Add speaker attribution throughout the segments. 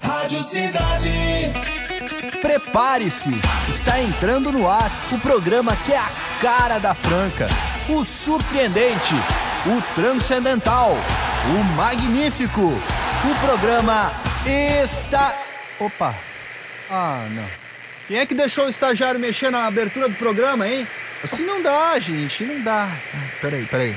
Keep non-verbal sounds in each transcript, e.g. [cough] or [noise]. Speaker 1: Rádio Cidade.
Speaker 2: Prepare-se! Está entrando no ar o programa que é a cara da Franca, o surpreendente, o transcendental, o magnífico, o programa está. Opa! Ah, não. Quem é que deixou o estagiário mexer na abertura do programa, hein? Assim não dá, gente, não dá. Ah, Peraí, peraí.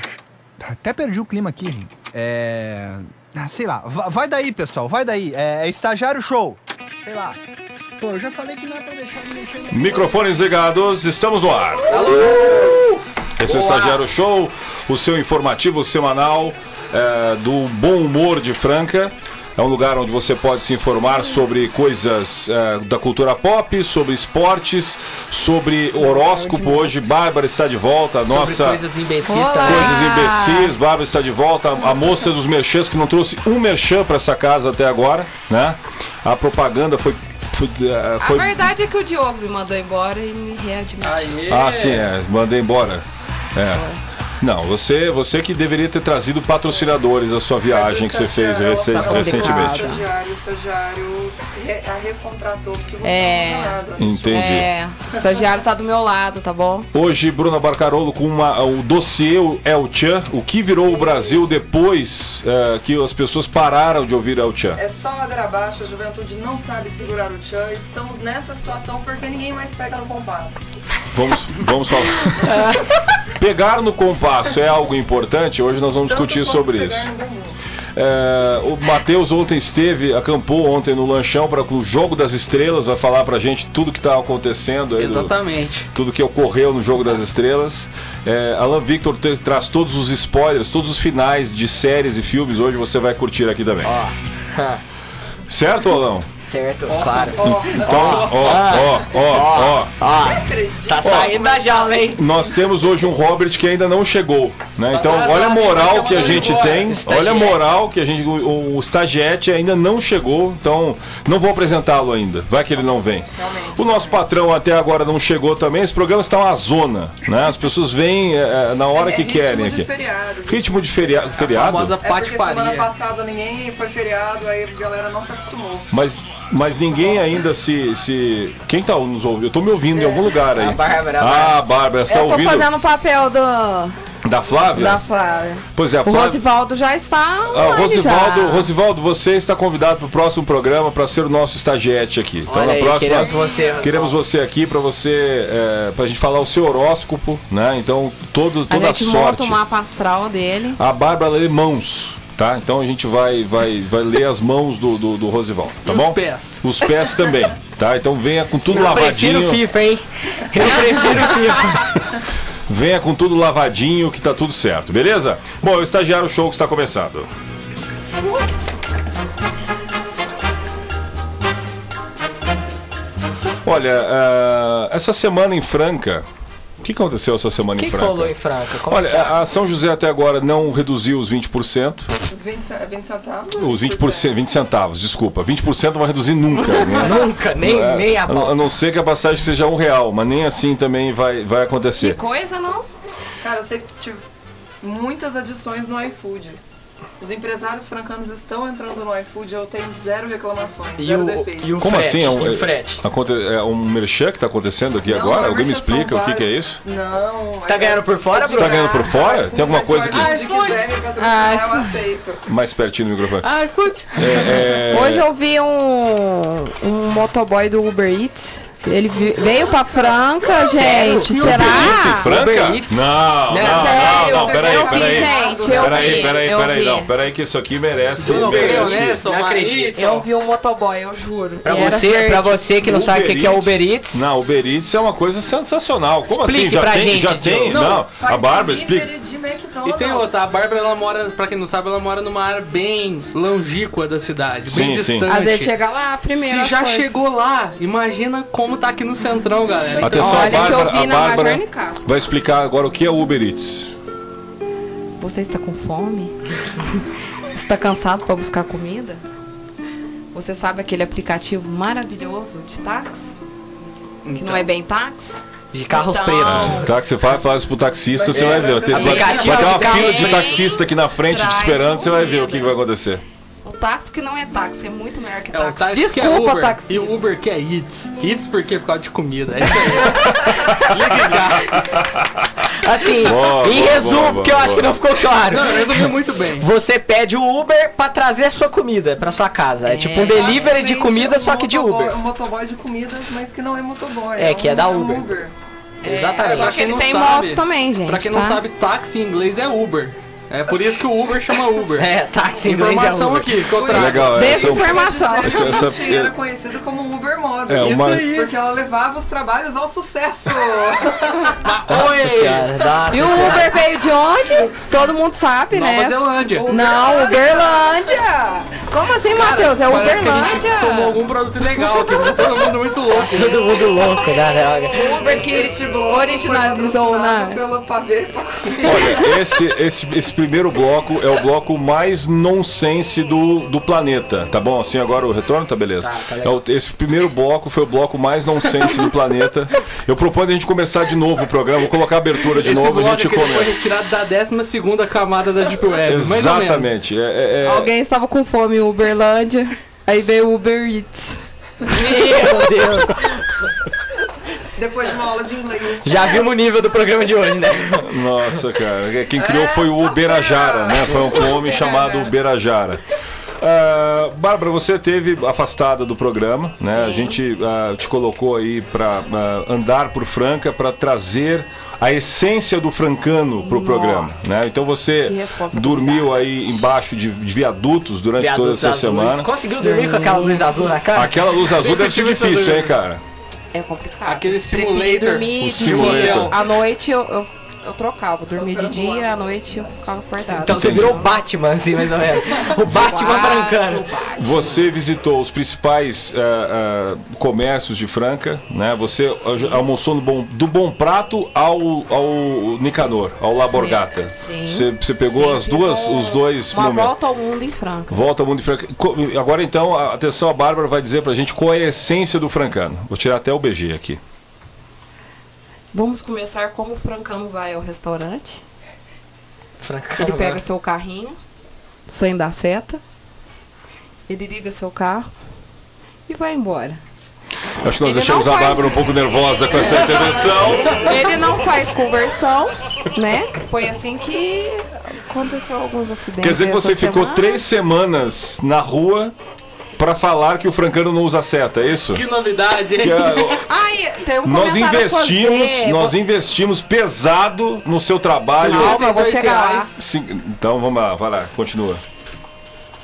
Speaker 2: Tá, Até perdi o clima aqui, gente. É. ah, Sei lá, Va- vai daí, pessoal, vai daí. É estagiário show. Sei lá. Pô, eu já falei que não é pra deixar ele mexer na
Speaker 3: Microfones ligados, estamos no ar. Esse é o Estagiário Show, o seu informativo semanal é, do bom humor de Franca. É um lugar onde você pode se informar sobre coisas é, da cultura pop, sobre esportes, sobre horóscopo. Hoje, Bárbara está de volta, a
Speaker 4: Sobre
Speaker 3: nossa.
Speaker 4: coisas imbecis também.
Speaker 3: Coisas
Speaker 5: Ah!
Speaker 3: imbecis, Bárbara está de volta, a moça dos merchãs que não trouxe um merchan para essa casa até agora, né? A propaganda foi. foi, eh,
Speaker 5: A
Speaker 3: foi-
Speaker 5: verdade é que o Diogo me mandou embora e me readmitiu.
Speaker 3: Ah, sim, é, mandei embora. É. Não, você, você que deveria ter trazido patrocinadores à sua viagem que você fez recen-
Speaker 6: tá
Speaker 3: recentemente.
Speaker 6: O estagiário, o estagiário re- a recontratou porque você
Speaker 5: É.
Speaker 6: não tinha nada.
Speaker 3: Entendi.
Speaker 5: É, o estagiário tá do meu lado, tá bom?
Speaker 3: Hoje, Bruna Barcarolo com uma, o dossiê o El Chan, o que virou o Brasil depois eh, que as pessoas pararam de ouvir El Chan.
Speaker 6: É só ladeira abaixo, a juventude não sabe segurar o tchan. Estamos nessa situação porque ninguém mais pega no compasso.
Speaker 3: Vamos, vamos
Speaker 6: [laughs]
Speaker 3: falar. Pegar no compasso é algo importante, hoje nós vamos discutir
Speaker 6: Tanto quanto
Speaker 3: sobre
Speaker 6: pegar
Speaker 3: isso.
Speaker 6: no bumbum.
Speaker 3: É, o Matheus ontem esteve, acampou ontem no lanchão para o Jogo das Estrelas, vai falar pra gente tudo que tá acontecendo aí. do-
Speaker 4: Exatamente.
Speaker 3: tudo que ocorreu no Jogo das Estrelas. É, Alan Victor te- traz todos os spoilers, todos os finais de séries e filmes. Hoje você vai curtir aqui também. Certo, Alão?
Speaker 4: Certo, claro.
Speaker 3: Então, ó, ó, ó, ó.
Speaker 6: Acredito.
Speaker 4: Tá saindo da jaula, hein?
Speaker 3: Nós temos hoje um Robert que ainda não chegou, né? Então, olha a moral que a gente tem. Olha a moral que a gente. O, o Stagiete ainda não chegou, então não vou apresentá-lo ainda. Vai que ele não vem. O nosso patrão até agora não chegou também. Esse programa está uma zona, né? As pessoas vêm eh, na hora que
Speaker 6: É
Speaker 3: querem
Speaker 6: ritmo de
Speaker 3: aqui.
Speaker 6: Feriado, gente.
Speaker 3: Ritmo de feria feriado.
Speaker 4: Famosa
Speaker 6: É porque semana
Speaker 4: patifaria.
Speaker 6: passada ninguém foi feriado, aí a galera não se acostumou.
Speaker 3: Mas, mas ninguém ainda se, se. Quem tá nos ouvindo? Eu tô me ouvindo em algum lugar aí.
Speaker 4: A Bárbara, a Bárbara.
Speaker 3: Ah, Bárbara, você tá
Speaker 5: Eu tô
Speaker 3: ouvindo?
Speaker 5: fazendo o papel do,
Speaker 3: Da Flávia?
Speaker 5: da Flávia.
Speaker 3: Pois é, a
Speaker 5: O
Speaker 3: Flávia.
Speaker 5: Rosivaldo já está.
Speaker 3: Ah,
Speaker 5: online
Speaker 3: Rosivaldo,
Speaker 5: já.
Speaker 3: Rosivaldo, você está convidado para o próximo programa para ser o nosso estagiete aqui. Então,
Speaker 4: Olha
Speaker 3: na
Speaker 4: aí,
Speaker 3: próxima,
Speaker 4: queremos você.
Speaker 3: queremos você aqui para você, para a gente falar o seu horóscopo, né? Então, todo,
Speaker 5: A
Speaker 3: toda a,
Speaker 5: gente monta
Speaker 3: sorte.
Speaker 5: o mapa astral dele.
Speaker 3: A Bárbara lê mãos, tá? Então a gente vai, vai, vai ler as mãos do, do, do Rosivaldo, tá
Speaker 4: E
Speaker 3: bom?
Speaker 4: Os pés.
Speaker 3: Os pés também, tá? Então venha com tudo
Speaker 4: Eu prefiro
Speaker 3: lavadinho.
Speaker 4: FIFA, [laughs] hein? Eu prefiro FIFA.
Speaker 3: Venha com tudo lavadinho que tá tudo certo, beleza? Bom, o estagiário show que está começando. Olha, ah, essa semana em Franca. O que aconteceu essa
Speaker 4: O
Speaker 3: semana
Speaker 4: que
Speaker 3: em
Speaker 4: que
Speaker 3: Franca?
Speaker 4: rolou em Franca? Como
Speaker 3: Olha, a a São José até agora não reduziu os 20%,
Speaker 6: Os 20, ce- 20 centavos?
Speaker 3: os 20%, 20 centavos, desculpa, 20% não vai reduzir nunca, né?
Speaker 4: Nunca, [laughs] nem,
Speaker 3: É,
Speaker 4: nem a
Speaker 3: a, não- a
Speaker 4: pau.
Speaker 3: não ser que a passagem seja um real, mas nem assim também vai, vai
Speaker 5: Que
Speaker 3: acontecer.
Speaker 5: coisa, não?
Speaker 6: Cara, eu sei que tive muitas adições no iFood. Os empresários francanos estão entrando no iFood, eu tenho zero reclamações,
Speaker 4: E
Speaker 6: zero
Speaker 4: o,
Speaker 6: defeitos.
Speaker 4: e o
Speaker 3: Como
Speaker 4: frete?
Speaker 3: assim? É um,
Speaker 4: e o frete?
Speaker 3: aconte- é um merchan que está acontecendo aqui
Speaker 6: Não,
Speaker 3: agora?
Speaker 6: não,
Speaker 3: Alguém me
Speaker 6: merchan são
Speaker 3: explica o que, que é
Speaker 6: vários-
Speaker 3: isso?
Speaker 6: Não. é
Speaker 4: Tá ganhando por fora,
Speaker 3: Você tá
Speaker 4: Bruno?
Speaker 3: ganhando por
Speaker 6: Ah,
Speaker 3: fora? Tem alguma coisa que.
Speaker 6: que... Se quiser me patrocinar, eu aceito.
Speaker 3: Mais pertinho do
Speaker 6: [laughs]
Speaker 3: microfone.
Speaker 5: Ai, curte.
Speaker 3: É, é,
Speaker 5: Hoje eu vi um, um motoboy do Uber Eats. Ele vi- veio pra Franca, gente.
Speaker 3: Isso em
Speaker 5: Será?
Speaker 3: Franca?
Speaker 4: Uber Eats?
Speaker 3: Não, não,
Speaker 4: Né?
Speaker 3: não,
Speaker 5: Sério,
Speaker 3: não, peraí,
Speaker 5: eu vi,
Speaker 3: peraí.
Speaker 5: gente. Eu
Speaker 3: Peraí,
Speaker 5: vi,
Speaker 3: peraí,
Speaker 5: eu
Speaker 3: peraí,
Speaker 5: vi.
Speaker 3: não, peraí, que isso aqui merece.
Speaker 4: Não
Speaker 5: né,
Speaker 3: merece.
Speaker 4: acredito.
Speaker 5: Eu vi um motoboy, eu juro.
Speaker 4: Pra
Speaker 5: E era
Speaker 4: você,
Speaker 5: verde.
Speaker 4: pra você que não sabe o que que é Uber Eats,
Speaker 3: Não, Uber Eats é uma coisa sensacional. Como
Speaker 4: Explique
Speaker 3: assim? Já
Speaker 4: pra
Speaker 3: tem,
Speaker 4: gente,
Speaker 3: já tem.
Speaker 4: Diogo.
Speaker 3: Não,
Speaker 6: Faz
Speaker 3: a Bárbara
Speaker 6: delivery
Speaker 3: explica.
Speaker 6: de McDonald's.
Speaker 7: E tem outra, a Bárbara, ela mora, pra quem não sabe, ela mora numa área bem longíqua da cidade,
Speaker 3: Sim,
Speaker 7: bem
Speaker 3: sim.
Speaker 7: distante.
Speaker 5: Às vezes chega lá primeiro.
Speaker 7: Se
Speaker 5: as
Speaker 7: já
Speaker 5: coisas.
Speaker 7: chegou lá, imagina como tá aqui no Centrão, galera.
Speaker 3: Atenção, a
Speaker 5: Olha que eu
Speaker 3: Bárbara,
Speaker 5: vi
Speaker 3: a
Speaker 5: na
Speaker 3: Bárbara
Speaker 5: Major Nicasso.
Speaker 3: vai explicar agora o que é Uber Eats.
Speaker 5: Você está com fome? [laughs] Você está cansado pra buscar comida? Você sabe aquele aplicativo maravilhoso de táxi? Que
Speaker 7: Então.
Speaker 5: não é bem táxi?
Speaker 4: de carros
Speaker 5: Então,
Speaker 4: pretos.
Speaker 3: Tá, que você vai falar isso pro taxista, você vai ver. Tem- vai, vai
Speaker 4: Aplicativo
Speaker 3: ter uma
Speaker 4: de carro.
Speaker 3: fila de taxista aqui na frente te
Speaker 5: Traz
Speaker 3: esperando, você vai ver o
Speaker 5: comida.
Speaker 3: que, que vai acontecer.
Speaker 5: O táxi que não é táxi, é muito melhor que
Speaker 7: É o
Speaker 5: táxi.
Speaker 7: táxi que é
Speaker 5: Desculpa,
Speaker 7: Uber
Speaker 5: táxi.
Speaker 7: e o Uber que é Eats. Eats porque por causa de comida. É isso aí. Liga já.
Speaker 4: Assim,
Speaker 3: Boa,
Speaker 4: em
Speaker 3: boa,
Speaker 4: resumo,
Speaker 3: boa,
Speaker 4: porque eu
Speaker 3: boa, boa.
Speaker 4: acho que não ficou claro.
Speaker 7: Não, resolveu muito bem.
Speaker 4: Você pede o Uber pra trazer a sua comida pra sua casa. É, tipo um delivery de
Speaker 6: Basicamente,
Speaker 4: comida,
Speaker 6: um
Speaker 4: só que de
Speaker 6: motoboy-
Speaker 4: Uber.
Speaker 6: Um motoboy de comidas, mas que não é motoboy.
Speaker 4: É, que é
Speaker 6: um-
Speaker 4: da
Speaker 6: um
Speaker 4: Uber. Exatamente.
Speaker 5: É, Só
Speaker 7: pra
Speaker 5: que
Speaker 7: quem
Speaker 5: ele
Speaker 7: não
Speaker 5: tem
Speaker 7: sabe-
Speaker 5: moto também, gente.
Speaker 7: Pra quem não
Speaker 5: tá?
Speaker 7: sabe, táxi em inglês é Uber. É por isso que o Uber
Speaker 5: [laughs]
Speaker 7: chama Uber.
Speaker 4: É, táxi em inglês é
Speaker 7: Informação
Speaker 4: Uber.
Speaker 7: aqui que eu
Speaker 6: Por
Speaker 7: trago.
Speaker 6: isso-
Speaker 3: Legal,
Speaker 5: Deixa
Speaker 3: essa é
Speaker 5: eu
Speaker 3: o-
Speaker 5: informar. Informação.
Speaker 6: Essa,
Speaker 3: Essa- essa-
Speaker 6: era
Speaker 3: eu-
Speaker 6: conhecida é como um Uber Model.
Speaker 3: É, uma-
Speaker 7: Isso aí.
Speaker 6: Porque ela levava os trabalhos ao sucesso.
Speaker 4: Nossa
Speaker 7: Oi!
Speaker 4: senhora, nossa
Speaker 5: E o
Speaker 4: senhora.
Speaker 5: Uber veio de onde? Todo mundo sabe,
Speaker 7: Nova
Speaker 5: né?
Speaker 7: Zelândia.
Speaker 5: Não, Uberlândia! Como assim, Matheus? É
Speaker 7: Parece que a gente
Speaker 5: Uberlândia!
Speaker 7: tomou algum produto ilegal aqui. tá Todo mundo muito louco. né?
Speaker 4: Todo mundo louco, né, na real.
Speaker 5: Uber que originalizou na.
Speaker 6: Pelo pavê pra comer.
Speaker 3: Olha, esse, esse, esse primeiro bloco é o bloco mais nonsense do, do planeta, tá bom? Assim agora o retorno, tá beleza? É o- esse primeiro bloco foi o bloco mais nonsense do planeta. Eu proponho a gente começar de novo o programa, vou colocar a abertura de
Speaker 7: Esse
Speaker 3: novo e a
Speaker 7: blog
Speaker 3: gente
Speaker 7: aqui ele foi
Speaker 3: comenta.
Speaker 7: retirado da 12 camada da Deep Web. mais ou menos.
Speaker 3: Exatamente. É, é- é-
Speaker 5: Alguém estava com fome em Uberlândia, aí veio Uber Eats.
Speaker 4: Meu Deus.
Speaker 6: Depois de uma aula de inglês.
Speaker 4: Já vimos o nível do programa de hoje, né?
Speaker 3: Nossa, cara. é, Quem criou foi o Uberajara, né? Foi um homem chamado Uberajara. Ah, Bárbara, você teve afastada do programa, né? A gente ah, te colocou aí para andar por Franca para trazer a essência do francano pro programa, né? Então
Speaker 5: que
Speaker 3: você
Speaker 5: responsabilidade.
Speaker 3: dormiu aí embaixo de, de viadutos durante toda
Speaker 4: Viadutos
Speaker 3: essa
Speaker 4: azuis.
Speaker 3: semana.
Speaker 4: Conseguiu dormir com aquela luz azul na cara?
Speaker 3: Aquela luz azul
Speaker 7: é? Sempre
Speaker 3: deve ser
Speaker 7: tive essa
Speaker 3: difícil, hein,
Speaker 7: dúvida.
Speaker 3: cara?
Speaker 5: É complicado.
Speaker 7: Aquele
Speaker 5: Preferi
Speaker 7: simulator.
Speaker 5: Dormir
Speaker 3: O
Speaker 5: de
Speaker 3: simulator.
Speaker 5: dia. À noite eu, eu, eu trocava. Dormia de dia, à noite eu ficava acordada.
Speaker 4: Então você virou o Batman, assim, mais ou menos. O Batman
Speaker 5: Quase,
Speaker 4: brancano.
Speaker 5: quase.
Speaker 3: Você visitou os principais ah, ah, comércios de Franca, né? Você aj- almoçou no bom, do Bom Prato ao, ao Nicanor, ao Laborgata.
Speaker 5: sim.
Speaker 3: Tá Você, você pegou
Speaker 5: Sim,
Speaker 3: as
Speaker 5: fiz
Speaker 3: duas,
Speaker 5: um-
Speaker 3: os dois
Speaker 5: Uma
Speaker 3: momentos.
Speaker 5: volta ao mundo em Franca.
Speaker 3: Volta ao mundo de Franca. Co- Agora então, a- atenção, a Bárbara vai dizer pra gente qual é a essência do francano. Vou tirar até o BG aqui.
Speaker 5: Vamos começar como o francano vai ao restaurante.
Speaker 4: Francano.
Speaker 5: Ele pega seu carrinho, sem dar seta. Ele liga seu carro e vai embora.
Speaker 3: Acho que nós
Speaker 5: Ele
Speaker 3: deixamos a
Speaker 5: não faz-
Speaker 3: Bárbara um pouco nervosa com essa intervenção.
Speaker 5: [laughs] Ele não faz conversão, né? Foi assim que aconteceu alguns acidentes.
Speaker 3: Quer dizer que você
Speaker 5: essa
Speaker 3: ficou
Speaker 5: semana.
Speaker 3: três semanas na rua pra falar que o francano não usa seta, é isso?
Speaker 7: Que novidade,
Speaker 3: Que é
Speaker 7: hein?
Speaker 3: a-
Speaker 5: Ai, tem um
Speaker 3: Nós
Speaker 5: comentário a
Speaker 3: investimos,
Speaker 5: fazer.
Speaker 3: nós investimos pesado no seu trabalho.
Speaker 5: Sim. Calma, eu vou
Speaker 7: 52
Speaker 5: chegar
Speaker 7: reais.
Speaker 3: Sim, Então vamos lá, vai lá, continua.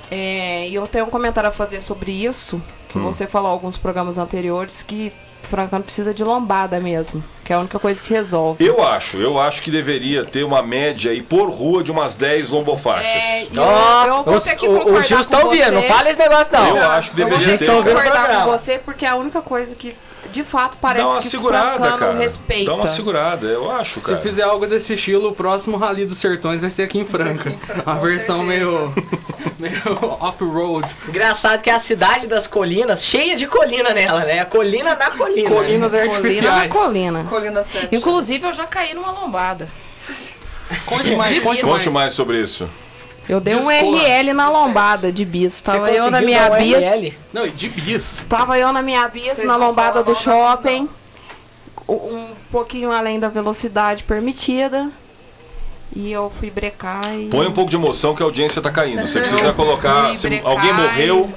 Speaker 5: É, e eu tenho um comentário a fazer sobre isso. Que
Speaker 3: Hum.
Speaker 5: você falou em alguns programas anteriores que francano precisa de lombada mesmo. Que é a única coisa que resolve.
Speaker 3: Eu acho, eu acho que deveria ter uma média aí por rua de umas 10 lombofaixas.
Speaker 5: É, e eu-
Speaker 4: Ó,
Speaker 5: eu vou ter que
Speaker 4: o- Ah, o, o
Speaker 5: concordar
Speaker 4: Gil
Speaker 5: com
Speaker 4: tá ouvindo, não
Speaker 5: você.
Speaker 4: fala esse negócio
Speaker 3: eu
Speaker 4: não.
Speaker 3: acho que
Speaker 5: Eu vou
Speaker 3: deveria
Speaker 5: ter
Speaker 4: Vocês
Speaker 3: ter.
Speaker 5: que
Speaker 4: estão ouvindo
Speaker 3: cara.
Speaker 4: o
Speaker 5: concordar com
Speaker 4: programa.
Speaker 5: você, porque é a única coisa que de fato parece
Speaker 3: Dá uma
Speaker 5: que
Speaker 3: segurada,
Speaker 5: francano
Speaker 3: cara.
Speaker 5: respeita.
Speaker 3: Dá uma segurada, eu acho,
Speaker 7: Se
Speaker 3: cara.
Speaker 7: fizer algo desse estilo, o próximo Rally dos Sertões vai ser aqui em Franca. Uma versão meio, [laughs] meio off-road.
Speaker 4: Engraçado que é a cidade das colinas, cheia de colina nela, né? A colina na colina.
Speaker 7: Colinas
Speaker 5: colina na
Speaker 7: artificiais.
Speaker 5: colina.
Speaker 6: Colina Sete.
Speaker 5: Inclusive, eu já caí numa lombada.
Speaker 7: Conte mais, conte
Speaker 3: Conte
Speaker 7: mais.
Speaker 3: mais sobre isso.
Speaker 5: Eu dei um
Speaker 7: Descola.
Speaker 5: RL na lombada de bis.
Speaker 4: Você
Speaker 5: Tava eu na
Speaker 4: conseguiu
Speaker 5: minha
Speaker 4: dar um
Speaker 5: bis.
Speaker 4: RL?
Speaker 7: Não, e de bis.
Speaker 5: Tava eu na minha bis,
Speaker 6: Vocês
Speaker 5: na
Speaker 6: não
Speaker 5: lombada
Speaker 6: falam
Speaker 5: do
Speaker 6: mal da bis, não.
Speaker 5: shopping. u- Um pouquinho além da velocidade permitida. E eu fui brecar e.
Speaker 3: Põe um pouco de emoção que a audiência tá caindo.
Speaker 5: Uhum.
Speaker 3: Você precisa colocar. se
Speaker 5: brecar
Speaker 3: alguém morreu,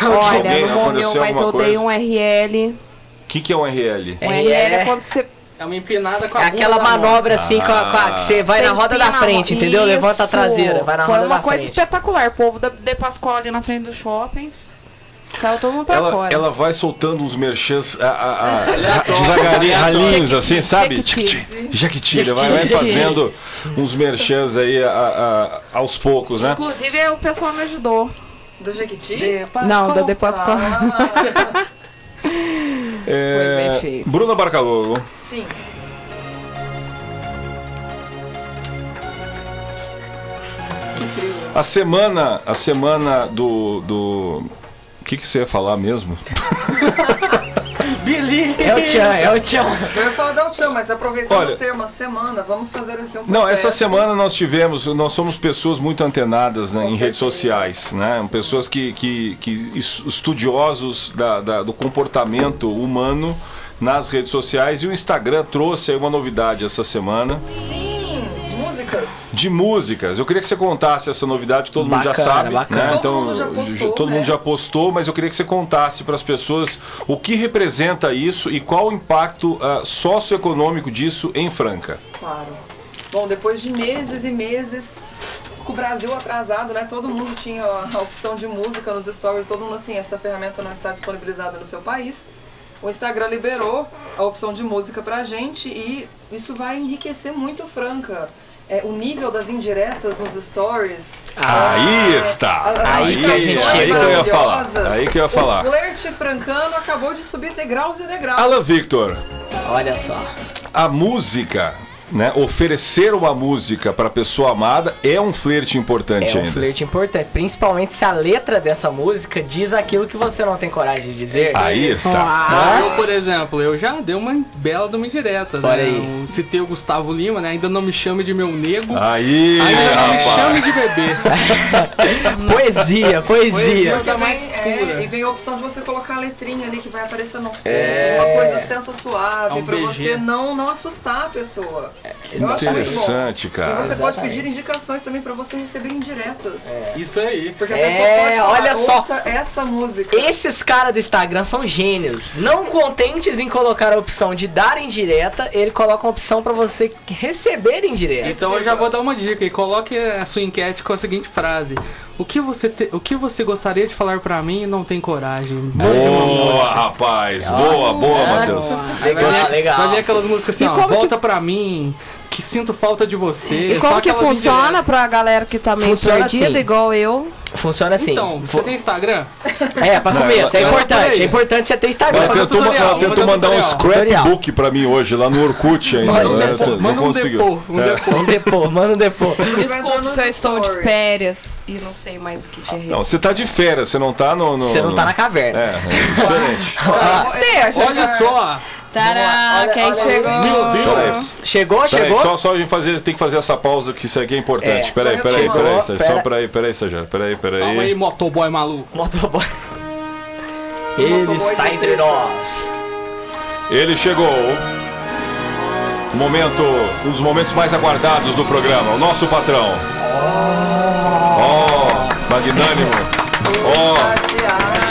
Speaker 3: alguém,
Speaker 5: Olha, não morreu,
Speaker 3: aconteceu
Speaker 5: mas
Speaker 3: alguma
Speaker 5: eu dei
Speaker 3: coisa?
Speaker 5: um RL.
Speaker 3: o que, que é um RL?
Speaker 5: Um
Speaker 4: RL é-
Speaker 5: RL é quando você
Speaker 7: É uma empinada com a
Speaker 4: É
Speaker 7: bunda
Speaker 4: aquela
Speaker 7: da mão.
Speaker 4: manobra assim, com a, com a- que você vai
Speaker 5: Você
Speaker 4: na roda
Speaker 5: empina
Speaker 4: da
Speaker 5: a
Speaker 4: frente,
Speaker 5: mão.
Speaker 4: entendeu? Levanta a
Speaker 5: Isso.
Speaker 4: traseira, vai na
Speaker 5: Foi
Speaker 4: roda
Speaker 5: uma
Speaker 4: da
Speaker 5: coisa
Speaker 4: frente.
Speaker 5: espetacular. O povo da de Pascoal ali na frente do shopping saiu todo mundo pra
Speaker 3: Ela,
Speaker 5: fora.
Speaker 3: ela vai soltando uns merchans a, a- a- devagarinho, ralinhos,
Speaker 5: Jequiti,
Speaker 3: assim, sabe?
Speaker 5: Jequiti.
Speaker 3: Jequiti, Jequiti, vai, vai
Speaker 4: Jequiti.
Speaker 3: fazendo uns merchans aí a- a- aos poucos, né?
Speaker 5: Inclusive, o pessoal me ajudou.
Speaker 6: Do Jequiti? um
Speaker 5: Não, da de Pascoal.
Speaker 3: É,
Speaker 5: bem feio.
Speaker 3: Bruna Barcalogo,
Speaker 6: Sim.
Speaker 3: a semana, a semana do. do... O que, que você ia falar mesmo?
Speaker 7: Billy!
Speaker 4: É o Tchan, é o Tchan.
Speaker 6: Eu ia falar da Tchan, mas aproveitando
Speaker 3: Olha.
Speaker 6: o tema semana, vamos fazer aqui um
Speaker 3: Não, essa
Speaker 6: protesto.
Speaker 3: semana nós tivemos, nós somos pessoas muito antenadas né, em
Speaker 6: certeza.
Speaker 3: redes sociais, né? Pessoas que, que, que es- estudiosos da- da- do comportamento humano nas redes sociais e o Instagram trouxe aí uma novidade essa semana
Speaker 6: Sim, músicas.
Speaker 3: de músicas. Eu queria que você contasse essa novidade, que todo mundo já
Speaker 7: Bacana,
Speaker 3: sabe,
Speaker 7: bacana.
Speaker 3: né?
Speaker 6: Todo
Speaker 3: então
Speaker 6: mundo já postou,
Speaker 3: todo
Speaker 6: né?
Speaker 3: mundo já postou, mas eu queria que você contasse para as pessoas o que representa isso e qual o impacto ah, socioeconômico disso em Franca.
Speaker 6: Claro. Bom, depois de meses e meses com o Brasil atrasado, né? Todo mundo tinha a opção de música nos stories, todo mundo assim, essa ferramenta não está disponibilizada no seu país. O Instagram liberou a opção de música pra gente e isso vai enriquecer muito o Franca. É, o nível das indiretas nos stories.
Speaker 3: Aí
Speaker 6: é,
Speaker 3: está.
Speaker 6: as- as
Speaker 3: Ah. Aí que a gente
Speaker 6: indicações
Speaker 3: chegou. Aí que eu ia falar.
Speaker 6: maravilhosas.
Speaker 3: Aí que eu ia falar.
Speaker 6: O flerte francano acabou de subir degraus e degraus.
Speaker 3: Alan Victor,
Speaker 4: Olha só.
Speaker 3: a música, né? Oferecer uma música para pessoa amada é um flerte importante
Speaker 4: É um
Speaker 3: ainda.
Speaker 4: flerte importante, principalmente se a letra dessa música diz aquilo que você não tem coragem de dizer.
Speaker 3: Aí está.
Speaker 7: Ah, eu, por exemplo, eu já dei uma bela de uma indireta, né?
Speaker 4: Olha aí.
Speaker 7: Eu Citei o Gustavo Lima, né? Ainda não me chame de meu nego.
Speaker 3: Aí,
Speaker 7: Ainda não me
Speaker 3: Ah, é, rapaz.
Speaker 7: chame de bebê.
Speaker 4: [laughs] Poesia,
Speaker 7: Poesia
Speaker 4: poesia.
Speaker 7: da
Speaker 6: E
Speaker 7: mais
Speaker 6: vem, é,
Speaker 7: pura.
Speaker 6: e vem a opção de você colocar a letrinha ali que vai aparecer nos pés, uma coisa sensa suave,
Speaker 7: É um
Speaker 6: pra você
Speaker 7: beijinho.
Speaker 6: não, não assustar a pessoa. Eu acho muito bom.
Speaker 3: Interessante,
Speaker 6: E
Speaker 3: cara.
Speaker 6: você pode
Speaker 4: Exatamente.
Speaker 6: pedir indicações também pra você receber indiretas.
Speaker 7: Isso aí.
Speaker 6: Porque a
Speaker 4: É,
Speaker 6: pessoa pode falar,
Speaker 4: olha só.
Speaker 6: ouça essa música.
Speaker 4: Esses caras do Instagram são gênios. Não contentes em colocar a opção de dar indireta, ele coloca a opção pra você receber indireta.
Speaker 7: Então
Speaker 5: é
Speaker 7: eu já vou dar uma dica e coloque a sua enquete com a seguinte frase. O que você, te- o que você gostaria de falar pra mim e não tem coragem?
Speaker 3: Boa, rapaz. Boa, boa, Matheus.
Speaker 7: Aí vai
Speaker 4: Legal,
Speaker 7: vir-
Speaker 4: legal.
Speaker 7: Vai vir aquelas músicas assim,
Speaker 5: E
Speaker 7: ó,
Speaker 5: como que-
Speaker 7: volta pra mim, que sinto falta de você.
Speaker 5: E como
Speaker 7: só né?
Speaker 5: que
Speaker 7: aquelas
Speaker 5: funciona
Speaker 7: indiretas.
Speaker 5: pra galera que tá meio
Speaker 4: Funciona
Speaker 5: perdida,
Speaker 4: assim.
Speaker 5: igual eu?
Speaker 4: Funciona assim.
Speaker 7: Então, você tem Instagram?
Speaker 4: É, pra começo, é
Speaker 7: ela-
Speaker 4: importante.
Speaker 7: peraí.
Speaker 4: É importante você ter Instagram.
Speaker 3: Ela
Speaker 7: fazer
Speaker 3: tentou,
Speaker 7: tutorial,
Speaker 3: ela
Speaker 7: vou
Speaker 3: tentou
Speaker 7: fazer
Speaker 3: mandar um
Speaker 7: tutorial.
Speaker 3: scrapbook pra mim hoje lá no Orkut ainda.
Speaker 7: Manda um
Speaker 3: né?
Speaker 7: depô,
Speaker 3: Não
Speaker 7: manda um
Speaker 3: conseguiu.
Speaker 7: depô, um
Speaker 3: É.
Speaker 7: depô.
Speaker 4: Manda um depô, manda um depô.
Speaker 5: Desculpe se eu estou de
Speaker 6: stories.
Speaker 5: férias e não sei mais o que, que é
Speaker 3: Não,
Speaker 5: isso.
Speaker 3: você tá de férias, você não tá no. no-
Speaker 4: Você não tá
Speaker 3: no-
Speaker 4: na caverna.
Speaker 3: É, é
Speaker 7: [laughs]
Speaker 3: diferente.
Speaker 5: Esteja.
Speaker 7: Olha só,
Speaker 5: Tará,
Speaker 6: Olha-
Speaker 5: quem
Speaker 6: olha-
Speaker 5: chegou?
Speaker 3: Meu Deus.
Speaker 4: Chegou,
Speaker 3: Peraí,
Speaker 4: chegou.
Speaker 3: só, só a gente fazer, tem que fazer essa pausa que isso aqui é importante.
Speaker 4: É,
Speaker 3: peraí,
Speaker 6: só
Speaker 3: peraí,
Speaker 6: retomar.
Speaker 3: peraí,
Speaker 4: Ó,
Speaker 3: Sérgio,
Speaker 4: pera-
Speaker 3: só peraí, peraí, Sérgio, peraí, peraí.
Speaker 7: calma aí, motoboy maluco.
Speaker 4: Motoboy. Ele está entre nós.
Speaker 3: Ele chegou. Momento, um dos momentos mais aguardados do programa, o nosso patrão. Ó, magnânimo.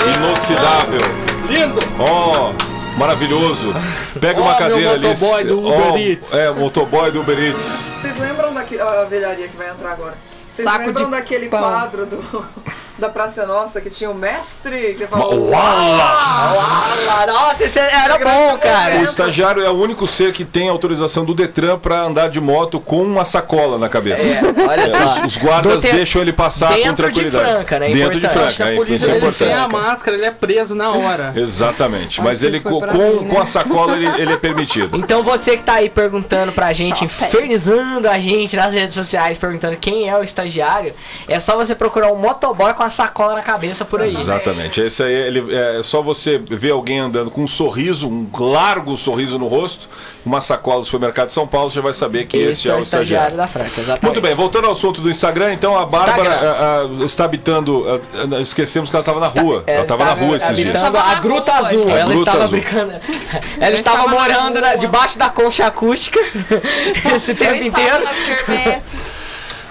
Speaker 3: Ó, inoxidável.
Speaker 7: Lindo!
Speaker 3: Ó, maravilhoso. Pega uma
Speaker 7: Ó,
Speaker 3: cadeira ali.
Speaker 7: meu motoboy do
Speaker 3: Ó,
Speaker 7: Uber Eats.
Speaker 3: É, motoboy do Uber Eats.
Speaker 6: Vocês lembram daquele. A velharia que vai entrar agora. Vocês
Speaker 5: Saco
Speaker 6: lembram
Speaker 5: de
Speaker 6: daquele
Speaker 5: pão.
Speaker 6: quadro do, [laughs] da Praça é Nossa que tinha o mestre que
Speaker 3: Ma-
Speaker 6: falou.
Speaker 3: Uala!
Speaker 4: Ah, Nossa, esse era bom,
Speaker 3: O
Speaker 4: cara.
Speaker 3: estagiário é o único ser que tem autorização do Detran pra andar de moto com uma sacola na cabeça. É,
Speaker 4: Olha só.
Speaker 3: Os guardas
Speaker 4: Do te-
Speaker 3: deixam ele passar com
Speaker 4: É. dentro de
Speaker 3: tranquilidade.
Speaker 4: Franca, né?
Speaker 3: Dentro de
Speaker 4: Importante.
Speaker 3: Franca,
Speaker 7: Se a
Speaker 3: é,
Speaker 7: polícia
Speaker 3: isso é
Speaker 7: dele sem a
Speaker 3: importante.
Speaker 7: máscara, ele é preso na hora.
Speaker 3: Exatamente, mas
Speaker 7: que
Speaker 3: ele
Speaker 7: isso foi
Speaker 3: co- com,
Speaker 7: pra mim, né?
Speaker 3: com a sacola ele, ele é
Speaker 4: [laughs]
Speaker 3: permitido.
Speaker 4: Então você que tá aí perguntando pra gente, infernizando a gente nas redes sociais, perguntando quem é o estagiário, é só você procurar um motoboy com a sacola na cabeça por aí. né?
Speaker 3: Exatamente, esse aí ele, é só você ver alguém andando com um sorriso, um largo sorriso no rosto, uma sacola do supermercado de São Paulo, você vai saber que esse, é o estagiário.
Speaker 4: da Franca, exatamente.
Speaker 3: Muito bem, voltando ao assunto do Instagram, então a Bárbara
Speaker 4: Instagram.
Speaker 3: ah, ah, está habitando. ah, ah, esquecemos que ela estava na rua. Ela Tá, é, estava na rua esses dias.
Speaker 4: habitando a Gruta Azul.
Speaker 3: A
Speaker 4: ela
Speaker 3: Gruta
Speaker 4: estava
Speaker 3: Azul.
Speaker 4: brincando. Ela estava
Speaker 5: estava na
Speaker 4: morando na-
Speaker 5: rua.
Speaker 4: debaixo da concha acústica esse
Speaker 5: Eu
Speaker 4: tempo
Speaker 5: estava
Speaker 4: inteiro.
Speaker 5: nas quermesses.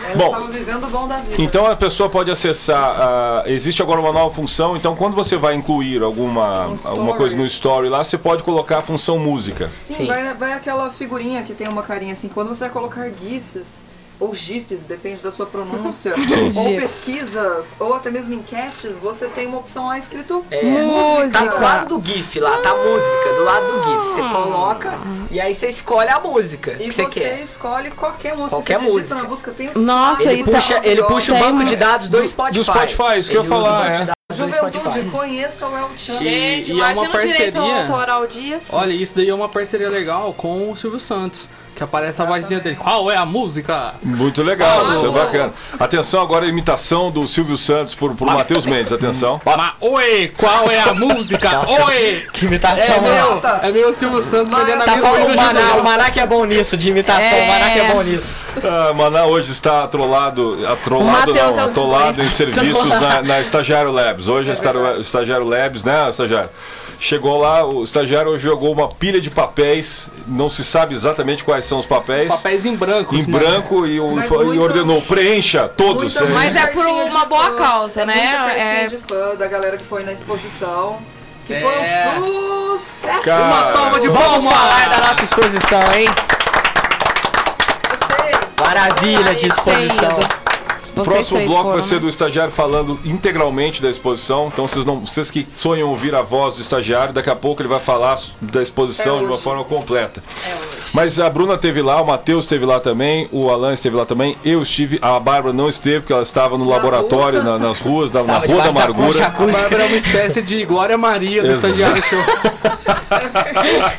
Speaker 6: Ela
Speaker 3: Bom.
Speaker 6: estava vivendo o bom da vida.
Speaker 3: Então a pessoa pode acessar. ah, existe agora uma nova função. Então quando você vai incluir alguma,
Speaker 6: Um
Speaker 3: alguma coisa no
Speaker 6: stories.
Speaker 3: story lá, você pode colocar a função música.
Speaker 6: Sim,
Speaker 4: Sim.
Speaker 6: Vai, vai aquela figurinha que tem uma carinha assim. Quando você vai colocar GIFs ou GIFs, depende da
Speaker 4: [laughs]
Speaker 6: sua pronúncia,
Speaker 3: Sim.
Speaker 6: ou
Speaker 5: GIFs.
Speaker 6: pesquisas, ou até mesmo enquetes, você tem uma opção lá escrito
Speaker 5: É.
Speaker 4: Tá do
Speaker 5: Música.
Speaker 4: lado do GIF lá, tá a música, do lado do GIF. Você coloca e aí você escolhe a música
Speaker 6: e
Speaker 4: que
Speaker 6: você
Speaker 4: você quer.
Speaker 6: escolhe qualquer música.
Speaker 4: Qualquer
Speaker 6: você digita
Speaker 4: música.
Speaker 6: na busca, tem os
Speaker 5: Nossa, então,
Speaker 6: Ah,
Speaker 4: Ele
Speaker 5: isso
Speaker 4: puxa, ele puxa o
Speaker 5: Tem-
Speaker 4: banco de dados do Spotify.
Speaker 3: Spotify, isso que eu ia
Speaker 4: Ele usa o
Speaker 3: falar,
Speaker 4: banco de
Speaker 3: é.
Speaker 4: dados do Spotify.
Speaker 6: Juventude, conheça o El Chan.
Speaker 7: E-
Speaker 5: Gente,
Speaker 7: e é uma
Speaker 5: imagina o direito
Speaker 7: parceria.
Speaker 5: autoral disso.
Speaker 7: Olha, isso daí é uma parceria legal com o Silvio Santos. Que aparece a vozinha dele. Qual é a música?
Speaker 3: Muito legal,
Speaker 4: Ah,
Speaker 3: isso é bacana. Atenção agora, a imitação do Silvio Santos por, por Matheus Mendes, atenção.
Speaker 7: Ma- Oi, qual é a
Speaker 4: Tá
Speaker 7: música? Oi!
Speaker 4: Que imitação,
Speaker 6: É,
Speaker 4: mano.
Speaker 6: meu, tá-
Speaker 7: É meio Silvio Santos
Speaker 6: Mas
Speaker 7: fazendo a
Speaker 4: Tá
Speaker 7: mesma
Speaker 4: falando o
Speaker 7: coisa de
Speaker 4: Maná, o
Speaker 7: novo.
Speaker 4: Maná que é bom nisso, de imitação,
Speaker 5: É.
Speaker 4: o Maná que é bom nisso.
Speaker 3: Ah, Maná hoje está atrolado, atrolado
Speaker 5: Matheus
Speaker 3: não,
Speaker 5: é o
Speaker 3: atolado
Speaker 5: doido.
Speaker 3: em serviços na, na Estagiário Labs.
Speaker 7: É
Speaker 3: Hoje a Estagiário, Estagiário Labs, né, Estagiário? Chegou lá, o estagiário jogou uma pilha de papéis, não se sabe exatamente quais são os papéis,
Speaker 7: Papéis né? em branco.
Speaker 3: em
Speaker 7: isso, mano.
Speaker 3: branco e, o-
Speaker 6: Mas
Speaker 3: e
Speaker 6: muito-
Speaker 3: ordenou, preencha todos.
Speaker 6: Muita-
Speaker 3: É.
Speaker 5: Mas é por
Speaker 6: cartinha de
Speaker 5: uma boa
Speaker 6: fã,
Speaker 5: causa, né?
Speaker 6: muita cartinha
Speaker 5: É-
Speaker 6: de fã da galera que foi na exposição. Que
Speaker 7: É.
Speaker 6: foi um sucesso.
Speaker 3: Cara,
Speaker 7: Uma salva de palmas.
Speaker 4: Vamos falar da nossa exposição, hein?
Speaker 6: Vocês.
Speaker 4: Maravilha de
Speaker 5: Tem
Speaker 4: exposição.
Speaker 5: ido. Vocês
Speaker 3: Próximo
Speaker 5: três
Speaker 3: bloco
Speaker 5: foram,
Speaker 3: vai ser
Speaker 5: né?
Speaker 3: do estagiário falando integralmente da exposição. Então vocês não, vocês que sonham ouvir a voz do estagiário, daqui a pouco ele vai falar s- da exposição
Speaker 6: É
Speaker 3: de uma
Speaker 6: hoje.
Speaker 3: forma completa. Mas a Bruna esteve lá, o Matheus esteve lá também, o Alan esteve lá também, eu estive, a Bárbara não esteve porque ela estava no laboratório, na- nas ruas, da- na
Speaker 4: Tava
Speaker 3: rua da
Speaker 4: debaixo da
Speaker 3: amargura.
Speaker 4: concha
Speaker 7: A
Speaker 4: acústica.
Speaker 7: Bárbara é uma espécie de Glória Maria do
Speaker 3: Exato. [laughs]
Speaker 7: Estagiário Show.
Speaker 6: Ela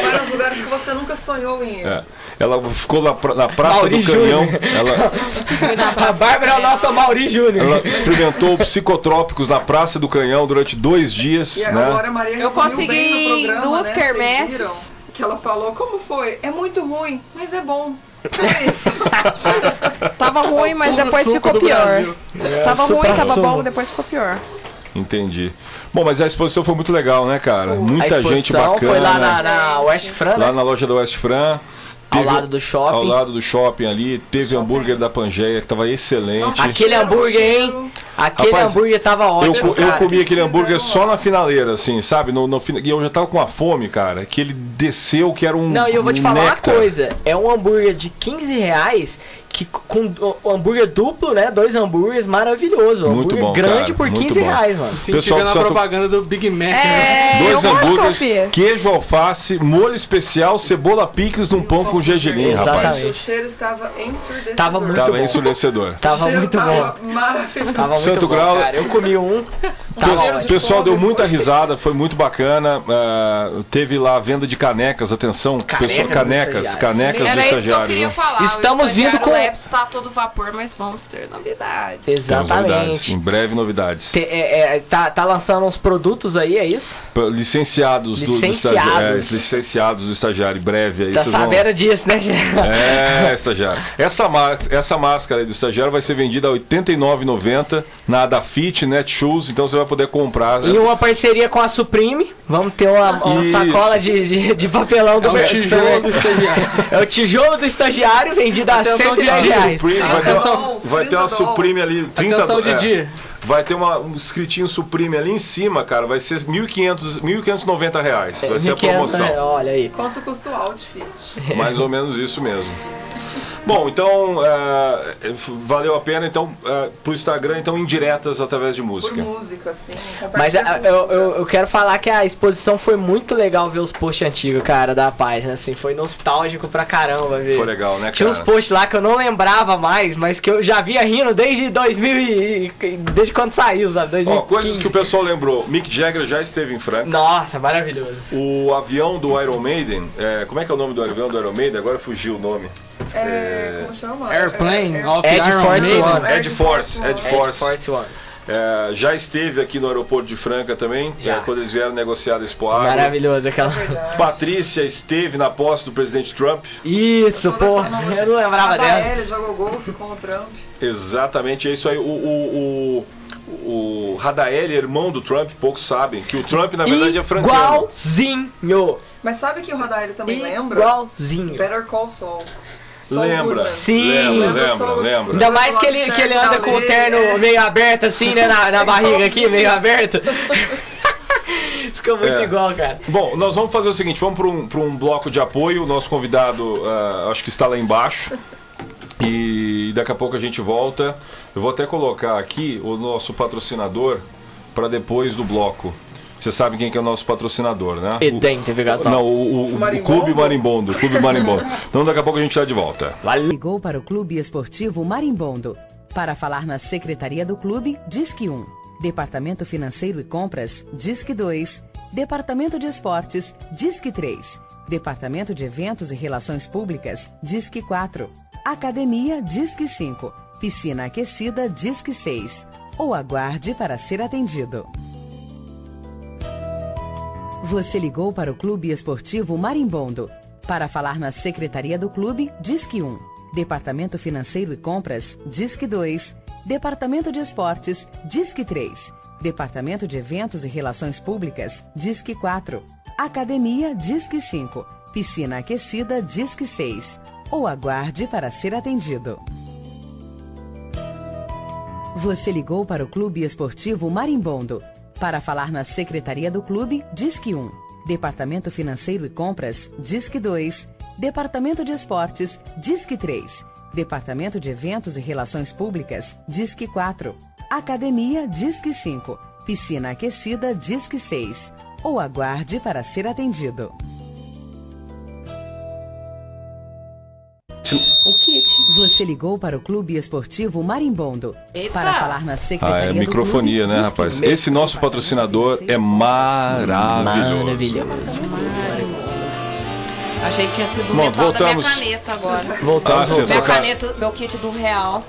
Speaker 6: vai nos lugares que você nunca sonhou em ir.
Speaker 3: É. Ela ficou na, pra- na Praça
Speaker 4: Maurício
Speaker 3: do Canhão,
Speaker 4: Júnior.
Speaker 3: ela,
Speaker 4: [laughs] A Bárbara é o nosso Mauri
Speaker 3: ela
Speaker 4: Júnior.
Speaker 3: experimentou psicotrópicos na Praça do Canhão durante dois dias.
Speaker 6: E
Speaker 3: né?
Speaker 6: agora a Maria
Speaker 5: Eu
Speaker 6: resumiu
Speaker 5: consegui
Speaker 6: bem no programa,
Speaker 5: duas
Speaker 6: né? Vocês
Speaker 5: quermesses.
Speaker 6: viram Que ela falou, como foi? É muito ruim, mas é bom.
Speaker 3: [laughs]
Speaker 6: É isso.
Speaker 5: Tava ruim, mas
Speaker 7: Puro
Speaker 5: depois
Speaker 7: suco
Speaker 5: ficou
Speaker 7: do
Speaker 5: pior. É,
Speaker 7: Brasil.
Speaker 5: Tava ruim,
Speaker 4: supra
Speaker 5: tava
Speaker 4: suma.
Speaker 5: bom, depois ficou pior.
Speaker 3: Entendi. Bom, mas a exposição foi muito legal, né, cara? Muita
Speaker 4: a
Speaker 3: gente
Speaker 4: exposição
Speaker 3: bacana.
Speaker 4: foi lá na, na West Fran, né?
Speaker 3: lá na loja da West Fran.
Speaker 4: ao
Speaker 3: Teve-
Speaker 4: lado do shopping.
Speaker 3: Ao lado do shopping ali. Teve hambúrguer da Pangeia, que tava excelente.
Speaker 4: Aquele hambúrguer, hein? Aquele
Speaker 3: Rapaz,
Speaker 4: hambúrguer tava
Speaker 3: Eu,
Speaker 4: ótimo.
Speaker 3: co- eu
Speaker 4: cara.
Speaker 3: comi aquele hambúrguer
Speaker 6: Vamos lá.
Speaker 3: só na finaleira, assim, sabe? No, no, fina- e eu já tava com uma fome, cara, que ele desceu, que era um.
Speaker 4: Não, e eu vou te falar
Speaker 3: néctar.
Speaker 4: uma coisa. É um hambúrguer de 15 reais que c- com o- o hambúrguer duplo, né? Dois hambúrgueres maravilhoso. Um
Speaker 3: Muito
Speaker 4: hambúrguer
Speaker 3: bom,
Speaker 4: grande
Speaker 3: cara,
Speaker 4: por
Speaker 3: muito
Speaker 4: 15
Speaker 3: bom.
Speaker 4: reais, mano.
Speaker 7: Sentindo
Speaker 3: Pessoal de
Speaker 7: na
Speaker 3: Santo-
Speaker 7: propaganda do Big Mac. né?
Speaker 5: É,
Speaker 3: Dois
Speaker 5: eu
Speaker 3: hambúrgueres,
Speaker 5: gosto, Fih.
Speaker 3: queijo alface, molho especial, cebola picles num pão com gergelim,
Speaker 6: O
Speaker 4: Exatamente.
Speaker 3: rapaz.
Speaker 6: cheiro estava ensurdecedor.
Speaker 4: Tava muito
Speaker 3: Tava
Speaker 4: bom.
Speaker 3: ensurdecedor.
Speaker 6: O
Speaker 4: Tava
Speaker 6: cheiro
Speaker 7: tá
Speaker 4: muito
Speaker 6: tava
Speaker 4: bom.
Speaker 6: maravilhoso.
Speaker 4: Tava muito
Speaker 3: Santo
Speaker 4: bom,
Speaker 3: Grau.
Speaker 4: cara. Eu comi um. Tava
Speaker 3: Pes-
Speaker 4: ótimo.
Speaker 3: pessoal
Speaker 6: fome,
Speaker 3: deu muita
Speaker 6: foi.
Speaker 3: risada, foi muito bacana. ah, teve lá a venda de canecas, atenção,
Speaker 4: Canecas
Speaker 3: pessoal-
Speaker 4: do
Speaker 3: canecas,
Speaker 4: estagiário.
Speaker 3: canecas do
Speaker 5: Era isso que eu
Speaker 3: estagiário.
Speaker 5: queria
Speaker 3: né?
Speaker 5: falar.
Speaker 4: Estamos
Speaker 5: o
Speaker 4: vindo
Speaker 5: estagiário
Speaker 4: com-
Speaker 5: Labs tá todo vapor, mas vamos ter novidades.
Speaker 3: Temos novidades, em
Speaker 4: Exatamente.
Speaker 3: breve novidades.
Speaker 4: Te- é, é, tá, tá lançando uns produtos aí, é isso?
Speaker 3: P- Licenciados, do- Do, estagiário.
Speaker 4: Licenciados.
Speaker 3: é, licenciados do estagiário, em breve aí
Speaker 4: Tá
Speaker 3: vocês vão-
Speaker 4: sabendo disso, né, gente?
Speaker 3: É, estagiário. Essa, ma- essa máscara aí do estagiário vai ser vendida a R$ 89,90 na Adafit, Netshoes, então você vai poder comprar.
Speaker 4: E uma parceria com a Supreme. Vamos ter uma, uma
Speaker 3: Isso.
Speaker 4: sacola de, de, de papelão do
Speaker 7: É o
Speaker 4: meu-
Speaker 7: tijolo do estagiário.
Speaker 4: É o tijolo do estagiário vendido a
Speaker 7: Atenção,
Speaker 4: 110
Speaker 7: Didi.
Speaker 4: reais.
Speaker 3: Supreme, vai, ter uma,
Speaker 6: Atenção,
Speaker 3: vai ter uma
Speaker 6: 30
Speaker 3: Supreme ali, 30
Speaker 7: Atenção,
Speaker 3: é.
Speaker 7: Didi.
Speaker 3: Vai ter uma, um escritinho Supreme ali em cima, cara. Vai ser 1.500 1.590 reais. Vai ser a
Speaker 4: 1.500
Speaker 3: promoção.
Speaker 4: reais, é, Olha aí.
Speaker 6: Quanto custa o outfit?
Speaker 3: [laughs] Mais ou menos isso mesmo. Bom, então é, valeu a pena então é, pro Instagram, então indiretas através de
Speaker 6: Por
Speaker 3: música.
Speaker 6: música, assim.
Speaker 4: Mas
Speaker 6: compartilha
Speaker 4: a-
Speaker 6: com-
Speaker 4: eu, eu, eu quero falar que a exposição foi muito legal ver os posts antigos, cara, da página, assim, foi nostálgico pra caramba, ver.
Speaker 3: Foi legal, né,
Speaker 4: Tinha uns
Speaker 3: cara?
Speaker 4: posts lá que eu não lembrava mais, mas que eu já via rindo desde 2000 e, e- desde quando saiu, sabe?
Speaker 3: Ó,
Speaker 4: 2015.
Speaker 3: coisas que o pessoal lembrou. Mick Jagger já esteve em Franca.
Speaker 4: Nossa, maravilhoso.
Speaker 3: O avião do Iron Maiden, é, como é que é o nome do avião do Iron Maiden? Agora fugiu o nome.
Speaker 6: É, como chama?
Speaker 7: Airplane,
Speaker 6: [laughs] É, é,
Speaker 7: Off
Speaker 4: Ed
Speaker 7: Iron
Speaker 4: Force
Speaker 7: Maiden.
Speaker 4: One.
Speaker 3: Ed Force, Ed Force.
Speaker 4: Ed É Force One.
Speaker 3: É, já esteve aqui no aeroporto de Franca também,
Speaker 4: Já.
Speaker 3: é, quando eles vieram negociar a Expo Agro.
Speaker 4: Maravilhoso aquela.
Speaker 3: Patrícia esteve na posse do presidente Trump,
Speaker 4: Isso,
Speaker 6: Toda
Speaker 4: pô.
Speaker 6: aquela
Speaker 4: Eu não lembrava
Speaker 6: Rafael,
Speaker 4: dela.
Speaker 6: Ele jogou golfe com o Trump.
Speaker 3: Exatamente, é isso aí. O, o, o, o Radaeli, irmão do Trump, poucos sabem que o Trump, na verdade, é francano.
Speaker 4: Igualzinho.
Speaker 6: Mas sabe que o Radaeli também lembra?
Speaker 4: Igualzinho.
Speaker 6: Better Call Saul. Saul
Speaker 3: Lembra?
Speaker 6: Goodman.
Speaker 4: Sim.
Speaker 3: Lembra,
Speaker 6: Lembra
Speaker 3: lembra,
Speaker 6: só o-
Speaker 3: lembra.
Speaker 4: Ainda mais que ele, que ele anda com o terno meio aberto assim, né? Na, na barriga aqui, meio aberto. Fica muito
Speaker 3: É.
Speaker 4: igual, cara.
Speaker 3: Bom, nós vamos fazer o seguinte, vamos para um, pra um bloco de apoio. O nosso convidado, ah, acho que está lá embaixo. E daqui a pouco a gente volta. Eu vou até colocar aqui o nosso patrocinador para depois do bloco. Você sabe quem que é o nosso patrocinador, né?
Speaker 4: E tem, TV Gazeta.
Speaker 3: Não, o, o, o
Speaker 6: Marimbondo?
Speaker 3: Clube Marimbondo. o Clube Marimbondo. então daqui a pouco a gente está de volta.
Speaker 1: Ligou para o Clube Esportivo Marimbondo. Para falar na um. Secretaria do Clube, Disque 1. Departamento Financeiro e Compras, Disque 2. Departamento de Esportes, Disque 3. Departamento de Eventos e Relações Públicas, Disque 4. Academia, Disque 5. Piscina Aquecida, Disque 6. Ou aguarde para ser atendido. Você ligou para o Clube Esportivo Marimbondo. Para falar na Secretaria do Clube, Disque 1. Departamento Financeiro e Compras, Disque 2. Departamento de Esportes, Disque 3. Departamento de Eventos e Relações Públicas, Disque 4. Academia, Disque 5. Piscina Aquecida, Disque 6. Ou aguarde para ser atendido. Você ligou para o Clube Esportivo Marimbondo. Para falar na Secretaria do Clube, Disque 1. Departamento Financeiro e Compras, Disque 2. Departamento de Esportes, Disque 3. Departamento de Eventos e Relações Públicas, Disque 4. Academia, Disque 5. Piscina Aquecida, Disque 6. Ou aguarde para ser atendido.
Speaker 5: O kit.
Speaker 1: Você ligou para o Clube Esportivo Marimbondo.
Speaker 5: Eita!
Speaker 1: Para falar na
Speaker 3: Ah,
Speaker 1: Secretaria
Speaker 3: é
Speaker 1: do
Speaker 3: microfonia,
Speaker 1: Clube,
Speaker 3: né,
Speaker 1: Disque
Speaker 3: rapaz?
Speaker 1: 1.
Speaker 3: Esse nosso patrocinador é maravilhoso.
Speaker 5: Achei que tinha sido um
Speaker 3: Bom,
Speaker 5: metal
Speaker 3: voltamos.
Speaker 5: da minha caneta agora.
Speaker 3: Ah, você
Speaker 5: Minha
Speaker 3: trocar.
Speaker 5: caneta, meu kit do real.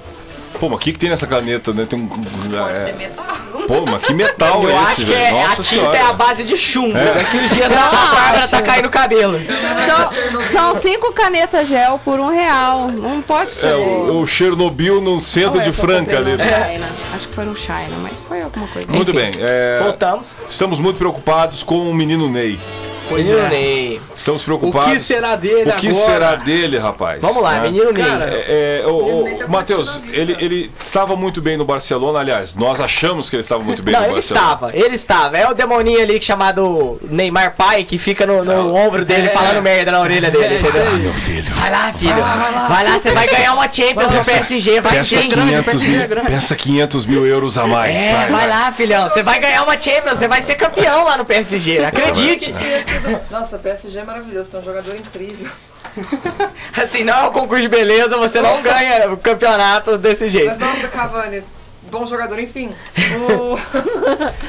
Speaker 3: Pô, mas o que, que tem nessa caneta, né? Tem um.
Speaker 5: Pode
Speaker 3: é,
Speaker 5: ter metal.
Speaker 3: Pô, mas que metal
Speaker 4: Eu
Speaker 3: é esse,
Speaker 4: acho que
Speaker 3: velho?
Speaker 4: é, a
Speaker 3: Nossa
Speaker 4: tinta
Speaker 3: senhora.
Speaker 4: é a base de chumbo.
Speaker 3: É.
Speaker 4: Daqui uns dias a Bárbara tá caindo o cabelo.
Speaker 5: São, são cinco canetas gel por um real. Não pode ser.
Speaker 3: É, o, o Chernobyl num centro
Speaker 5: Não é
Speaker 3: de
Speaker 5: que eu
Speaker 3: Franca
Speaker 5: comprei
Speaker 3: ali. né?
Speaker 5: no China. Acho que foi no China, mas foi alguma coisa.
Speaker 3: Muito
Speaker 5: Enfim.
Speaker 3: bem. é,
Speaker 4: Voltamos.
Speaker 3: estamos muito preocupados com o menino Ney.
Speaker 4: Menino
Speaker 3: é.
Speaker 4: Ney.
Speaker 3: Estamos
Speaker 7: O
Speaker 3: preocupados.
Speaker 7: que será dele
Speaker 3: O que
Speaker 7: agora?
Speaker 3: será dele, rapaz?
Speaker 4: Vamos lá,
Speaker 3: né?
Speaker 4: menino Ney.
Speaker 7: Cara,
Speaker 3: É, é, o,
Speaker 6: Ney tá
Speaker 3: o Matheus,
Speaker 6: curtindo a
Speaker 3: ele,
Speaker 6: vida.
Speaker 3: ele estava muito bem no Barcelona, aliás, nós achamos que ele estava muito bem
Speaker 4: Não,
Speaker 3: no
Speaker 4: ele
Speaker 3: Barcelona.
Speaker 4: estava, ele estava. É o demoninho ali chamado Neymar Pai, que fica no, no ombro dele
Speaker 7: É.
Speaker 4: falando merda na orelha dele,
Speaker 7: É, isso
Speaker 4: entendeu?
Speaker 7: aí.
Speaker 4: Vai lá, Ah, filho. Vai lá, você vai ganhar uma Champions no PSG, vai
Speaker 3: Peça
Speaker 4: sim.
Speaker 3: 500,
Speaker 7: grana,
Speaker 3: mil, peça 500 mil euros a mais.
Speaker 4: É, vai lá, filhão. Você vai ganhar uma Champions, você vai ser campeão lá no PSG. Acredite.
Speaker 6: Tinha sido- Nossa, PSG é maravilhoso, tem um jogador
Speaker 4: [laughs]
Speaker 6: incrível.
Speaker 4: Assim, não é um concurso de beleza, você não ganha o campeonato desse
Speaker 6: Mas
Speaker 4: jeito.
Speaker 6: nossa, Cavani, bom jogador, enfim. O-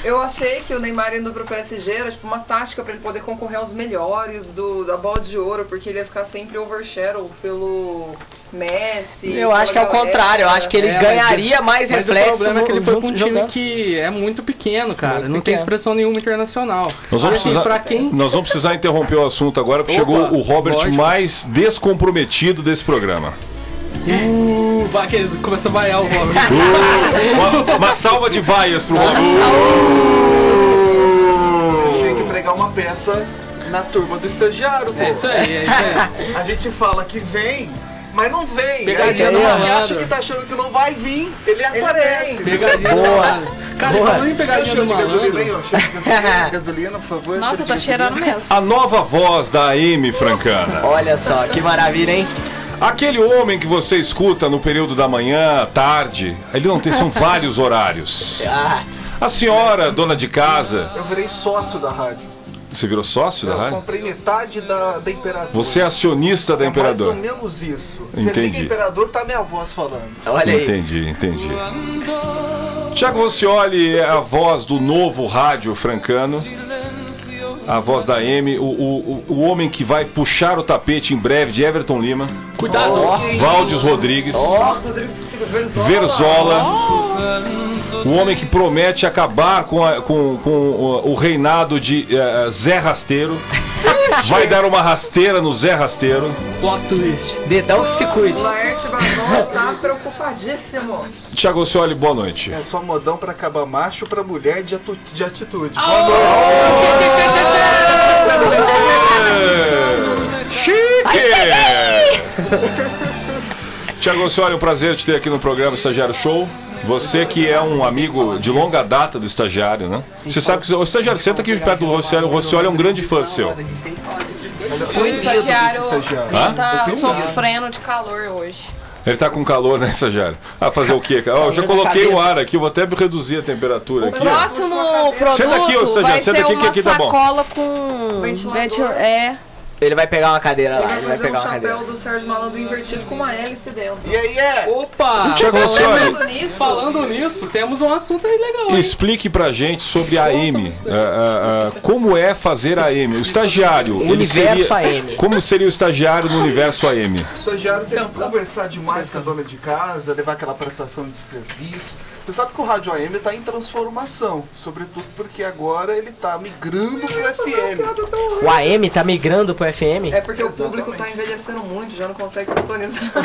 Speaker 6: [laughs] Eu achei que o Neymar indo pro PSG era tipo uma tática pra ele poder concorrer aos melhores do, da bola de ouro, porque ele ia ficar sempre overshadow pelo Messi.
Speaker 4: Eu acho que é o
Speaker 6: pela
Speaker 4: contrário, eu
Speaker 6: galera.
Speaker 4: acho que ele
Speaker 7: assim, É, mas
Speaker 4: ganharia mais
Speaker 7: Mas
Speaker 4: reflexo.
Speaker 7: o problema é que ele
Speaker 4: no-
Speaker 7: foi
Speaker 4: junto
Speaker 7: pra um time
Speaker 4: jogando.
Speaker 7: que é muito pequeno, cara.
Speaker 4: Muito
Speaker 7: não tem
Speaker 4: pequeno.
Speaker 7: expressão nenhuma internacional.
Speaker 3: Nós vamos,
Speaker 7: Assim,
Speaker 3: precisar,
Speaker 7: pra quem
Speaker 3: nós vamos precisar interromper o assunto agora, porque
Speaker 7: Opa,
Speaker 3: chegou o Robert
Speaker 7: lógico.
Speaker 3: mais descomprometido desse programa.
Speaker 7: Uh, vai, que eles começam a vaiar o
Speaker 4: [laughs]
Speaker 7: Robert.
Speaker 3: Uma, uma salva de vaias pro
Speaker 7: Ah,
Speaker 3: Robert.
Speaker 8: tinha que pregar uma peça na turma do estagiário, pô.
Speaker 7: é isso aí, é isso aí.
Speaker 8: A gente fala que vem, mas não vem.
Speaker 7: Pegadinha
Speaker 8: Aí
Speaker 7: do
Speaker 8: ele
Speaker 7: malandro.
Speaker 8: acha que tá achando que não vai vir, ele aparece.
Speaker 7: Pegadinha do
Speaker 4: Boa.
Speaker 7: malandro. Cara,
Speaker 4: Boa.
Speaker 7: falando em
Speaker 8: Tem um
Speaker 7: pegadinha
Speaker 8: cheiro
Speaker 7: do
Speaker 8: de gasolina aí,
Speaker 7: malandro.
Speaker 8: ó. Cheiro de
Speaker 3: [laughs]
Speaker 8: gasolina, gasolina, por favor.
Speaker 5: Nossa,
Speaker 8: cheiro
Speaker 5: tá
Speaker 8: de
Speaker 5: cheirando
Speaker 8: gasolina.
Speaker 5: mesmo.
Speaker 3: A nova voz da AM Francana.
Speaker 4: Olha só, que maravilha, hein?
Speaker 3: Aquele homem que você escuta no período da manhã, tarde, ele não tem,
Speaker 7: [laughs]
Speaker 3: são vários horários.
Speaker 4: Ah,
Speaker 3: A senhora, dona de casa,
Speaker 8: Eu virei sócio da rádio.
Speaker 3: você virou sócio da
Speaker 8: Eu
Speaker 3: rádio?
Speaker 8: comprei metade da, da Imperador.
Speaker 3: Você é acionista da
Speaker 8: É
Speaker 3: Imperador.
Speaker 8: mais ou menos isso. Você
Speaker 3: Entendi.
Speaker 8: liga Imperador, tá minha voz falando.
Speaker 4: olha aí.
Speaker 3: Entendi, entendi. Tiago Roscioli é a voz do novo rádio francano. A voz da M, o, o, o- o homem que vai puxar o tapete em breve de Everton Lima,
Speaker 7: Cuidado.
Speaker 3: Valdes Rodrigues,
Speaker 6: Nossa, Rodrigo Cicero, Verzola.
Speaker 3: Verzola, o homem que promete acabar com, a- com- com o, o reinado de eh, Zé Rasteiro, vai dar uma rasteira no Zé Rasteiro.
Speaker 7: Plot twist.
Speaker 4: Dedão que se cuide.
Speaker 6: Laerte Bazon está preocupadíssimo.
Speaker 3: Tiago Roscioli, boa noite.
Speaker 8: É só modão pra acabar macho, pra mulher de, atu- de atitude.
Speaker 3: Chique! [laughs] Tiago Ossoli, um prazer te ter aqui no programa Estagiário Show. Você que é um amigo de longa data do estagiário, né? Você sabe que o estagiário senta aqui perto do Rossioli. O Rossioli é um grande fã seu.
Speaker 5: O estagiário,
Speaker 8: estagiário.
Speaker 3: Hã?
Speaker 5: ele tá
Speaker 8: Eu tenho
Speaker 5: sofrendo de calor hoje.
Speaker 3: Ele tá com calor, né, estagiário? Ah, fazer o quê? cara? Ó, eu já coloquei o ar aqui, vou até reduzir a temperatura aqui. ó.
Speaker 5: Próximo
Speaker 6: Senta
Speaker 5: produto
Speaker 3: aqui, ô, estagiário,
Speaker 5: vai
Speaker 3: senta
Speaker 5: ser
Speaker 3: aqui que
Speaker 5: uma
Speaker 3: aqui tá bom.
Speaker 5: sacola com...
Speaker 6: Ventilador.
Speaker 5: venti- É,
Speaker 4: Ele vai pegar uma cadeira
Speaker 6: Ele
Speaker 4: lá,
Speaker 6: vai
Speaker 4: ele
Speaker 7: é
Speaker 4: vai
Speaker 6: fazer um
Speaker 4: pegar uma
Speaker 6: chapéu
Speaker 4: cadeira.
Speaker 6: do Sérgio Malandro invertido com uma hélice dentro.
Speaker 8: E aí é?
Speaker 7: Opa!
Speaker 3: Tiago Rossoni.
Speaker 7: Falando nisso, falando nisso, temos um assunto aí legal, hein?
Speaker 3: Explique pra gente sobre a AM. Ah, ah, ah, como é fazer a AM? O estagiário. ele
Speaker 4: Universo
Speaker 3: seria-
Speaker 4: AM.
Speaker 3: Como seria o estagiário no universo AM?
Speaker 8: O estagiário tem que conversar demais com a dona de casa, levar aquela prestação de serviço. Você sabe que o rádio AM está em transformação, sobretudo porque agora ele está migrando pro FM.
Speaker 4: O AM tá migrando pro FM?
Speaker 6: É porque o
Speaker 8: Exatamente.
Speaker 6: público tá envelhecendo muito, já não consegue sintonizar. [laughs]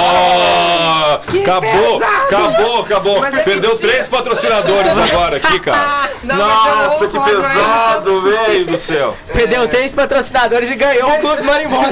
Speaker 3: Nossa!
Speaker 6: Que
Speaker 3: Acabou,
Speaker 6: pesado!
Speaker 3: acabou, acabou.
Speaker 6: Mas é
Speaker 3: Perdeu
Speaker 6: mentira.
Speaker 3: três patrocinadores agora aqui,
Speaker 6: [laughs]
Speaker 3: cara.
Speaker 6: Não,
Speaker 3: Nossa,
Speaker 6: mas
Speaker 3: que
Speaker 6: eu ouço agora.
Speaker 3: pesado, velho do céu.
Speaker 4: Perdeu três patrocinadores e ganhou o Clube Marimbondo.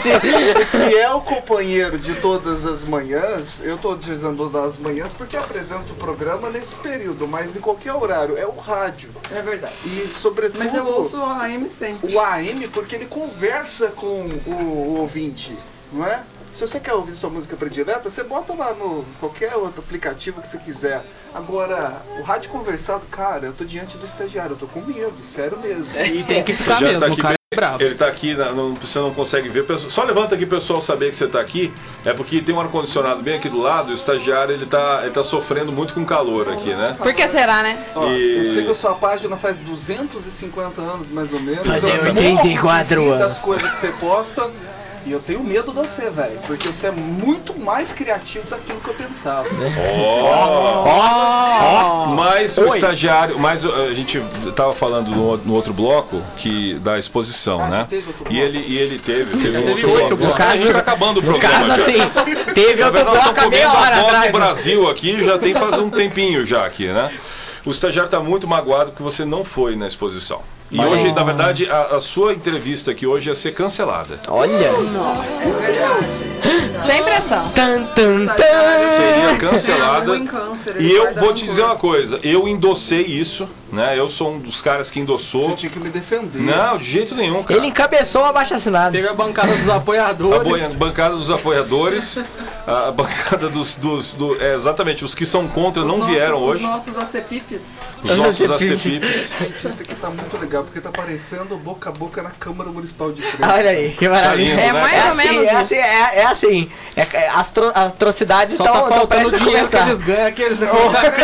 Speaker 4: [laughs]
Speaker 8: Fiel é companheiro de todas as manhãs, eu tô dizendo das manhãs porque eu apresento o programa nesse período, mas em qualquer horário, é o rádio.
Speaker 6: É verdade.
Speaker 8: E sobretudo.
Speaker 6: Mas eu ouço a AM sempre.
Speaker 8: o AM porque ele conversa com o, o ouvinte, não é? Se você quer ouvir sua música predileta, você bota lá no qualquer outro aplicativo que você quiser. Agora, o rádio conversado, cara, eu tô diante do estagiário, eu tô com medo, sério mesmo.
Speaker 7: E tem que ficar
Speaker 3: Já tá
Speaker 7: mesmo, o
Speaker 3: aqui
Speaker 7: cara é
Speaker 3: bem-
Speaker 7: brabo.
Speaker 3: Ele tá aqui, na- não- você não consegue ver. Pessoal, Só levanta aqui, pessoal, saber que você tá aqui. É porque tem um ar-condicionado bem aqui do lado. O estagiário, ele tá, ele tá sofrendo muito com calor aqui, né?
Speaker 5: Por que será, né?
Speaker 8: Ó,
Speaker 3: E-
Speaker 8: Eu sei que a sua página faz 250 anos, mais ou menos.
Speaker 4: Fazer
Speaker 8: eu morro de
Speaker 4: 84
Speaker 8: rir
Speaker 4: anos.
Speaker 8: das coisas que você posta. E eu tenho medo de você, velho, porque você é muito mais criativo daquilo que eu pensava.
Speaker 3: É.
Speaker 6: um
Speaker 4: Ah,
Speaker 3: Mas o estagiário, mas uh, a gente tava falando no, no outro bloco que da exposição,
Speaker 8: Ah,
Speaker 3: né?
Speaker 8: já teve outro
Speaker 3: E
Speaker 8: bloco.
Speaker 3: ele e ele teve, teve um
Speaker 7: teve
Speaker 3: outro bloco.
Speaker 7: oito blocos.
Speaker 3: Cara, a gente tá acabando o programa
Speaker 4: Caso
Speaker 3: já.
Speaker 4: assim, teve
Speaker 3: Na
Speaker 4: outro
Speaker 3: verdade, nós
Speaker 4: bloco
Speaker 3: estamos
Speaker 4: há
Speaker 3: comendo
Speaker 4: meia
Speaker 3: a
Speaker 4: hora
Speaker 3: bola do
Speaker 4: atrás.
Speaker 3: Brasil aqui já tem faz um tempinho já aqui, né? O estagiário está muito magoado porque você não foi na exposição. E hoje, na verdade, a, a sua entrevista aqui hoje ia ser cancelada.
Speaker 4: Olha.
Speaker 5: Sem pressão.
Speaker 4: Tan, tan, tan.
Speaker 6: Estagiário.
Speaker 3: Seria cancelada.
Speaker 6: Água em é um câncer, ele um
Speaker 3: E eu
Speaker 6: guarda
Speaker 3: vou te
Speaker 6: rancor.
Speaker 3: dizer uma coisa, eu endossei isso, né? Eu sou um dos caras
Speaker 8: Você
Speaker 3: que endossou.
Speaker 8: tinha que me defender.
Speaker 3: Não, de jeito nenhum, cara.
Speaker 4: Ele encabeçou uma baixa assinada.
Speaker 7: Teve a bancada dos
Speaker 3: A
Speaker 7: apoiadores.
Speaker 3: boia- bancada dos apoiadores, a bancada dos. dos do- é, exatamente, os que são contra não
Speaker 6: Nossos-
Speaker 3: vieram
Speaker 6: Os
Speaker 3: hoje.
Speaker 6: nossos ACPIPs.
Speaker 3: Os nossos ACPIPs.
Speaker 8: Gente, esse aqui tá muito legal, porque tá parecendo boca a boca na Câmara Municipal de Freio.
Speaker 4: Olha aí, que
Speaker 3: Tá
Speaker 4: maravilha.
Speaker 3: lindo, né?
Speaker 5: É mais
Speaker 4: É
Speaker 5: ou
Speaker 4: assim,
Speaker 5: menos
Speaker 4: é
Speaker 5: isso.
Speaker 4: assim, é, é assim. É- é- as tro- atrocidades
Speaker 7: Só tá
Speaker 4: estão
Speaker 7: faltando
Speaker 4: prestes a
Speaker 7: dinheiro que
Speaker 4: começar.
Speaker 7: eles ganham, [laughs] aqueles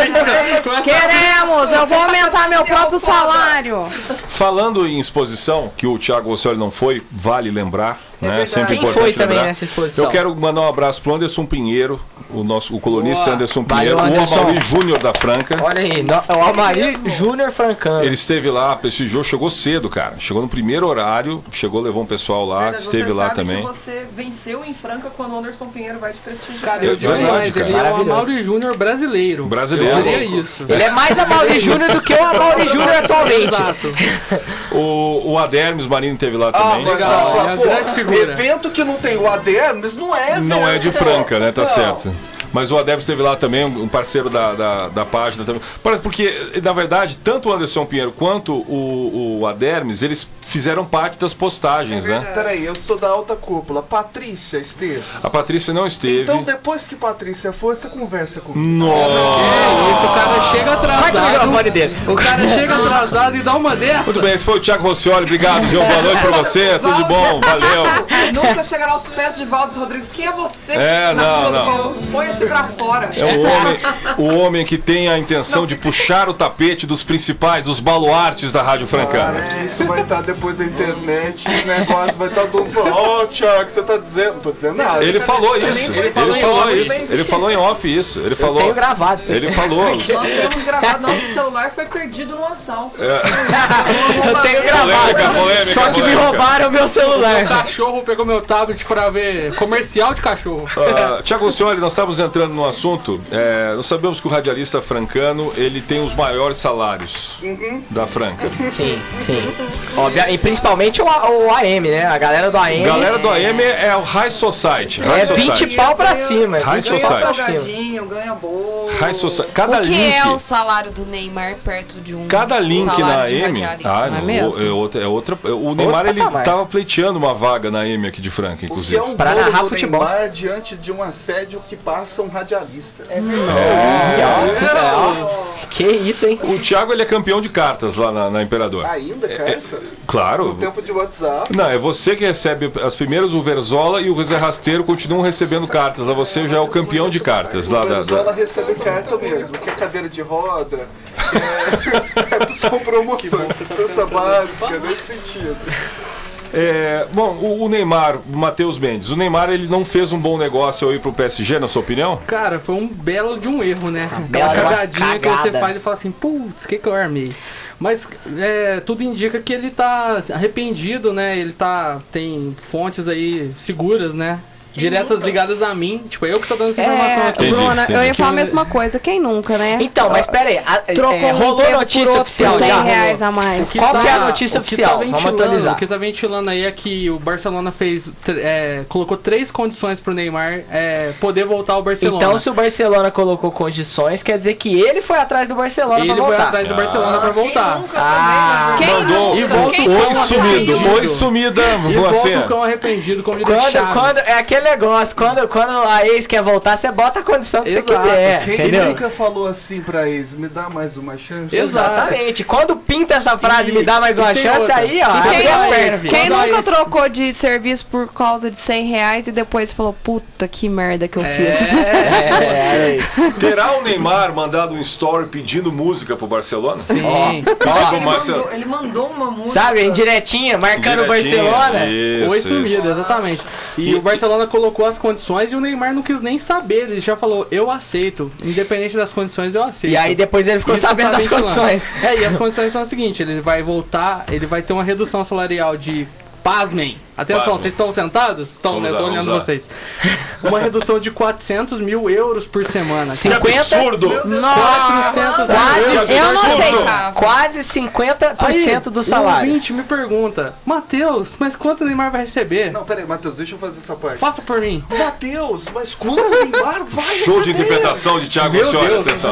Speaker 7: aqueles
Speaker 5: Queremos! Eu vou aumentar meu próprio salário!
Speaker 3: Falando em exposição, que o Thiago Ossoli não foi, vale lembrar, né?
Speaker 6: É verdade.
Speaker 3: Sempre
Speaker 6: Quem
Speaker 3: importante
Speaker 4: foi também
Speaker 3: lembrar.
Speaker 4: nessa exposição?
Speaker 3: Eu quero mandar um abraço pro Anderson Pinheiro, o nosso o colunista
Speaker 7: Boa.
Speaker 3: Anderson
Speaker 4: Valeu,
Speaker 3: Pinheiro,
Speaker 4: Anderson.
Speaker 3: o Amaury Júnior da Franca.
Speaker 4: Olha aí, no, é o Amari Júnior Francano.
Speaker 3: Ele esteve lá, prestigiou, chegou cedo, cara. Chegou no primeiro horário, chegou, levou um pessoal lá,
Speaker 6: Verdade,
Speaker 3: esteve
Speaker 6: você
Speaker 3: lá
Speaker 6: sabe
Speaker 3: também.
Speaker 6: que você venceu em Franca quando o Anderson Pinheiro vai te prestigiar.
Speaker 7: Cara, eu digo
Speaker 3: Verdade,
Speaker 7: mais,
Speaker 3: cara.
Speaker 7: ele é o
Speaker 4: Maravilhoso.
Speaker 7: Mauro Júnior brasileiro.
Speaker 3: Brasileiro.
Speaker 7: Eu diria isso.
Speaker 4: Ele é mais Amaury Júnior do que o Amaury Júnior atualmente.
Speaker 7: Exato.
Speaker 3: O, o Adermes Marino teve lá
Speaker 6: Ah,
Speaker 3: também.
Speaker 8: mas,
Speaker 7: legal,
Speaker 8: ó,
Speaker 7: é uma grande figura.
Speaker 8: Evento que não tem o ADM, mas não é evento.
Speaker 3: Não é
Speaker 2: então.
Speaker 3: de Franca, né? Tá
Speaker 8: Não.
Speaker 3: certo. Mas o Adebs esteve lá também, um parceiro da, da, da página também. Parece porque, na verdade, tanto o Anderson Pinheiro quanto o, o Adermes, eles fizeram parte das postagens, né?
Speaker 8: Peraí, eu sou da alta cúpula. Patrícia esteve.
Speaker 3: A Patrícia não esteve.
Speaker 8: Então, depois que Patrícia for, você conversa comigo.
Speaker 3: Nossa!
Speaker 7: É, Isso, o cara chega
Speaker 4: Corta o
Speaker 7: atrasado.
Speaker 4: microfone dele.
Speaker 7: O cara chega atrasado e dá
Speaker 3: [laughs]
Speaker 7: uma dessa.
Speaker 3: Muito bem, esse foi o Thiago Rossioli. Obrigado, João. Boa noite pra
Speaker 6: [laughs]
Speaker 3: você. Tudo de bom. Valeu.
Speaker 6: Nunca chegará aos pés de Valdes Rodrigues. Quem é você?
Speaker 3: É,
Speaker 6: na
Speaker 3: não,
Speaker 6: fila do
Speaker 3: não.
Speaker 6: gol? Põe-se pra fora.
Speaker 3: É o homem, o homem que tem a intenção de puxar o tapete dos principais, dos baluartes da Rádio Francana.
Speaker 8: Cara, que isso vai estar depois da internet, esse negócio vai estar todo mundo falando, ó, Thiago, você tá dizendo? Não tô dizendo nada.
Speaker 3: Ele falou isso.
Speaker 6: Ah, é. nem
Speaker 3: Ele
Speaker 6: falou
Speaker 3: falou,
Speaker 6: em off.
Speaker 3: isso. Ele falou em off isso. Ele falou.
Speaker 4: Tenho gravado isso.
Speaker 3: Ele
Speaker 4: [laughs]
Speaker 3: falou.
Speaker 6: Nós temos gravado, nosso celular foi perdido no assalto.
Speaker 3: É,
Speaker 4: Eu tenho
Speaker 3: Polêmica,
Speaker 4: gravado.
Speaker 3: polêmica,
Speaker 4: Só que me
Speaker 3: polêmica.
Speaker 4: roubaram o meu
Speaker 7: Meu
Speaker 4: celular.
Speaker 7: cachorro pegou meu tablet pra ver comercial de cachorro.
Speaker 3: Ah, Tiago Cioli, nós estávamos entrando num assunto. é, nós sabemos que o radialista francano ele tem os maiores salários da Franca.
Speaker 4: Sim, sim. Óbvio, e principalmente o, A- o AM, né? A galera do AM.
Speaker 3: Galera do AM é o High Society. High
Speaker 4: é
Speaker 3: Society.
Speaker 4: 20 pau pra cima.
Speaker 3: High
Speaker 4: 20 pau
Speaker 6: Ganha
Speaker 3: Society.
Speaker 4: pra cima.
Speaker 6: salgadinho, ganha bolo.
Speaker 3: High Society. Cada
Speaker 5: O que
Speaker 3: link.
Speaker 5: é o salário do Neymar perto de um
Speaker 3: Cada link
Speaker 5: salário
Speaker 3: na
Speaker 5: de
Speaker 3: AM.
Speaker 5: radialista,
Speaker 3: Ah,
Speaker 5: não é
Speaker 3: não,
Speaker 5: mesmo?
Speaker 3: é outra, é outra. O Neymar ele
Speaker 4: patamar.
Speaker 3: tava pleiteando uma vaga na AM aqui de Franca,
Speaker 8: O que é
Speaker 3: inclusive.
Speaker 8: um
Speaker 4: Pra
Speaker 8: gol
Speaker 4: narrar
Speaker 8: do
Speaker 4: futebol.
Speaker 8: Neymar diante de um assédio que passa um radialista?
Speaker 4: É, ó,
Speaker 7: É,
Speaker 4: Que isso, hein?
Speaker 3: O Thiago ele é campeão de cartas lá na, na Imperador. É,
Speaker 8: Ainda, cara?
Speaker 3: Claro.
Speaker 8: No tempo de WhatsApp.
Speaker 3: Não, é você que recebe as primeiras, o Verzola e o Zé Rasteiro continuam recebendo cartas. lá Você já é o campeão de cartas lá
Speaker 8: o
Speaker 3: da.
Speaker 8: Benzola
Speaker 3: da-
Speaker 8: recebe carta mesmo, que é cadeira de roda, que é, [laughs] são promoções, cesta básica, nesse sentido.
Speaker 3: É, bom, o, o Neymar, o Matheus Mendes, o Neymar ele não fez um bom negócio aí pro PSG, na sua opinião?
Speaker 7: Cara, foi um belo de um erro, né?
Speaker 4: bela de
Speaker 7: Aquela
Speaker 4: uma
Speaker 7: cagadinha que você
Speaker 4: cagada.
Speaker 7: faz e fala assim, putz, o que, que eu armei? Mas é, tudo indica que ele tá arrependido, né? Ele tá. tem fontes aí seguras, né? Diretas ligadas a mim. Tipo, eu que tô dando essa informação
Speaker 5: É,
Speaker 7: aqui.
Speaker 3: Entendi,
Speaker 5: Bruna, eu ia
Speaker 3: entendi.
Speaker 5: falar a mesma coisa. Quem nunca, né?
Speaker 4: Então, mas pera aí. a-
Speaker 5: Trocou
Speaker 4: é, rolou
Speaker 5: um
Speaker 4: notícia oficial
Speaker 5: 100
Speaker 4: já?
Speaker 5: reais a mais.
Speaker 4: Qual que é a notícia
Speaker 7: o que
Speaker 4: oficial?
Speaker 7: tá
Speaker 4: Vamos
Speaker 7: ventilando-
Speaker 4: atualizar.
Speaker 7: O que tá ventilando aí é que o Barcelona fez. tr- é, colocou três condições pro Neymar é, poder voltar ao Barcelona.
Speaker 4: Então, se o Barcelona colocou condições, quer dizer que ele foi atrás do Barcelona
Speaker 7: ele
Speaker 4: pra
Speaker 7: vai
Speaker 4: voltar.
Speaker 7: atrás do Barcelona pra voltar.
Speaker 4: Ah,
Speaker 5: Quem
Speaker 3: Mandou. um
Speaker 5: nunca?
Speaker 7: E volta
Speaker 5: Quem
Speaker 7: o
Speaker 5: nunca
Speaker 3: Oi
Speaker 5: saiu?
Speaker 3: sumido, um oi sumida,
Speaker 7: E
Speaker 3: você.
Speaker 7: volta o cão arrependido, como diria
Speaker 4: quando,
Speaker 7: Chaves.
Speaker 4: quando, é aquele negócio, quando, quando a ex quer voltar, você bota a condição que você
Speaker 7: Exato.
Speaker 4: quiser,
Speaker 8: Quem
Speaker 4: entendeu?
Speaker 8: nunca falou assim pra ex, me dá mais uma chance?
Speaker 4: Exatamente. Quando pinta essa frase,
Speaker 7: E-
Speaker 4: me dá mais
Speaker 7: e
Speaker 4: uma
Speaker 7: tem
Speaker 4: chance,
Speaker 7: outra.
Speaker 4: aí, ó,
Speaker 7: E
Speaker 4: abre
Speaker 7: tem
Speaker 4: as
Speaker 7: outra.
Speaker 4: pernas, filho.
Speaker 5: Quem
Speaker 7: Manda
Speaker 5: nunca
Speaker 7: isso.
Speaker 5: trocou de serviço por causa de 100 reais e depois falou, puta, que merda que eu fiz.
Speaker 4: É,
Speaker 3: Terá o Neymar mandado um story pedindo música pro Barcelona?
Speaker 7: Sim.
Speaker 3: Algo
Speaker 6: Ele
Speaker 3: mais.
Speaker 6: mandou, ele mandou uma música.
Speaker 4: sabe, indiretinha, marcando É o
Speaker 3: Direitinho.
Speaker 4: Barcelona.
Speaker 3: Isso,
Speaker 7: Oi
Speaker 3: isso.
Speaker 7: sumido, exatamente. E o Barcelona colocou as condições e o Neymar não quis nem saber. Ele já falou, eu aceito. Independente das condições, eu aceito.
Speaker 4: E aí depois ele ficou
Speaker 7: Isso
Speaker 4: sabendo
Speaker 7: tá
Speaker 4: das
Speaker 7: ventilando.
Speaker 4: condições.
Speaker 7: É, e as condições são as seguintes, ele vai voltar, ele vai ter uma redução salarial de. Pasmem! Atenção,
Speaker 3: Pasmem.
Speaker 7: vocês estão sentados? Estão,
Speaker 3: Vamos
Speaker 7: né? Eu
Speaker 3: lá,
Speaker 7: tô
Speaker 3: vamos
Speaker 7: olhando
Speaker 3: lá.
Speaker 7: vocês. Uma redução de 400 mil euros por semana.
Speaker 3: Que
Speaker 4: 50?
Speaker 3: absurdo!
Speaker 5: Nossa,
Speaker 7: 400 mil euros.
Speaker 4: Quase,
Speaker 5: eu não
Speaker 3: absurdo.
Speaker 5: aceitava.
Speaker 4: quase 50%
Speaker 7: Aí,
Speaker 4: do salário.
Speaker 7: Um ouvinte me pergunta, Matheus, mas quanto o Neymar vai receber?
Speaker 3: Hum.
Speaker 8: Não, peraí, Matheus, deixa eu fazer essa parte.
Speaker 7: Faça por mim.
Speaker 8: Matheus, mas quando o Neymar vai
Speaker 3: Show de
Speaker 8: receber?
Speaker 3: interpretação de Thiago
Speaker 7: Meu
Speaker 3: Senhora,
Speaker 7: Deus.
Speaker 3: atenção.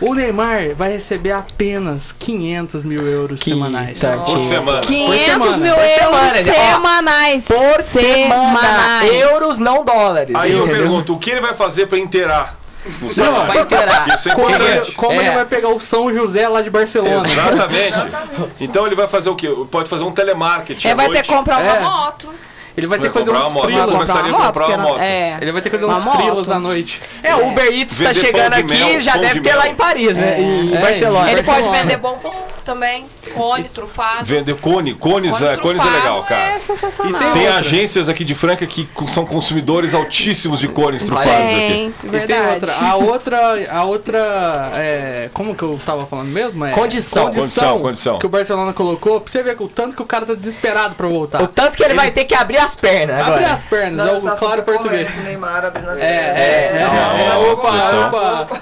Speaker 7: O Neymar vai receber apenas 500 mil euros semanais.
Speaker 4: Quinta,
Speaker 3: Por
Speaker 4: quinta.
Speaker 3: semana.
Speaker 5: 500
Speaker 7: semana,
Speaker 5: mil
Speaker 7: por
Speaker 5: euros
Speaker 4: semana, gente. Ó,
Speaker 5: semanais.
Speaker 4: Por semana. Euros, não dólares.
Speaker 3: Aí eu
Speaker 4: entendeu?
Speaker 3: pergunto, o que ele vai fazer pra inteirar? o salário?
Speaker 4: vai inteirar.
Speaker 3: Porque Isso é
Speaker 7: Como, ele,
Speaker 3: importante.
Speaker 7: como
Speaker 4: É.
Speaker 7: ele vai pegar o São José lá de Barcelona?
Speaker 3: Exatamente. Então ele vai fazer o quê? Pode fazer um telemarketing.
Speaker 5: É,
Speaker 3: à
Speaker 5: vai ter
Speaker 3: noite.
Speaker 5: que comprar uma
Speaker 7: É.
Speaker 5: moto.
Speaker 7: Ele vai ter
Speaker 3: Vai
Speaker 7: que fazer
Speaker 3: comprar uma
Speaker 7: uns
Speaker 3: moto. Eu
Speaker 7: frilos.
Speaker 3: começaria a comprar uma
Speaker 5: porque
Speaker 3: moto.
Speaker 5: não- É.
Speaker 7: Ele vai ter que fazer
Speaker 5: Uma
Speaker 7: uns
Speaker 5: moto.
Speaker 7: frilos à noite.
Speaker 4: É, o Uber Eats tá
Speaker 3: Vender
Speaker 4: chegando
Speaker 3: pão de
Speaker 4: aqui,
Speaker 3: mel,
Speaker 4: já
Speaker 3: pão de
Speaker 4: deve ter
Speaker 3: mel.
Speaker 4: lá em Paris, né? Em
Speaker 7: É.
Speaker 4: Barcelona.
Speaker 7: Ele
Speaker 5: Ele
Speaker 7: Barcelona.
Speaker 5: pode vender bombom também. Cone, trufado.
Speaker 3: Vender cone, cones,
Speaker 5: Cone
Speaker 3: é, cones é
Speaker 5: trufado
Speaker 3: legal, cara.
Speaker 5: É sensacional.
Speaker 7: E
Speaker 3: Tem
Speaker 7: outra.
Speaker 3: agências aqui de Franca que co- são consumidores altíssimos de cones trufados aqui.
Speaker 5: Tem,
Speaker 7: E tem
Speaker 5: verdade.
Speaker 7: outra. Ah, A outra. A outra. é, como que eu tava falando mesmo? É,
Speaker 4: Condição.
Speaker 3: Condição, condição.
Speaker 7: Que o Barcelona colocou. Pra você ver o tanto que o cara tá desesperado pra voltar.
Speaker 4: O tanto que ele, vai ter que abrir as pernas
Speaker 7: Abre
Speaker 4: agora.
Speaker 7: as pernas,
Speaker 6: Não,
Speaker 7: é
Speaker 6: essa
Speaker 7: o claro
Speaker 6: fica
Speaker 7: português.
Speaker 6: polêmica, o Neymar abrindo as
Speaker 7: É, é, é.
Speaker 3: é,
Speaker 7: Não, opa,
Speaker 3: pessoal.
Speaker 7: opa.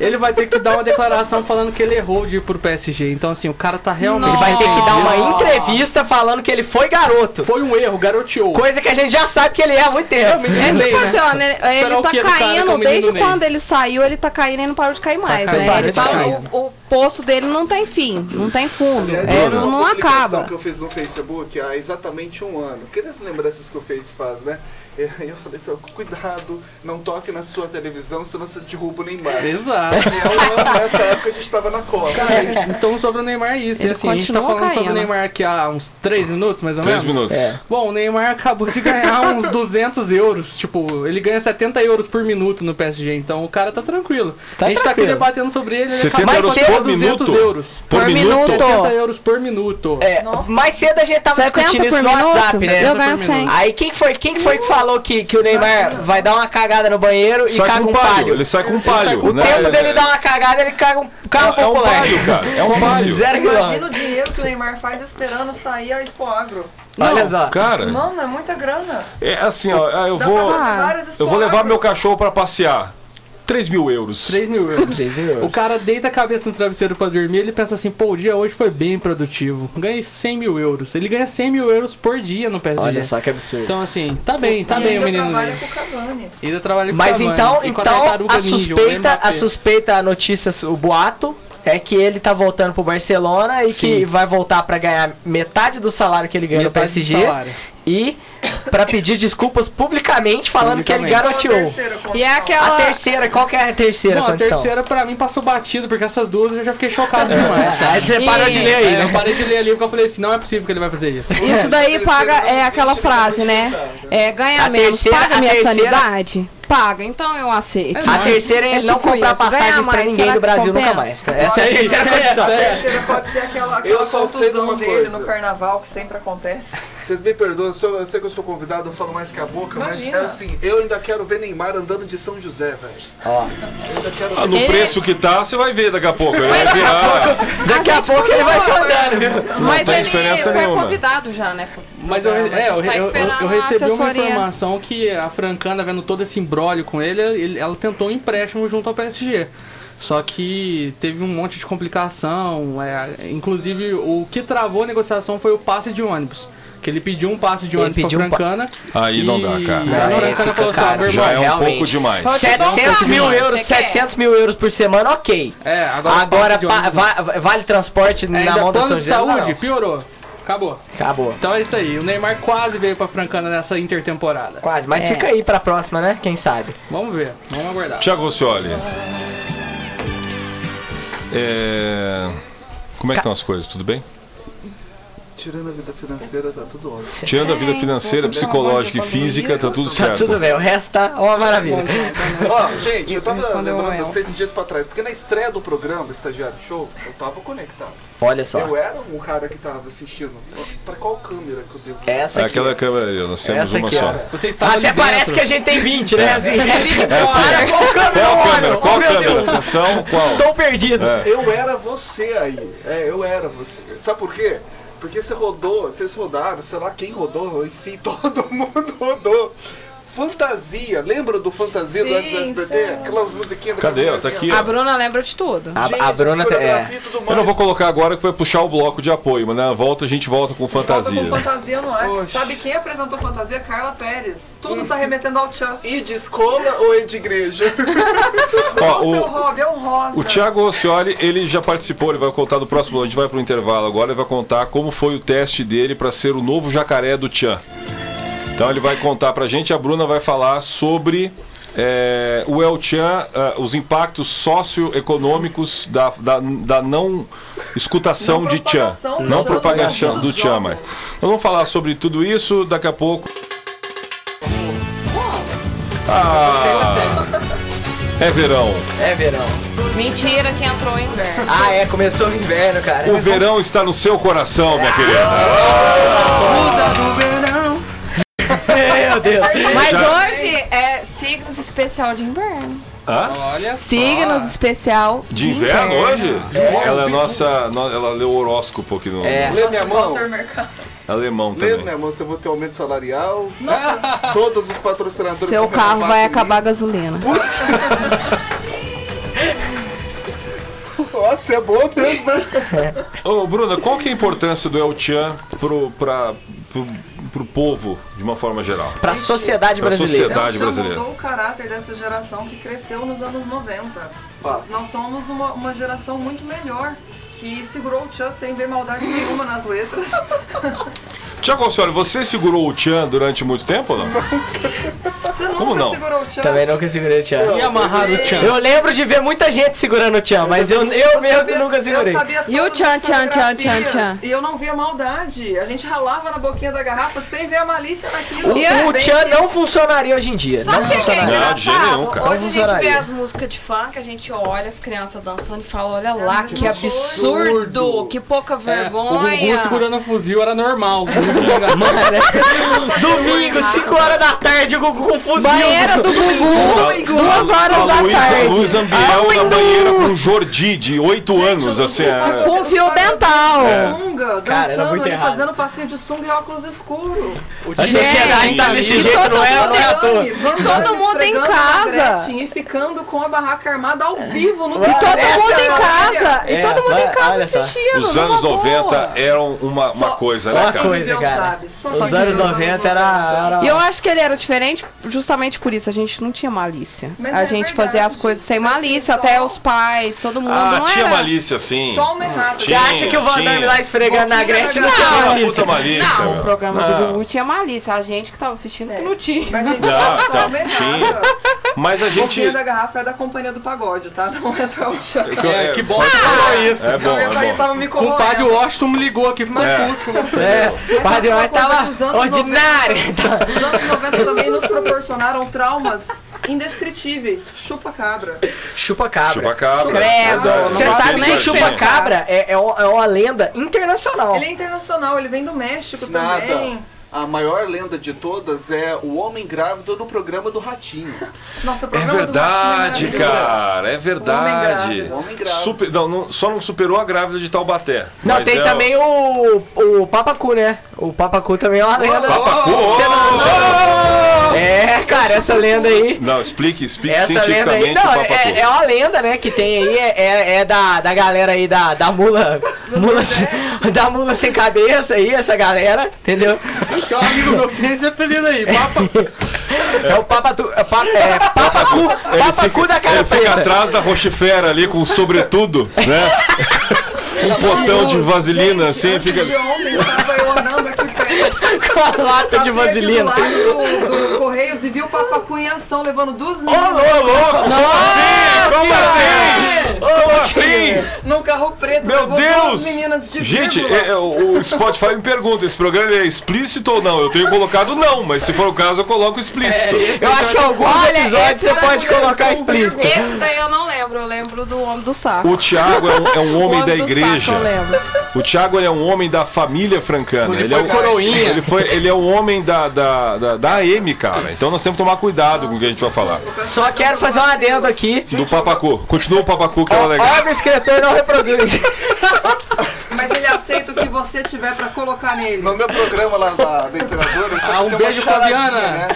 Speaker 7: Ele vai ter que dar uma declaração falando que ele errou de ir pro PSG. Então, assim, o cara tá realmente.
Speaker 4: Ele vai ter que dar uma
Speaker 7: arrependido.
Speaker 4: entrevista falando que ele foi garoto.
Speaker 7: Foi um erro, garoteou.
Speaker 4: Coisa que a gente já sabe que ele é há muito tempo.
Speaker 7: me
Speaker 5: É
Speaker 7: enganei,
Speaker 5: tipo
Speaker 7: né?
Speaker 5: assim, ó, né,
Speaker 7: Esperar
Speaker 5: ele
Speaker 7: o
Speaker 5: tá
Speaker 7: quê do cara que é o
Speaker 5: caindo,
Speaker 7: menino
Speaker 5: desde
Speaker 7: Ney?
Speaker 5: quando ele saiu, ele tá caindo e não parou de cair mais,
Speaker 7: caindo,
Speaker 5: né?
Speaker 4: tá
Speaker 7: parou
Speaker 5: Ele
Speaker 7: de
Speaker 5: parou-
Speaker 7: cair.
Speaker 5: o, o poço dele não tem fim, não tem fundo.
Speaker 8: Aliás,
Speaker 5: É,
Speaker 8: uma
Speaker 5: não, não
Speaker 8: publicação
Speaker 5: acaba.
Speaker 8: que eu fiz no Facebook há exatamente um ano. Aquelas lembranças que o Face faz, né? Eu eu falei assim, ó, cuidado, não toque na sua televisão, senão você derruba o Neymar. E
Speaker 7: Exato.
Speaker 8: há um ano, nessa época a gente tava na Copa.
Speaker 7: Cara, então sobre o Neymar é isso. E
Speaker 5: Ele
Speaker 7: assim, a gente tá
Speaker 5: continua
Speaker 7: falando sobre o
Speaker 5: caindo.
Speaker 7: Neymar aqui há uns 3 minutos, mais ou
Speaker 3: Três
Speaker 7: menos.
Speaker 3: minutos.
Speaker 4: É.
Speaker 7: Bom, o Neymar acabou de ganhar [laughs] uns 200 euros. Tipo, ele ganha 70 euros por minuto no PSG. Então o cara tá tranquilo.
Speaker 4: Tá
Speaker 7: a gente tá aqui
Speaker 4: tranquilo.
Speaker 7: debatendo sobre ele. Ele
Speaker 3: 70
Speaker 7: acabou
Speaker 3: euros
Speaker 7: de
Speaker 4: por
Speaker 7: ganhar 200
Speaker 3: minuto?
Speaker 7: euros.
Speaker 3: Por
Speaker 5: Por
Speaker 3: minuto?
Speaker 5: minuto.
Speaker 7: 70 euros por minuto.
Speaker 4: É, mais cedo a gente tava
Speaker 5: 70
Speaker 4: discutindo isso
Speaker 5: por
Speaker 4: no
Speaker 5: minuto,
Speaker 4: WhatsApp, né?
Speaker 5: eu ganho
Speaker 7: por
Speaker 5: 100.
Speaker 7: minuto.
Speaker 4: Aí quem que foi, quem que, foi que falou que, que o Neymar vai dar uma cagada no banheiro e
Speaker 3: Sai
Speaker 4: caga
Speaker 3: com
Speaker 4: um
Speaker 3: palho.
Speaker 4: palho?
Speaker 3: Ele sai com
Speaker 7: sai
Speaker 3: palho.
Speaker 7: com-
Speaker 4: O
Speaker 3: né?
Speaker 4: tempo dele
Speaker 3: É-
Speaker 4: dar uma cagada, ele caga um carro
Speaker 3: É um
Speaker 4: popular.
Speaker 3: palho, cara. É um palho.
Speaker 4: Zero
Speaker 6: Imagina o
Speaker 4: quilômetro.
Speaker 6: dinheiro que o Neymar faz esperando sair a Expo Agro.
Speaker 4: Olha só.
Speaker 3: Cara,
Speaker 6: Mano, é muita grana.
Speaker 3: é assim, ó, eu
Speaker 6: Dá
Speaker 3: vou.
Speaker 6: pra fazer várias Expo
Speaker 3: Eu vou levar
Speaker 6: Agro.
Speaker 3: meu cachorro pra passear. 3 mil euros.
Speaker 7: 3 mil euros. O cara deita a cabeça no travesseiro pra dormir, ele pensa assim, pô, o dia hoje foi bem produtivo. Ganhei 100 mil euros. Ele ganha 100 mil euros por dia no PSG.
Speaker 4: Olha só que absurdo.
Speaker 7: Então assim, tá bem, tá
Speaker 6: e
Speaker 7: bem
Speaker 6: ainda
Speaker 7: o menino.
Speaker 6: trabalha
Speaker 7: Ney.
Speaker 6: com o Cavani.
Speaker 7: Ainda trabalha com
Speaker 4: Mas
Speaker 7: Cavani
Speaker 4: então,
Speaker 7: e com tartaruga
Speaker 4: então a
Speaker 7: ninja, o
Speaker 4: suspeita,
Speaker 7: Mbappé.
Speaker 4: a suspeita, a notícia, o boato é que ele tá voltando pro Barcelona e
Speaker 7: Sim.
Speaker 4: que vai voltar pra ganhar metade do salário que ele ganha no
Speaker 7: Metade do
Speaker 4: PSG
Speaker 7: salário.
Speaker 4: e pra pedir desculpas publicamente falando que ele garoteou.
Speaker 5: E é
Speaker 4: A
Speaker 5: aquela.
Speaker 4: terceira, qual que é a terceira
Speaker 7: Não, a
Speaker 4: condição?
Speaker 7: terceira pra mim passou batido, porque essas duas eu já
Speaker 4: [laughs]
Speaker 7: fiquei chocado demais.
Speaker 4: Aí você
Speaker 5: E-
Speaker 4: parou de ler aí,
Speaker 7: É, eu
Speaker 4: né?
Speaker 7: parei de ler ali porque eu falei assim, não é possível que ele vai fazer isso.
Speaker 5: Isso daí paga, é aquela frase, né? É, ganha
Speaker 4: tá A
Speaker 5: menos,
Speaker 4: terceira-
Speaker 5: paga
Speaker 4: a
Speaker 5: minha
Speaker 4: terceira-
Speaker 5: sanidade? Paga, então eu aceito.
Speaker 4: A terceira é,
Speaker 5: É
Speaker 4: não
Speaker 5: tipo
Speaker 4: comprar
Speaker 5: isso,
Speaker 4: passagens
Speaker 5: ganhar
Speaker 4: pra
Speaker 5: mais,
Speaker 4: ninguém
Speaker 5: será
Speaker 4: do
Speaker 5: que
Speaker 4: Brasil nunca
Speaker 5: compensa?
Speaker 4: mais. Essa é a
Speaker 7: Isso aí,
Speaker 4: terceira
Speaker 7: [laughs] é, [laughs]
Speaker 4: condição.
Speaker 7: é.
Speaker 6: Terceira pode ser aquela, aquela
Speaker 8: Eu só sei de uma
Speaker 6: contusão dele
Speaker 8: coisa.
Speaker 6: no carnaval que sempre acontece.
Speaker 8: Vocês me perdoam, eu, sou- eu sei que eu sou convidado, eu falo mais que a boca,
Speaker 6: Imagina.
Speaker 8: mas é assim, eu ainda quero ver Neymar andando de São José, velho. Eu ainda quero
Speaker 3: Ah, no
Speaker 5: Ele-
Speaker 3: preço que tá, você vai ver daqui a pouco. Ele vai
Speaker 4: é
Speaker 3: virar.
Speaker 4: Daqui a pouco ele vai andando, viu?
Speaker 5: Mas
Speaker 3: tem
Speaker 5: ele
Speaker 3: diferença
Speaker 5: foi
Speaker 3: nenhuma.
Speaker 5: convidado já, né? pro
Speaker 7: Mas eu,
Speaker 5: programa.
Speaker 7: é,
Speaker 5: A
Speaker 7: eu,
Speaker 5: gente tá
Speaker 7: eu- eu-
Speaker 5: esperando
Speaker 7: eu
Speaker 5: a
Speaker 7: recebi uma
Speaker 5: assessoria.
Speaker 7: informação que a Francana, vendo todo esse imbróglio com ele, ele- ela tentou um empréstimo junto ao PSG. Só que teve um monte de complicação. é, inclusive, o que travou a negociação foi o passe de ônibus. Que ele pediu um passe de
Speaker 4: Ele
Speaker 7: ônibus
Speaker 4: pediu
Speaker 7: pra
Speaker 4: um pa-
Speaker 7: Francana.
Speaker 3: Aí não
Speaker 7: e-
Speaker 3: dá, cara.
Speaker 7: e a
Speaker 4: Aí
Speaker 7: Francana
Speaker 4: fica
Speaker 7: falou assim: ah,
Speaker 4: caro.
Speaker 7: meu irmão,
Speaker 3: Já é um
Speaker 4: Realmente.
Speaker 3: pouco demais.
Speaker 5: Pode-
Speaker 4: 700 mil
Speaker 5: Você
Speaker 4: euros,
Speaker 5: quer?
Speaker 4: 700 mil euros por semana, ok.
Speaker 7: É, agora.
Speaker 4: Agora,
Speaker 7: passe de
Speaker 4: pa-
Speaker 7: ônibus, né?
Speaker 4: va- va- vale transporte
Speaker 7: É,
Speaker 4: na
Speaker 7: ainda
Speaker 4: mão da
Speaker 7: plano
Speaker 4: um São
Speaker 7: de
Speaker 4: José? Não,
Speaker 7: saúde, piorou. Acabou.
Speaker 4: Acabou.
Speaker 7: Então é isso aí. O Neymar quase veio pra Francana nessa intertemporada.
Speaker 4: Quase,
Speaker 8: É.
Speaker 4: mas fica aí pra próxima, né? Quem sabe?
Speaker 7: Vamos ver, vamos aguardar.
Speaker 3: Tiago Cioli. É, Como é que
Speaker 4: Tá.
Speaker 3: estão as coisas? Tudo bem?
Speaker 8: Tirando a vida financeira, tá tudo ótimo.
Speaker 3: Tirando a vida financeira, psicológica e física, tá tudo
Speaker 4: Tá tudo
Speaker 3: certo.
Speaker 4: bem, o resto tá uma maravilha.
Speaker 8: Ó, gente, eu tava
Speaker 5: respondeu
Speaker 8: lembrando
Speaker 5: o
Speaker 8: vocês esses dias pra trás, porque na estreia do programa, Estagiário Show, eu tava conectado.
Speaker 4: Olha só.
Speaker 8: Eu era um cara que tava assistindo. Pra qual câmera que eu devo?
Speaker 4: Essa
Speaker 3: É
Speaker 4: aqui.
Speaker 3: aquela câmera ali, nós temos
Speaker 4: Essa
Speaker 3: uma
Speaker 4: aqui,
Speaker 3: só.
Speaker 4: ó.
Speaker 7: Você estava
Speaker 4: Até
Speaker 7: ali
Speaker 4: parece
Speaker 7: dentro.
Speaker 4: que a gente tem 20, né? Assim,
Speaker 3: Tá É assim.
Speaker 4: Qual câmera,
Speaker 3: Qual câmera?
Speaker 4: olha? Oh,
Speaker 3: Qual
Speaker 4: meu
Speaker 3: câmera?
Speaker 4: Deus.
Speaker 3: Atenção, qual?
Speaker 4: Estou perdido.
Speaker 3: É.
Speaker 8: Eu era você aí. É, eu era você. Sabe por quê? Porque você rodou, vocês rodaram, sei lá quem rodou, enfim, todo mundo rodou. Fantasia, lembra do Fantasia do
Speaker 6: Sim,
Speaker 8: SBT? Aquelas musiquinhas da
Speaker 3: Cadê? ó? Tá aqui,
Speaker 5: A
Speaker 3: ó.
Speaker 5: Bruna lembra de tudo.
Speaker 4: A- a Bruna tem- é.
Speaker 3: Eu não vou colocar agora que vai puxar o bloco de apoio, mas na volta a gente volta com fantasia.
Speaker 6: Tava com fantasia no ar.
Speaker 8: Oxe.
Speaker 6: Sabe quem apresentou fantasia? Carla Pérez. Tudo tá remetendo ao Tchan.
Speaker 8: E de escola ou é de igreja?
Speaker 3: Ó,
Speaker 6: Qual o seu
Speaker 3: o,
Speaker 6: hobby? É um rosa.
Speaker 3: O Thiago Roscioli, ele já participou, ele vai contar do próximo, a gente vai pro intervalo agora, ele vai contar como foi o teste dele para ser o novo jacaré do Tchan. Então ele vai contar pra gente, a Bruna vai falar sobre eh, o El Tchan, ah, os impactos socioeconômicos da, da, da não escutação
Speaker 6: Não
Speaker 3: de Tchan.
Speaker 6: propagação do
Speaker 3: Não
Speaker 6: Tchan né?
Speaker 3: propagação
Speaker 6: dos
Speaker 3: do
Speaker 6: ouvidos
Speaker 3: Tchan,
Speaker 6: jovens.
Speaker 3: mas. Nós vamos falar sobre tudo isso daqui a pouco. Ah, é verão.
Speaker 4: É verão.
Speaker 5: Mentira que entrou em inverno.
Speaker 4: Ah, é, começou o inverno, cara.
Speaker 3: O verão está no seu coração, minha querida.
Speaker 4: Meu Deus.
Speaker 5: Mas
Speaker 3: Já-
Speaker 5: hoje é signos especial de inverno.
Speaker 3: Hã?
Speaker 7: Olha só.
Speaker 4: Ah.
Speaker 5: Signos especial
Speaker 3: De inverno hoje? Ela é nossa. no- Ela leu o horóscopo aqui no
Speaker 4: É.
Speaker 8: Lê minha mão.
Speaker 6: Walter Mercado.
Speaker 3: alemão
Speaker 8: Lê
Speaker 3: também.
Speaker 8: minha mão, se eu vou ter aumento salarial. Todos os patrocinadores.
Speaker 5: Seu
Speaker 8: vão
Speaker 5: carro
Speaker 8: renovar
Speaker 5: vai
Speaker 8: comigo.
Speaker 5: acabar a gasolina.
Speaker 8: Nossa, é bom mesmo, né?
Speaker 3: Ô, Bruna, qual que é a importância do El Chan pro, pra, pro, pro povo, de uma forma geral?
Speaker 4: Pra sociedade
Speaker 3: Pra
Speaker 4: brasileira.
Speaker 3: sociedade
Speaker 6: Ela já
Speaker 3: brasileira.
Speaker 6: um mudou É o caráter dessa geração que cresceu nos anos 90.
Speaker 8: Ah.
Speaker 6: Nós nós somos uma, uma geração muito melhor, que segurou o Tchan sem ver maldade nenhuma nas letras. [laughs]
Speaker 3: Tiago Alcione, você segurou o Chan durante muito tempo ou não?
Speaker 6: Você nunca
Speaker 3: Como não?
Speaker 6: segurou o Tchan.
Speaker 4: Também nunca segurei o Tchan.
Speaker 7: E amarrado o Tchan.
Speaker 4: Eu lembro de ver muita gente segurando o Tchan, mas eu, eu
Speaker 6: Eu
Speaker 4: mesmo
Speaker 6: sabia-
Speaker 4: nunca segurei.
Speaker 6: Eu sabia
Speaker 5: E o
Speaker 6: todas
Speaker 5: tchan,
Speaker 6: as
Speaker 5: tchan, tchan, tchan,
Speaker 6: fotografias,
Speaker 5: tchan.
Speaker 6: E eu não via maldade. A gente ralava na boquinha da garrafa sem ver a malícia naquilo.
Speaker 5: é-
Speaker 4: O, o
Speaker 6: Bem
Speaker 4: Tchan
Speaker 6: que-
Speaker 4: não funcionaria hoje em dia.
Speaker 9: Sabe o que, que é
Speaker 3: Não, de jeito
Speaker 9: engraçado?
Speaker 3: nenhum, cara.
Speaker 9: Hoje a gente vê
Speaker 4: Funcionaria.
Speaker 9: as músicas de funk, a gente olha as crianças dançando e fala, olha lá, que absurdo, que pouca
Speaker 7: É, o
Speaker 9: vergonha.
Speaker 7: Gugu segurando o fuzil era normal.
Speaker 4: né? Domingo, 5 horas da tarde, o Gugu com fuzil.
Speaker 5: Banheira do Gugu.
Speaker 3: Duas
Speaker 4: horas da tarde. Ah,
Speaker 3: Luiz Ambiel na banheira com o Jordi, de 8 anos, assim. é-
Speaker 5: Com fio dental.
Speaker 4: É.
Speaker 6: Sunga,
Speaker 4: Cara, era
Speaker 6: dançando
Speaker 4: muito
Speaker 6: ali,
Speaker 4: errado.
Speaker 6: fazendo passinho de sunga e óculos escuro.
Speaker 4: A sociedade tá desse
Speaker 5: Gente,
Speaker 4: jeito, não é, não é à toa.
Speaker 6: Dani, Van
Speaker 5: Todo
Speaker 6: Damme
Speaker 5: mundo em
Speaker 6: esfregando
Speaker 5: casa. É.
Speaker 6: na Gretchen E ficando com a barraca armada ao vivo no
Speaker 5: E todo
Speaker 4: Essa
Speaker 5: mundo
Speaker 4: é
Speaker 5: em
Speaker 4: a
Speaker 5: casa.
Speaker 4: É,
Speaker 5: E todo mundo em
Speaker 4: olha- olha só.
Speaker 5: casa assistindo.
Speaker 3: Os
Speaker 5: numa
Speaker 3: anos
Speaker 5: boa.
Speaker 3: 90 eram uma, uma coisa,
Speaker 4: só
Speaker 3: né,
Speaker 4: uma
Speaker 3: cara?
Speaker 4: coisa.
Speaker 6: Deus
Speaker 4: cara.
Speaker 6: sabe. Só que
Speaker 4: Os
Speaker 6: Deus
Speaker 4: anos 90 era. era-
Speaker 5: E eu acho que ele era diferente justamente por isso. A gente não tinha malícia.
Speaker 6: Mas
Speaker 5: a
Speaker 6: é
Speaker 5: gente
Speaker 6: verdade.
Speaker 5: fazia as coisas sem
Speaker 6: Mas
Speaker 5: malícia.
Speaker 6: assim,
Speaker 5: Até
Speaker 6: só-
Speaker 5: os pais, todo mundo.
Speaker 3: Ah,
Speaker 5: não
Speaker 3: tinha
Speaker 5: era.
Speaker 3: malícia, sim.
Speaker 6: Só uma errada.
Speaker 4: Você acha que o Van
Speaker 3: Tinha,
Speaker 4: Damme lá esfregando era na Gretchen, não tinha
Speaker 3: Tinha uma
Speaker 4: malícia.
Speaker 3: puta malícia.
Speaker 5: Não,
Speaker 3: meu.
Speaker 5: o programa do
Speaker 3: Não.
Speaker 5: Gugu tinha malícia. A gente que tava assistindo
Speaker 9: É.
Speaker 5: que não tinha.
Speaker 6: Mas, gente,
Speaker 3: Não,
Speaker 6: não,
Speaker 3: tá,
Speaker 6: tá,
Speaker 3: tinha. Mas a
Speaker 6: A
Speaker 3: gente.
Speaker 6: da garrafa é da Companhia do Pagode, tá? Não é do El Chan.
Speaker 7: É, que bom.
Speaker 3: isso. É bom,
Speaker 6: eu ia
Speaker 3: é
Speaker 6: daí,
Speaker 3: bom.
Speaker 6: tava me
Speaker 7: O compadre
Speaker 6: corroendo.
Speaker 7: Washington me ligou aqui, ficou
Speaker 3: É.
Speaker 7: puto. né?
Speaker 4: É, o padre
Speaker 6: é uma
Speaker 4: Washington
Speaker 6: coisa
Speaker 4: tava
Speaker 6: dos anos
Speaker 4: ordinário.
Speaker 6: Os anos 90 também nos proporcionaram traumas indescritíveis. Chupa cabra.
Speaker 4: [laughs] Chupa cabra.
Speaker 3: Chupa cabra.
Speaker 6: Credo,
Speaker 3: É,
Speaker 4: Você
Speaker 3: é
Speaker 4: sabe que
Speaker 3: verdade.
Speaker 4: chupa cabra é, é uma é uma lenda internacional.
Speaker 6: Ele é internacional, ele vem do México
Speaker 8: Nada.
Speaker 6: também.
Speaker 8: A maior lenda de todas é o homem grávido no programa do
Speaker 6: [laughs]
Speaker 8: Ratinho.
Speaker 6: Nossa, o
Speaker 3: É
Speaker 6: programa
Speaker 3: verdade,
Speaker 6: do Ratinho é maravilhoso.
Speaker 3: cara. É verdade.
Speaker 8: O homem grávido.
Speaker 3: Super- não, não- só não superou a grávida de Taubaté.
Speaker 4: Não,
Speaker 3: Mas
Speaker 4: tem
Speaker 3: é
Speaker 4: também o, o Papacu, né? O Papacu também é uma lenda.
Speaker 3: Papacu.
Speaker 4: Você não- É, cara, essa lenda aí.
Speaker 3: Não, explique, explique
Speaker 4: Essa lenda aí.
Speaker 3: cientificamente
Speaker 4: Não,
Speaker 3: o papacu.
Speaker 4: é, é uma lenda, né? Que tem aí. É, é- é da, da galera aí da, da mula. mula [laughs] da mula sem cabeça aí, essa galera, entendeu?
Speaker 7: Acho que é um amigo meu que tem esse apelido aí. Papa.
Speaker 4: É, o Papatu. É, pa, é, papacu. Papacu da cara
Speaker 3: Ele fica
Speaker 4: preta.
Speaker 3: atrás da rochifera ali com o sobretudo, né? Um potão de vaselina, assim,
Speaker 6: Antes
Speaker 3: fica.
Speaker 6: de ontem estava eu andando aqui perto.
Speaker 3: [laughs]
Speaker 4: Com a lata de
Speaker 6: passei aqui
Speaker 4: vaselina.
Speaker 6: Do lado do, do Correios e vi o Papacu em ação levando duas
Speaker 3: Ô,
Speaker 6: meninas
Speaker 3: louco! é Como assim?
Speaker 4: Ô,
Speaker 3: Como assim? Como assim?
Speaker 6: num carro preto.
Speaker 3: Meu
Speaker 6: levou
Speaker 3: Deus!
Speaker 6: Duas meninas de
Speaker 3: Gente,
Speaker 6: vírgula.
Speaker 3: é, é, o o Spotify me pergunta, esse programa é explícito ou não? Eu tenho colocado não, mas se for o caso eu coloco explícito.
Speaker 4: Eu acho que alguns
Speaker 9: Olha,
Speaker 4: episódios
Speaker 9: esse
Speaker 4: você
Speaker 9: tá
Speaker 4: pode
Speaker 9: com
Speaker 4: colocar
Speaker 9: lesão.
Speaker 4: explícito.
Speaker 9: Esse daí eu não lembro, eu lembro do Homem do Saco.
Speaker 3: O Tiago é, um, é um homem
Speaker 9: O
Speaker 3: da
Speaker 9: do
Speaker 3: igreja.
Speaker 9: Saco, eu lembro.
Speaker 3: O Tiago ele é um homem da família francana. Ele, é
Speaker 7: foi
Speaker 3: um
Speaker 7: coroinha.
Speaker 3: Ele, foi, ele é um homem da, da, da, da AM, cara. Então nós temos que tomar cuidado com o que a gente vai falar.
Speaker 4: Só quero fazer um adendo aqui.
Speaker 3: Do papacu. Continua o papacu que era legal.
Speaker 4: Obra escritor não reproduz.
Speaker 3: é-
Speaker 6: Mas ele aceita o que você tiver pra colocar nele.
Speaker 8: No meu programa lá da, da Imperadora, sempre
Speaker 7: Ah, um
Speaker 8: tem
Speaker 7: beijo,
Speaker 8: uma charadinha,
Speaker 7: Fabiana.
Speaker 8: né?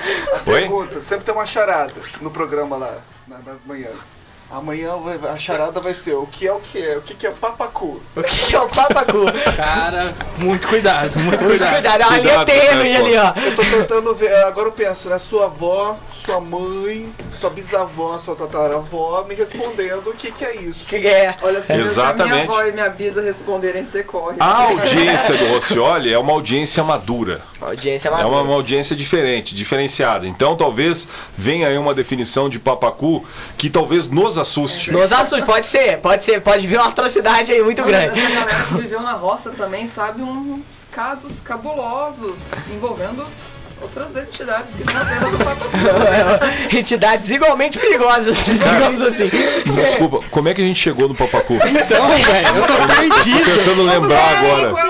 Speaker 8: A
Speaker 3: Oi?
Speaker 8: Pergunta, sempre tem uma charada no programa lá, na- nas manhãs. Amanhã vai- a charada vai ser o que é o que é, o que, que é papacu.
Speaker 4: O que é o papacu?
Speaker 7: Cara, muito cuidado, muito cuidado.
Speaker 4: [laughs] Cuidado, é uma linha
Speaker 3: Cuidado,
Speaker 4: tênue ali, ó.
Speaker 8: Eu tô tentando ver, agora eu penso, né? Sua avó, sua mãe, sua bisavó, sua tataravó me respondendo o que, que é isso.
Speaker 4: Que é.
Speaker 6: Olha, se meu- se a minha
Speaker 3: Exatamente.
Speaker 6: avó e minha bisa responderem, você corre.
Speaker 4: Ah,
Speaker 3: A audiência do Rossioli é uma audiência madura.
Speaker 4: Audiência
Speaker 3: É
Speaker 4: madura.
Speaker 3: uma, uma audiência diferente, diferenciada. Então talvez venha aí uma definição de papacu que talvez nos assuste.
Speaker 4: Nos assuntos, pode ser, pode ser, pode vir uma atrocidade aí muito
Speaker 6: Olha,
Speaker 4: grande.
Speaker 6: Essa galera que viveu na roça também sabe um, uns casos cabulosos envolvendo outras entidades que não apenas o Papacu.
Speaker 4: [laughs] Entidades igualmente perigosas, digamos assim.
Speaker 3: Desculpa, como é que a gente chegou no papacu?
Speaker 7: Então, velho, eu tô perdido.
Speaker 3: Tentando lembrar agora.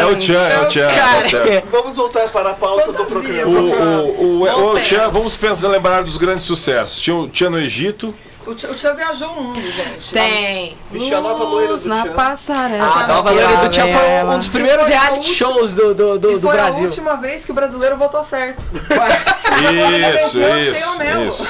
Speaker 3: É o Tchan, é o Tchan. tá certo.
Speaker 4: Cara,
Speaker 8: Vamos voltar para a pauta do
Speaker 6: Fantasia.
Speaker 3: O,
Speaker 8: programa.
Speaker 3: o, o, o,
Speaker 9: Voltemos.
Speaker 3: Tchan, vamos pensar, lembrar dos grandes sucessos. Tinha o Tchan no Egito,
Speaker 6: O Tchan o Tchan viajou o mundo, gente.
Speaker 9: Tem.
Speaker 8: Bicho, a nova loira
Speaker 9: Luz
Speaker 8: do
Speaker 9: na
Speaker 8: Tchan.
Speaker 9: passarela.
Speaker 4: a Ah, nova Loira do Tchan foi um dos primeiros reality shows do, do, do,
Speaker 6: E
Speaker 4: do
Speaker 6: foi a
Speaker 4: Brasil.
Speaker 6: última vez que o brasileiro votou certo.
Speaker 3: Isso,
Speaker 6: Eu achei
Speaker 3: isso,
Speaker 6: o mesmo.
Speaker 3: isso.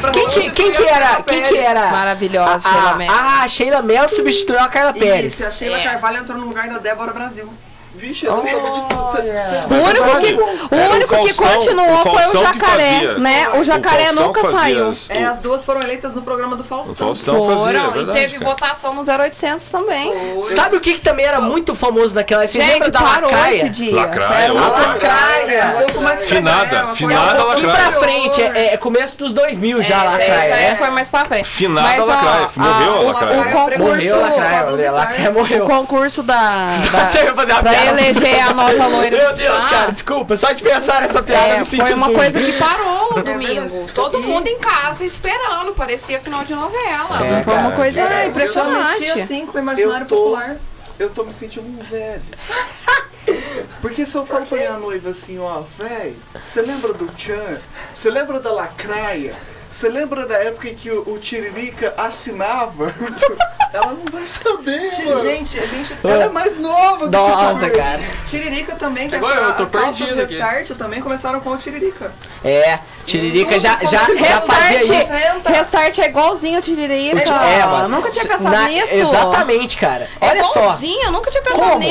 Speaker 6: Pra
Speaker 4: Quem que, quem que era? Quem que era?
Speaker 5: Maravilhosa, Ah, Sheila Mendes.
Speaker 4: Ah, a Sheila Mel substituiu a Carla Pérez.
Speaker 6: Isso, a Sheila
Speaker 9: É.
Speaker 6: Carvalho entrou no lugar da Débora Brasil.
Speaker 8: Vixe, ela sabe de tudo. Você- você-
Speaker 5: O único que, o
Speaker 3: Era o
Speaker 5: único que
Speaker 3: Faustão-
Speaker 5: continuou
Speaker 3: o
Speaker 5: foi o
Speaker 3: Faustão que
Speaker 5: jacaré,
Speaker 3: fazia.
Speaker 5: né? O jacaré
Speaker 3: Faustão
Speaker 5: nunca
Speaker 3: fazia
Speaker 5: saiu.
Speaker 3: as-
Speaker 6: É,
Speaker 3: o-
Speaker 6: as duas foram eleitas no programa do
Speaker 3: O
Speaker 6: Faustão.
Speaker 3: Faustão fazia, é
Speaker 5: Foram,
Speaker 3: verdade,
Speaker 9: e teve
Speaker 3: cara.
Speaker 9: votação
Speaker 5: No 0800 também.
Speaker 6: Foi.
Speaker 4: Sabe o que, que também era muito famoso naquela época? Vocês
Speaker 5: Gente,
Speaker 4: lembram da
Speaker 5: parou esse
Speaker 4: Lacraia?
Speaker 5: dia.
Speaker 3: Lacraia,
Speaker 5: Era uma
Speaker 3: outra.
Speaker 6: É, um
Speaker 4: Lacraia.
Speaker 6: pouco mais
Speaker 3: Finada,
Speaker 6: severa, foi
Speaker 3: finada
Speaker 6: um pouco
Speaker 4: E pra
Speaker 3: Lacraia.
Speaker 4: frente, é, é começo dos 2000 já a
Speaker 9: essa aí
Speaker 4: Lacraia, né?
Speaker 9: foi mais pra frente.
Speaker 3: Finada
Speaker 5: Mas, ó,
Speaker 3: Lacraia. Morreu a
Speaker 6: o
Speaker 3: Lacraia.
Speaker 6: Lacraia
Speaker 5: concurso-
Speaker 4: Morreu a
Speaker 6: precursor,
Speaker 4: Lacraia,
Speaker 6: Pablo
Speaker 4: olha, a Lacraia
Speaker 6: Vittar.
Speaker 5: O
Speaker 4: morreu.
Speaker 5: concurso da, da-
Speaker 4: Você vai fazer uma
Speaker 5: pra
Speaker 4: piada?
Speaker 5: eleger a nova loira
Speaker 4: Meu
Speaker 5: do
Speaker 4: Deus,
Speaker 5: Tchan,
Speaker 4: cara, desculpa, só de pensar nessa piada
Speaker 5: é,
Speaker 4: me senti
Speaker 5: foi uma
Speaker 4: sujo.
Speaker 5: coisa que
Speaker 9: Parou no
Speaker 6: verdade.
Speaker 9: domingo. Todo mundo em casa esperando. Parecia final de novela.
Speaker 4: É,
Speaker 5: foi uma
Speaker 3: cara.
Speaker 5: coisa
Speaker 6: É,
Speaker 5: impressionante.
Speaker 6: Eu mexi assim com o imaginário
Speaker 8: Eu tô-
Speaker 6: popular.
Speaker 8: Eu tô me sentindo um velho. Porque se eu falo pra minha noiva assim, ó, véi, você lembra do Chan? Você lembra da Lacraia? Você lembra da época em que o, o Tiririca assinava? [laughs] Ela não vai saber, mano.
Speaker 6: Gente, a gente.
Speaker 8: Ela é mais nova do que
Speaker 4: Nossa,
Speaker 8: eu.
Speaker 4: cara.
Speaker 6: Tiririca também, que
Speaker 7: Agora
Speaker 6: essa-
Speaker 7: eu tô
Speaker 6: calças
Speaker 7: perdido aqui.
Speaker 6: Restart também começaram com o Tiririca.
Speaker 4: É, Tiririca já, já, já
Speaker 6: Restart.
Speaker 4: fazia isso.
Speaker 6: Restart,
Speaker 5: Start é igualzinho, eu te diria. cara.
Speaker 4: É, mano.
Speaker 5: Eu nunca tinha pensado
Speaker 4: Na-
Speaker 5: nisso.
Speaker 4: Exatamente, cara. Olha
Speaker 5: é
Speaker 4: só.
Speaker 5: igualzinho, eu nunca tinha pensado
Speaker 4: Como?
Speaker 5: nisso.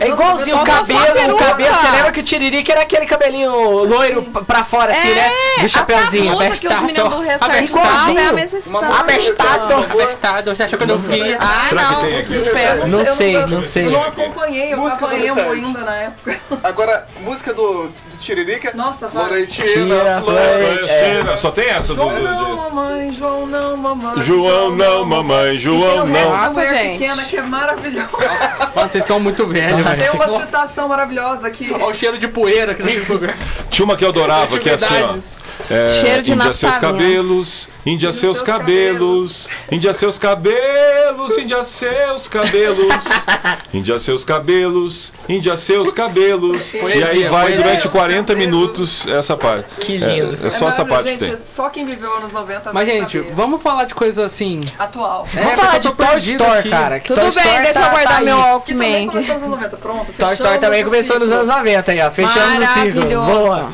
Speaker 4: É igualzinho o
Speaker 5: Só não só a
Speaker 4: cabelo, o
Speaker 5: peruca.
Speaker 4: cabelo. Você lembra que o Tiririca era aquele cabelinho loiro p- pra fora, assim, né?
Speaker 5: É,
Speaker 4: Do
Speaker 5: a
Speaker 4: chapéuzinho.
Speaker 5: blusa que os meninos do Restart
Speaker 4: Igualzinho.
Speaker 5: usavam é a mesma
Speaker 8: Uma
Speaker 5: estampa.
Speaker 8: Abestado.
Speaker 7: Abestado, você achou que eu não vi?
Speaker 5: Ah,
Speaker 3: Será
Speaker 5: não.
Speaker 3: que tem aqui?
Speaker 6: Eu
Speaker 4: Não
Speaker 6: eu
Speaker 4: sei,
Speaker 6: eu
Speaker 4: não sei.
Speaker 6: Eu não acompanhei, eu
Speaker 8: Música
Speaker 6: tava
Speaker 8: do
Speaker 6: emo
Speaker 8: Restart.
Speaker 6: ainda na época.
Speaker 8: Agora, música do, do Tiririca.
Speaker 6: Nossa, vai.
Speaker 8: Florentina,
Speaker 4: Tira,
Speaker 8: Flor.
Speaker 5: é.
Speaker 3: Cena, tá Só tem essa do.
Speaker 6: João
Speaker 3: do-
Speaker 6: não,
Speaker 3: de-
Speaker 6: mamãe, João não, mamãe.
Speaker 3: João não, mamãe, João
Speaker 6: E tem o resto
Speaker 3: não.
Speaker 6: da
Speaker 5: Nossa,
Speaker 6: mulher
Speaker 5: gente.
Speaker 6: pequena que é maravilhosa.
Speaker 7: Mano, vocês são muito velhos,
Speaker 6: Tem
Speaker 7: velho.
Speaker 6: uma citação maravilhosa aqui.
Speaker 7: Olha o cheiro de poeira aqui nesse lugar.
Speaker 3: Tinha uma que eu adorava, que é assim, ó. É,
Speaker 5: Cheiro de
Speaker 3: Índia seus
Speaker 5: naftalina.
Speaker 3: cabelos, Índia seus cabelos, Índia seus cabelos, Índia seus cabelos, Índia seus cabelos, Índia seus cabelos. E aí
Speaker 7: Poesia,
Speaker 3: vai
Speaker 7: poesia.
Speaker 3: durante 40 minutos essa parte. Que
Speaker 4: lindo.
Speaker 3: É, é só essa
Speaker 6: maravilhoso,
Speaker 3: parte que
Speaker 6: gente,
Speaker 3: tem.
Speaker 6: Só quem viveu anos 90
Speaker 7: Mas,
Speaker 6: vai
Speaker 7: gente,
Speaker 6: saber.
Speaker 7: vamos falar de coisa assim.
Speaker 6: Atual.
Speaker 7: É,
Speaker 4: Vamos falar
Speaker 7: eu tô
Speaker 4: de Toy
Speaker 7: perdido
Speaker 4: Story,
Speaker 7: aqui.
Speaker 4: cara. que
Speaker 5: Tudo
Speaker 4: Toy
Speaker 5: bem,
Speaker 4: Story
Speaker 5: deixa
Speaker 4: tá-
Speaker 5: eu guardar
Speaker 4: tá
Speaker 5: meu
Speaker 4: aí.
Speaker 6: Que também
Speaker 5: Walkman.
Speaker 6: começou nos anos 90, pronto.
Speaker 4: Toy Story
Speaker 6: fechamos
Speaker 4: também
Speaker 6: o
Speaker 4: começou nos
Speaker 6: ciclo.
Speaker 4: anos 90 aí, ó. Fechando o ciclo.
Speaker 5: Maravilhoso.
Speaker 4: Boa.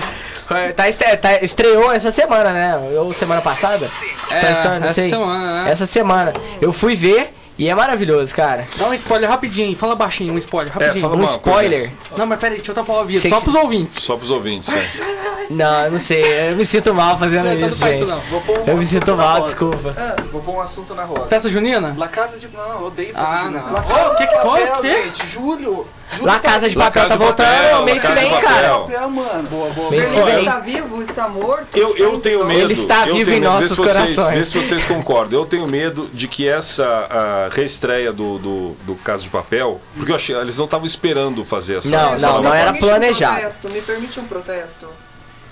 Speaker 4: Tá, este- tá- estreou essa semana, né? Ou semana passada?
Speaker 7: É,
Speaker 4: Toy Story, tá, não
Speaker 7: essa
Speaker 4: sei. É.
Speaker 7: semana, né?
Speaker 4: Essa semana. Eu fui ver e é maravilhoso, cara.
Speaker 7: Dá um spoiler rapidinho, fala baixinho, um spoiler rapidinho.
Speaker 3: fala
Speaker 4: Um
Speaker 3: Uma coisa.
Speaker 4: spoiler.
Speaker 7: Não, mas peraí, deixa eu tapar o ouvido,
Speaker 4: Sei
Speaker 7: só
Speaker 4: que-
Speaker 7: pros ouvintes.
Speaker 3: Só pros ouvintes. É.
Speaker 4: Não, eu não sei. Eu me sinto mal fazendo
Speaker 3: tá
Speaker 7: Não, não
Speaker 4: isso,
Speaker 7: faz isso,
Speaker 4: gente.
Speaker 7: não.
Speaker 8: Vou pôr um
Speaker 4: Eu me
Speaker 8: assunto
Speaker 4: sinto
Speaker 8: na
Speaker 4: mal,
Speaker 8: roda.
Speaker 4: desculpa.
Speaker 3: Ah.
Speaker 8: Vou pôr um assunto na roda.
Speaker 7: Festa junina?
Speaker 8: La Casa de... Não, eu odeio
Speaker 7: Ah,
Speaker 8: fazer
Speaker 7: não.
Speaker 8: La
Speaker 7: Ô,
Speaker 8: Casa
Speaker 7: que-
Speaker 8: de
Speaker 7: ô,
Speaker 8: Papel,
Speaker 7: que?
Speaker 8: gente. Júlio. Júlio
Speaker 4: Lá Casa de Papel tá voltando mês que vem, cara.
Speaker 8: Papel, mano.
Speaker 7: Boa, boa.
Speaker 4: Mês que
Speaker 6: Ele
Speaker 3: Olha,
Speaker 4: vem.
Speaker 6: está vivo, está morto.
Speaker 3: Eu, eu tenho medo.
Speaker 4: está
Speaker 3: eu
Speaker 4: vivo
Speaker 3: tenho
Speaker 4: em
Speaker 3: medo. Vê
Speaker 4: nossos
Speaker 3: se vocês-
Speaker 4: corações.
Speaker 3: Vê se vocês concordam. Eu tenho medo de que essa ah, reestreia do, do, do Caso de Papel. Porque eu achei, eles não estavam esperando fazer essa.
Speaker 4: Não,
Speaker 3: essa
Speaker 4: não,
Speaker 3: nova-
Speaker 4: não era
Speaker 6: Permite
Speaker 4: planejado.
Speaker 6: Um protesto, me permite um protesto.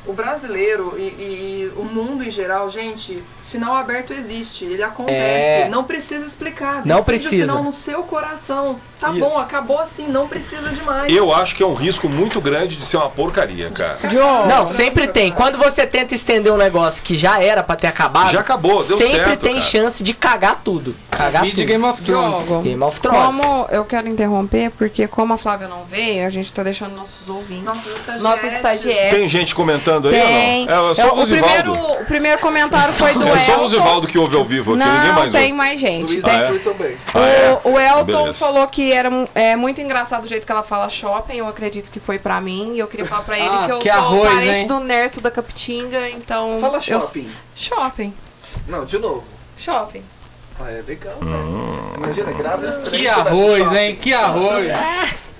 Speaker 6: O brasileiro e, e- e o mundo em geral, gente, final aberto existe, ele acontece,
Speaker 4: É.
Speaker 6: não precisa explicar.
Speaker 4: Não
Speaker 6: decide
Speaker 4: precisa.
Speaker 6: O final no seu coração. Tá bom, acabou assim, não precisa demais.
Speaker 3: Eu acho que é um risco muito grande de ser uma porcaria, cara.
Speaker 6: John.
Speaker 4: Não, sempre tem. Quando você tenta estender um negócio que já era pra ter acabado,
Speaker 3: Já acabou, deu
Speaker 4: sempre
Speaker 3: certo,
Speaker 4: tem
Speaker 3: cara.
Speaker 4: chance de cagar tudo. Cagar
Speaker 7: Vídeo
Speaker 4: tudo.
Speaker 7: Game of Thrones.
Speaker 5: Diogo,
Speaker 4: Game of Thrones.
Speaker 5: Como eu quero interromper, porque como a Flávia não veio, a gente tá deixando nossos ouvintes,
Speaker 6: Nossos estagiários.
Speaker 5: nossos estagiários.
Speaker 3: Tem gente comentando aí
Speaker 5: Tem.
Speaker 3: ou não? É, é
Speaker 5: É,
Speaker 3: só o
Speaker 5: o, primeiro,
Speaker 3: Luzivaldo.
Speaker 5: o primeiro comentário foi do
Speaker 3: É só o
Speaker 5: Elton.
Speaker 3: Luzivaldo que ouve ao vivo aqui, ninguém
Speaker 5: Não,
Speaker 3: mais
Speaker 5: tem
Speaker 3: ouve.
Speaker 5: mais gente.
Speaker 8: Luiz
Speaker 5: Tem-
Speaker 3: Ah, é?
Speaker 8: Arthur também.
Speaker 3: Ah, é?
Speaker 5: O, o Elton
Speaker 3: Beleza.
Speaker 5: falou que era mu- é, muito engraçado o jeito que ela fala shopping, eu acredito que foi pra mim, e eu queria falar pra ele
Speaker 7: Ah,
Speaker 5: que eu
Speaker 7: que
Speaker 5: sou
Speaker 7: arroz,
Speaker 5: parente
Speaker 7: hein?
Speaker 5: do Nerso da Capitinga, então...
Speaker 8: Fala
Speaker 5: eu-
Speaker 8: shopping.
Speaker 5: Shopping,
Speaker 8: Não, de novo.
Speaker 5: shopping.
Speaker 8: Ah, é legal,
Speaker 3: Hum.
Speaker 8: velho. Imagina, grava esse trem
Speaker 7: Que
Speaker 8: você vai pro
Speaker 7: arroz,
Speaker 8: shopping.
Speaker 7: hein? Que arroz.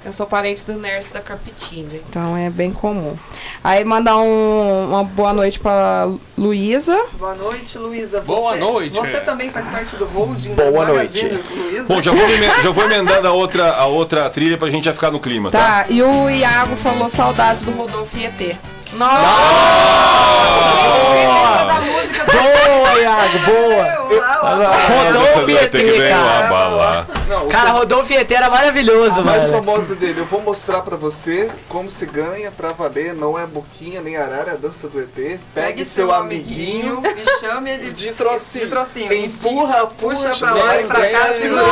Speaker 5: Eu sou parente do Nerso da Capitinga, então é bem comum. Aí mandar um- uma boa noite pra Luísa.
Speaker 6: Boa noite, Luísa. Você-
Speaker 7: Boa noite.
Speaker 6: Você também faz parte do holding
Speaker 4: Boa
Speaker 6: da
Speaker 4: noite.
Speaker 6: Magazine Luísa.
Speaker 3: Bom, já vou, emen- já vou emendando a outra, a outra trilha pra gente já ficar no clima, tá?
Speaker 5: Tá, e o Iago falou saudades do Rodolfo Ietê.
Speaker 6: Lembra da música do
Speaker 4: Boa, Iago, boa. Rodolfo
Speaker 3: Você vai ter que
Speaker 4: Ietê,
Speaker 3: ver
Speaker 4: cara.
Speaker 3: lá, Ah, bala.
Speaker 8: Não, o
Speaker 4: Cara, Rodolfo Ietê era maravilhoso,
Speaker 8: mais
Speaker 4: mano.
Speaker 8: famoso dele, eu vou mostrar pra você como se ganha pra valer, não é boquinha nem arara, é a dança do ET. Pegue seu amiguinho
Speaker 6: e chame ele
Speaker 8: de trocinho.
Speaker 6: De trocinho.
Speaker 8: Empurra, puxa,
Speaker 6: Puxa
Speaker 8: pra lá e pra cá,
Speaker 7: Bem,
Speaker 8: segura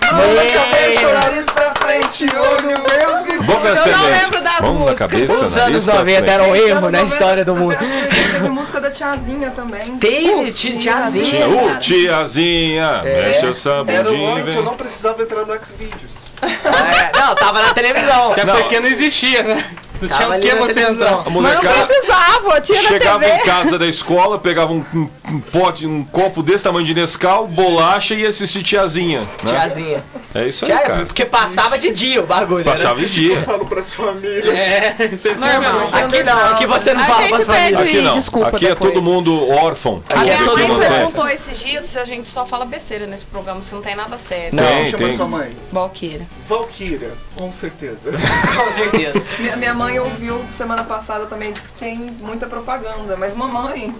Speaker 6: Tá
Speaker 8: Mão na cabeça, o nariz pra frente, olho mesmo.
Speaker 3: Boca
Speaker 5: Eu não
Speaker 3: excelente.
Speaker 5: lembro
Speaker 3: Mão
Speaker 5: das
Speaker 3: na
Speaker 5: músicas.
Speaker 3: cabeça,
Speaker 4: Os anos
Speaker 3: nariz pra
Speaker 4: 90
Speaker 3: frente.
Speaker 4: eram um
Speaker 6: Gente,
Speaker 4: erro
Speaker 6: anos
Speaker 4: na
Speaker 6: 90,
Speaker 4: história do
Speaker 6: até
Speaker 4: mundo.
Speaker 6: acho que Teve música da tiazinha também.
Speaker 4: Teve tia- tiazinha.
Speaker 3: Tinha, ô, tiazinha, mexe essa
Speaker 8: É. Era o
Speaker 3: bundinha.
Speaker 8: ano que eu
Speaker 3: vem.
Speaker 8: não precisava entrar no Xvideos.
Speaker 4: É, Não, tava na televisão.
Speaker 7: Que a
Speaker 4: Não,
Speaker 7: pequena existia, né? Não tinha
Speaker 4: Tava
Speaker 7: o
Speaker 4: ali
Speaker 7: que
Speaker 4: na
Speaker 7: você
Speaker 4: televisão.
Speaker 7: entrar.
Speaker 3: A
Speaker 5: Mas não
Speaker 3: molecada
Speaker 5: precisava, tinha na
Speaker 3: chegava em
Speaker 5: TV.
Speaker 3: casa da escola, pegava um, um- um pote, um copo desse tamanho de Nescau, bolacha e assistia tiazinha. né?
Speaker 4: Tiazinha.
Speaker 3: É isso aí,
Speaker 4: Tiazinha,
Speaker 3: cara.
Speaker 4: porque passava de dia o bagulho. era
Speaker 3: Passava de
Speaker 8: Eu
Speaker 3: dia.
Speaker 8: falo pras famílias.
Speaker 7: É, você
Speaker 5: Normal.
Speaker 4: assim. Aqui não, aqui você não
Speaker 5: A
Speaker 4: fala
Speaker 5: gente
Speaker 4: pra família.
Speaker 5: pede-
Speaker 3: Aqui não.
Speaker 5: Desculpa
Speaker 3: Aqui é
Speaker 5: depois.
Speaker 3: todo mundo órfão.
Speaker 4: Aqui é
Speaker 5: Minha
Speaker 4: todo
Speaker 5: mãe
Speaker 4: mundo
Speaker 8: né?
Speaker 5: perguntou esses dias se a gente só fala besteira nesse programa, se não tem nada sério.
Speaker 4: Não,
Speaker 3: Tem,
Speaker 8: Chama
Speaker 3: tem.
Speaker 8: sua mãe.
Speaker 5: Balqueira.
Speaker 8: Valkyria, com certeza.
Speaker 4: Com certeza.
Speaker 6: Minha, minha mãe ouviu semana passada também, disse que tem muita propaganda. Mas mamãe,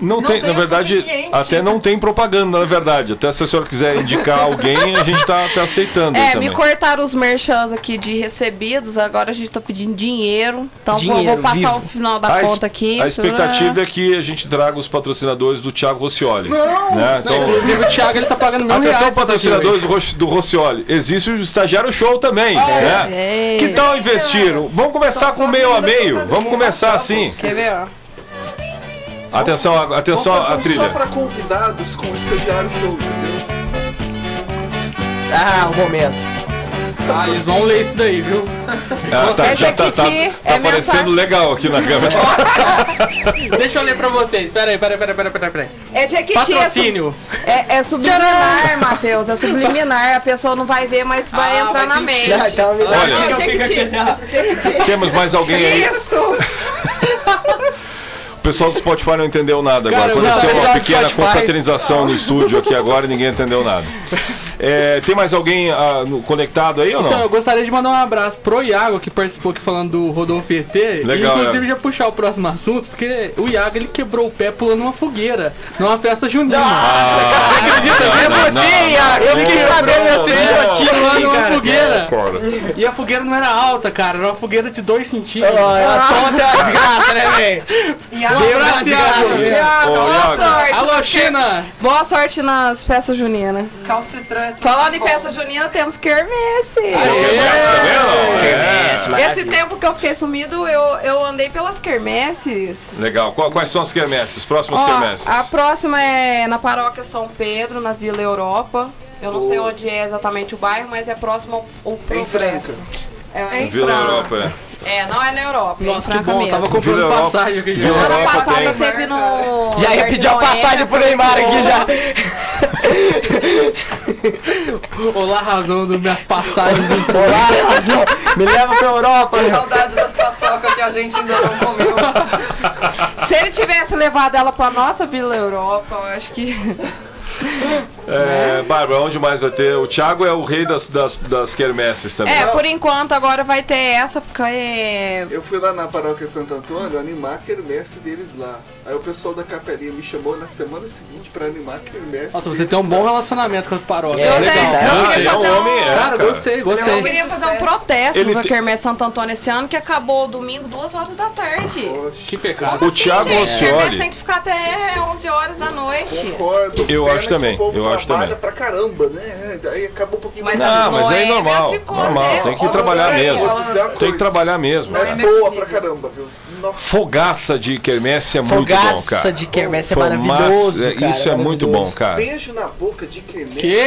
Speaker 3: Não,
Speaker 6: Não
Speaker 3: tem,
Speaker 6: tem
Speaker 8: é
Speaker 3: na
Speaker 6: o
Speaker 3: verdade,
Speaker 6: suficiente.
Speaker 3: até não tem propaganda, na verdade. Até se a senhora quiser indicar alguém, a gente tá, tá aceitando aí
Speaker 5: É,
Speaker 3: também.
Speaker 5: me cortaram os merchans aqui de recebidos, agora a gente tá pedindo dinheiro. Então vou- vou,
Speaker 4: Dinheiro,
Speaker 5: passar
Speaker 4: vivo.
Speaker 5: o final da
Speaker 3: es-
Speaker 5: conta aqui. né?
Speaker 3: a expectativa é que a gente traga os patrocinadores do Thiago Rossioli.
Speaker 8: Não!
Speaker 3: Né? Então,
Speaker 7: Inclusive o Thiago ele tá pagando mil
Speaker 3: Atenção,
Speaker 7: reais. pra fazer hoje.
Speaker 3: patrocinadores do, Ros- do Rossioli. Existe o estagiário show também. né?
Speaker 5: é.
Speaker 3: Que tal investir? Vamos começar
Speaker 6: Só-
Speaker 3: com
Speaker 6: só
Speaker 3: meio a
Speaker 6: ainda
Speaker 3: meio.
Speaker 6: falta
Speaker 3: Vamos
Speaker 6: de
Speaker 3: começar
Speaker 6: montar
Speaker 3: assim.
Speaker 5: Quer ver, ó?
Speaker 3: Atenção, a- atenção
Speaker 8: Vamos fazer
Speaker 3: a
Speaker 8: um
Speaker 3: trilha.
Speaker 8: Só pra convidados com o estagiário show, entendeu?
Speaker 4: Ah, um momento.
Speaker 7: Ah, eles vão ler isso daí, viu?
Speaker 3: Ah, tá, já tá, tá,
Speaker 9: repetir,
Speaker 3: tá
Speaker 9: é
Speaker 3: parecendo
Speaker 9: mensagem.
Speaker 3: legal aqui na câmera.
Speaker 7: Deixa eu ler pra vocês. Peraí, peraí, peraí, peraí, peraí. peraí.
Speaker 5: É Jequiti, é su-
Speaker 7: Patrocínio.
Speaker 5: é, é subliminar, Matheus. É subliminar. A pessoa não vai ver, mas vai
Speaker 7: Ah,
Speaker 5: entrar
Speaker 7: vai
Speaker 5: na
Speaker 7: se-
Speaker 5: mente.
Speaker 4: Já, já me
Speaker 3: Olha.
Speaker 5: Ah, Jequiti. Jequiti.
Speaker 3: Temos mais alguém aí.
Speaker 5: Isso!
Speaker 3: O pessoal do Spotify não entendeu nada agora.
Speaker 7: Cara, não,
Speaker 3: Aconteceu
Speaker 7: o
Speaker 3: uma
Speaker 7: pessoal do
Speaker 3: pequena
Speaker 7: Spotify-
Speaker 3: confraternização no estúdio aqui agora e ninguém entendeu nada. É, tem mais alguém ah, no- conectado aí ou
Speaker 7: Então, eu
Speaker 3: não?
Speaker 7: gostaria de mandar um abraço pro Iago, que participou aqui falando do Rodolfo ET.
Speaker 3: Legal,
Speaker 7: e, inclusive,
Speaker 3: Iago.
Speaker 7: já puxar o próximo assunto, porque o Iago, ele quebrou o pé pulando uma fogueira, numa festa junina.
Speaker 3: Ah,
Speaker 4: É
Speaker 3: não, não,
Speaker 4: você,
Speaker 3: não,
Speaker 4: Iago. Eu
Speaker 3: não,
Speaker 4: fiquei
Speaker 3: não,
Speaker 4: sabendo
Speaker 3: não, não,
Speaker 4: dessa idiotice,
Speaker 7: Pulando uma
Speaker 4: cara. É,
Speaker 7: fogueira.
Speaker 3: cara.
Speaker 7: E a fogueira não era alta, cara. Era uma fogueira de 2 centímetros. Ah.
Speaker 4: Ela conta a desgraça, né,
Speaker 7: [laughs]
Speaker 4: velho?
Speaker 6: E a
Speaker 7: Deu na
Speaker 4: desgraça,
Speaker 7: Iago.
Speaker 4: velho.
Speaker 5: Iago,
Speaker 3: Ô,
Speaker 5: boa
Speaker 3: Iago.
Speaker 5: sorte.
Speaker 7: Alô, China!
Speaker 5: Boa sorte nas festas juninas.
Speaker 6: calcitrante.
Speaker 5: Falando em festa junina, temos quermesse.
Speaker 3: Quermesse também ou não? É.
Speaker 5: Esse tempo que eu fiquei sumido, eu, eu andei pelas quermesses.
Speaker 3: Legal. Qu- Quais são as quermesses? Próximas
Speaker 5: Ó,
Speaker 3: quermesses?
Speaker 5: a próxima é na paróquia São Pedro, na Vila Europa. Eu não sei onde é exatamente o bairro, mas é próximo ao, ao Progresso. É, em
Speaker 3: Vila
Speaker 5: Franca.
Speaker 3: Europa. é.
Speaker 5: É, não é na Europa, é em
Speaker 7: Nossa, que
Speaker 5: Franca
Speaker 7: bom.
Speaker 5: mesmo.
Speaker 7: Tava
Speaker 3: Vila
Speaker 7: comprando
Speaker 3: Europa-
Speaker 7: passagem aqui.
Speaker 3: Vila
Speaker 7: já.
Speaker 3: Europa.
Speaker 5: Semana passada
Speaker 3: tem.
Speaker 5: teve no.
Speaker 4: Já ia pedir uma
Speaker 5: Jardim
Speaker 4: passagem pro
Speaker 5: Oeste,
Speaker 4: Neymar aqui já.
Speaker 7: [laughs] Olá, razão das minhas passagens.
Speaker 4: Olá, Razão. Me leva pra Europa, meu.
Speaker 6: Saudade das paçocas que a gente ainda não comeu.
Speaker 5: Se ele tivesse levado ela pra nossa Vila Europa, eu acho que.
Speaker 3: É, Bárbara, onde mais vai ter? O Thiago é o rei das, das, das quermesses também.
Speaker 5: É, por enquanto agora vai ter essa, porque é.
Speaker 8: Eu fui lá na paróquia Santo Antônio animar a quermesse deles lá. Aí o pessoal da capelinha me chamou na semana seguinte pra animar a quermesse.
Speaker 7: Nossa, você tem um bom relacionamento com as paróquias.
Speaker 4: É,
Speaker 5: Eu,
Speaker 4: legal.
Speaker 5: tenho-
Speaker 3: Ah,
Speaker 5: eu
Speaker 3: ele
Speaker 5: queria
Speaker 3: é um
Speaker 5: fazer um-
Speaker 3: homem, é,
Speaker 7: Cara, gostei,
Speaker 5: Eu
Speaker 7: gostei.
Speaker 5: queria fazer um protesto
Speaker 3: Ele
Speaker 5: no
Speaker 3: te-
Speaker 5: Quermesse Santo Antônio esse ano, que acabou domingo, duas horas da tarde.
Speaker 7: Que
Speaker 8: Poxa,
Speaker 7: pecado.
Speaker 3: O Thiago
Speaker 5: Sim, gente, Quermesse
Speaker 3: Ossioli.
Speaker 5: tem que ficar até 11 horas da noite.
Speaker 8: concordo.
Speaker 3: Eu
Speaker 8: Pena
Speaker 3: acho
Speaker 8: que
Speaker 3: também,
Speaker 8: O povo
Speaker 3: eu acho
Speaker 8: trabalha
Speaker 3: também.
Speaker 8: pra caramba, né? Daí acaba um pouquinho
Speaker 5: Mas
Speaker 8: mais.
Speaker 5: a
Speaker 3: Não, mas aí é
Speaker 5: Noêmia
Speaker 3: normal.
Speaker 5: ficou,
Speaker 3: Normal,
Speaker 5: né?
Speaker 3: tem que
Speaker 5: Ó,
Speaker 3: trabalhar
Speaker 5: Noêmia.
Speaker 3: mesmo.
Speaker 8: Vou dizer uma
Speaker 3: Tem
Speaker 8: coisa.
Speaker 3: que trabalhar mesmo.
Speaker 8: É
Speaker 3: cara.
Speaker 8: boa pra caramba, viu? Nossa.
Speaker 3: Fogaça de quermesse é muito bom,
Speaker 4: Fogaça
Speaker 3: cara.
Speaker 4: de quermesse é
Speaker 3: Fogaça-
Speaker 4: maravilhoso,
Speaker 3: é,
Speaker 4: cara,
Speaker 3: Isso é muito
Speaker 4: maravilhoso.
Speaker 3: bom, cara.
Speaker 8: Beijo na boca de quermesse.
Speaker 7: Que?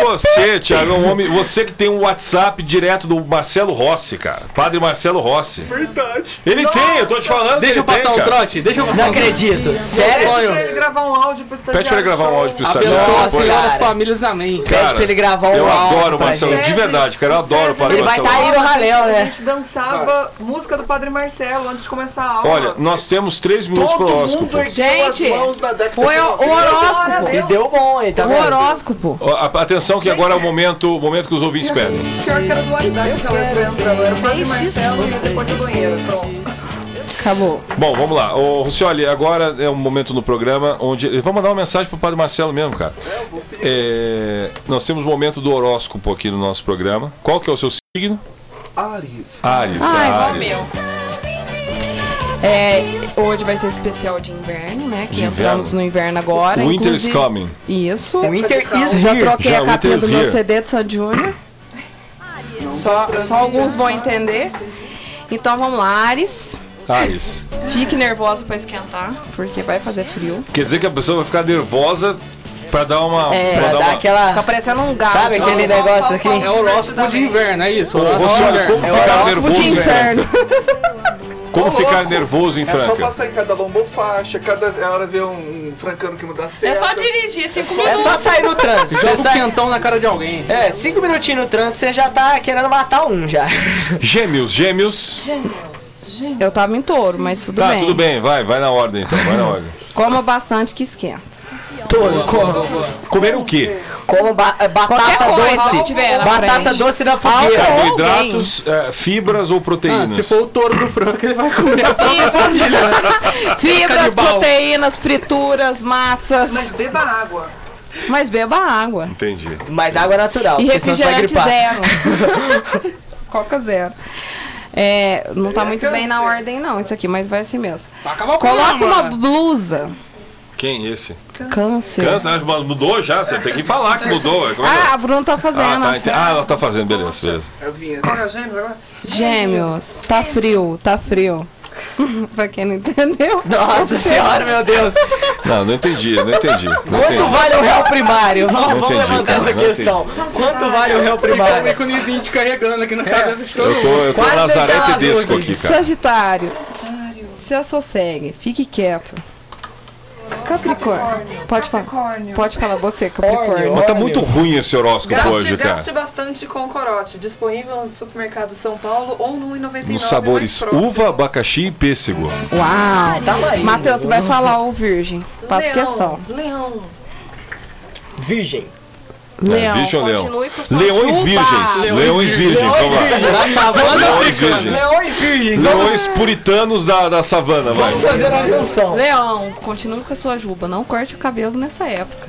Speaker 3: Você, Thiago, é um homem. Você que tem um WhatsApp direto do Marcelo Rossi, cara. Padre Marcelo Rossi.
Speaker 8: Verdade.
Speaker 3: Ele tem, eu tô te falando. que
Speaker 7: Deixa eu
Speaker 3: ele tem,
Speaker 7: passar um
Speaker 3: cara.
Speaker 7: trote, deixa eu
Speaker 4: Não
Speaker 7: passar um trote.
Speaker 4: acredito.
Speaker 6: Pede
Speaker 4: Sério?
Speaker 6: pra ele gravar um áudio pro estagiário.
Speaker 3: Pede pra ele gravar um
Speaker 6: show.
Speaker 3: áudio pro Instagram.
Speaker 7: Abençoa a
Speaker 4: Nossa,
Speaker 7: senhora
Speaker 4: cara.
Speaker 7: as famílias, amém.
Speaker 3: Cara,
Speaker 4: Pede pra ele gravar um
Speaker 3: Eu
Speaker 4: áudio
Speaker 3: adoro o
Speaker 4: pra
Speaker 3: Marcelo,
Speaker 4: gente.
Speaker 3: de verdade, cara. Eu
Speaker 6: O
Speaker 3: adoro o
Speaker 6: César
Speaker 3: Padre
Speaker 4: Ele vai
Speaker 3: Marcelo.
Speaker 4: tá aí no Raléu,
Speaker 6: A
Speaker 4: né?
Speaker 6: gente dançava música do Padre Marcelo antes de começar a aula.
Speaker 3: Olha, nós temos três minutos pro
Speaker 8: Todo
Speaker 3: horóscopo.
Speaker 8: mundo ergueu as
Speaker 5: Gente,
Speaker 8: mãos na década
Speaker 5: põe
Speaker 8: de
Speaker 5: o
Speaker 8: 90.
Speaker 6: Glória a
Speaker 5: horóscopo.
Speaker 4: E
Speaker 6: Deus.
Speaker 4: deu bom, hein? Tá
Speaker 5: O
Speaker 4: vendo?
Speaker 5: horóscopo.
Speaker 3: Ó, a- Atenção que agora é o momento, o momento que os ouvintes pedem.
Speaker 6: Pior que era dualidade que ela entrando. Era o Padre Marcelo e depois do banheiro. Pronto.
Speaker 5: Acabou.
Speaker 3: Bom, vamos lá. Ô, Rucioli, agora é um momento no programa onde. Vamos mandar uma mensagem pro Padre Marcelo mesmo, cara. É, Nós temos o momento do horóscopo aqui no nosso programa. Qual que é o seu signo?
Speaker 8: Ares.
Speaker 3: Ares.
Speaker 5: Ai, igual
Speaker 3: Ares.
Speaker 5: meu. É, hoje vai ser especial de inverno, né? Que
Speaker 3: De
Speaker 5: entramos
Speaker 3: inverno.
Speaker 5: no inverno agora.
Speaker 3: Winter is
Speaker 5: inclusive-
Speaker 3: coming.
Speaker 5: Isso.
Speaker 4: Winter is
Speaker 5: Já
Speaker 4: here.
Speaker 5: troquei
Speaker 3: Já,
Speaker 5: a
Speaker 3: winter
Speaker 5: capinha
Speaker 3: is
Speaker 5: do meu
Speaker 3: here.
Speaker 5: CD de San Júnior. Só, só alguns vão entender. Então vamos lá, Ares.
Speaker 3: Ares.
Speaker 5: Fique nervosa pra esquentar, porque vai fazer frio.
Speaker 3: Quer dizer que a pessoa vai ficar nervosa pra dar uma.
Speaker 5: É,
Speaker 3: pra dar
Speaker 4: Pra dar
Speaker 3: uma...
Speaker 5: Fica
Speaker 4: aquela.
Speaker 5: parecendo um gato.
Speaker 4: Sabe aquele
Speaker 5: Ó,
Speaker 4: negócio aqui?
Speaker 7: É o horóscopo de inverno, é isso?
Speaker 3: Ô,
Speaker 7: horóscopo de
Speaker 3: Rucioli,
Speaker 7: inverno.
Speaker 3: como
Speaker 4: É
Speaker 3: ficar
Speaker 4: horóscopo
Speaker 3: nervoso
Speaker 5: de
Speaker 3: em
Speaker 5: inferno.
Speaker 3: Franca? [laughs] Como
Speaker 8: Ô,
Speaker 3: ficar
Speaker 8: louco.
Speaker 3: nervoso em
Speaker 8: É só
Speaker 3: Franca?
Speaker 8: passar em cada lombofaixa, cada hora ver um, um francano que muda a
Speaker 5: É
Speaker 8: seta.
Speaker 5: só dirigir, cinco
Speaker 4: É
Speaker 5: minutos.
Speaker 4: só sair no trânsito. Você
Speaker 7: Joga o
Speaker 4: sai-
Speaker 7: quentão na cara de alguém.
Speaker 4: É, cinco minutinhos no trânsito, você já tá querendo matar um já.
Speaker 3: Gêmeos, gêmeos.
Speaker 5: Eu tava em touro, mas tudo
Speaker 3: Tá,
Speaker 5: bem.
Speaker 3: tudo bem, vai, vai na ordem então, vai na ordem.
Speaker 5: Coma bastante que esquenta.
Speaker 4: Todo, como,
Speaker 3: Comer o quê?
Speaker 4: como ba- é, batata
Speaker 5: Qualquer coisa que
Speaker 4: doce.
Speaker 5: tiver na
Speaker 4: Batata
Speaker 5: frente.
Speaker 4: doce na fogueira.
Speaker 3: Carboidratos, eh, fibras ou
Speaker 7: Ah,
Speaker 3: proteínas?
Speaker 7: se for o touro do Franco, ele vai comer [laughs] a
Speaker 5: [laughs] Fibras,
Speaker 7: Canibal.
Speaker 5: proteínas, frituras, massas.
Speaker 6: Mas beba água.
Speaker 5: Mas beba água.
Speaker 3: Entendi.
Speaker 4: Mas água natural.
Speaker 5: E
Speaker 4: porque senão você vai
Speaker 5: refrigerante
Speaker 4: gripar.
Speaker 5: zero. Coca zero. É, não tá muito bem na ordem, não, isso aqui, mas vai assim mesmo.
Speaker 7: Acabou
Speaker 5: Coloca uma blusa
Speaker 3: Quem é esse?
Speaker 5: Câncer.
Speaker 3: Câncer? Ah, mas mudou já? Você tem que falar que mudou. Como é que é?
Speaker 5: É. Ah, a Bruna tá fazendo.
Speaker 3: tá,
Speaker 5: assim.
Speaker 3: ente- ah, ela tá fazendo, beleza, beleza.
Speaker 8: As vinhetas.
Speaker 6: Agora, gêmeos, agora.
Speaker 5: Gêmeos, tá frio, tá frio. [laughs] pra quem não entendeu. Tá
Speaker 4: Nossa senhora, meu Deus.
Speaker 3: Não, não entendi, não entendi. Não
Speaker 4: Quanto
Speaker 3: entendi.
Speaker 4: vale o réu primário? Vamos,
Speaker 3: Não
Speaker 4: vamos
Speaker 3: entendi,
Speaker 4: levantar
Speaker 3: cara,
Speaker 4: essa
Speaker 3: não
Speaker 4: questão. Quanto vale o réu
Speaker 7: Tá um
Speaker 4: primário?
Speaker 7: íconezinho te carregando aqui na cabeça de todo
Speaker 3: Eu tô,
Speaker 7: mundo.
Speaker 3: eu tô
Speaker 4: Quase
Speaker 3: Nazaré
Speaker 4: deu azul
Speaker 3: Tedesco
Speaker 4: aqui.
Speaker 3: aqui, cara.
Speaker 5: Sagitário, se assossegue, fique quieto. Capricórnio, pode falar.
Speaker 6: Corne.
Speaker 5: Pode falar você, Capricórnio.
Speaker 3: Mas tá muito ruim esse horóscopo
Speaker 6: Gaste,
Speaker 3: hoje, cara.
Speaker 6: gaste bastante com corote, disponível no supermercado São Paulo ou no 1,99.
Speaker 3: Nos sabores
Speaker 6: é mais próximo.
Speaker 3: uva, abacaxi e pêssego. né?
Speaker 5: Uau!
Speaker 4: Tá aí.
Speaker 5: Matheus, vai falar o virgem. Faça questão.
Speaker 6: Leão, leão.
Speaker 4: Virgem.
Speaker 5: Leão.
Speaker 3: É, virgem ou leão?
Speaker 9: Continue com sua
Speaker 3: Leões
Speaker 5: Juba.
Speaker 3: virgens. Leões
Speaker 7: Leões
Speaker 3: virgens, vamos lá.
Speaker 4: Da savana
Speaker 3: Leões
Speaker 4: africana.
Speaker 3: virgens.
Speaker 4: Leões virgens.
Speaker 3: Leões puritanos da, da savana, vai.
Speaker 4: Vamos fazer a menção.
Speaker 5: Leão, continue com a sua juba. Não corte o cabelo nessa época.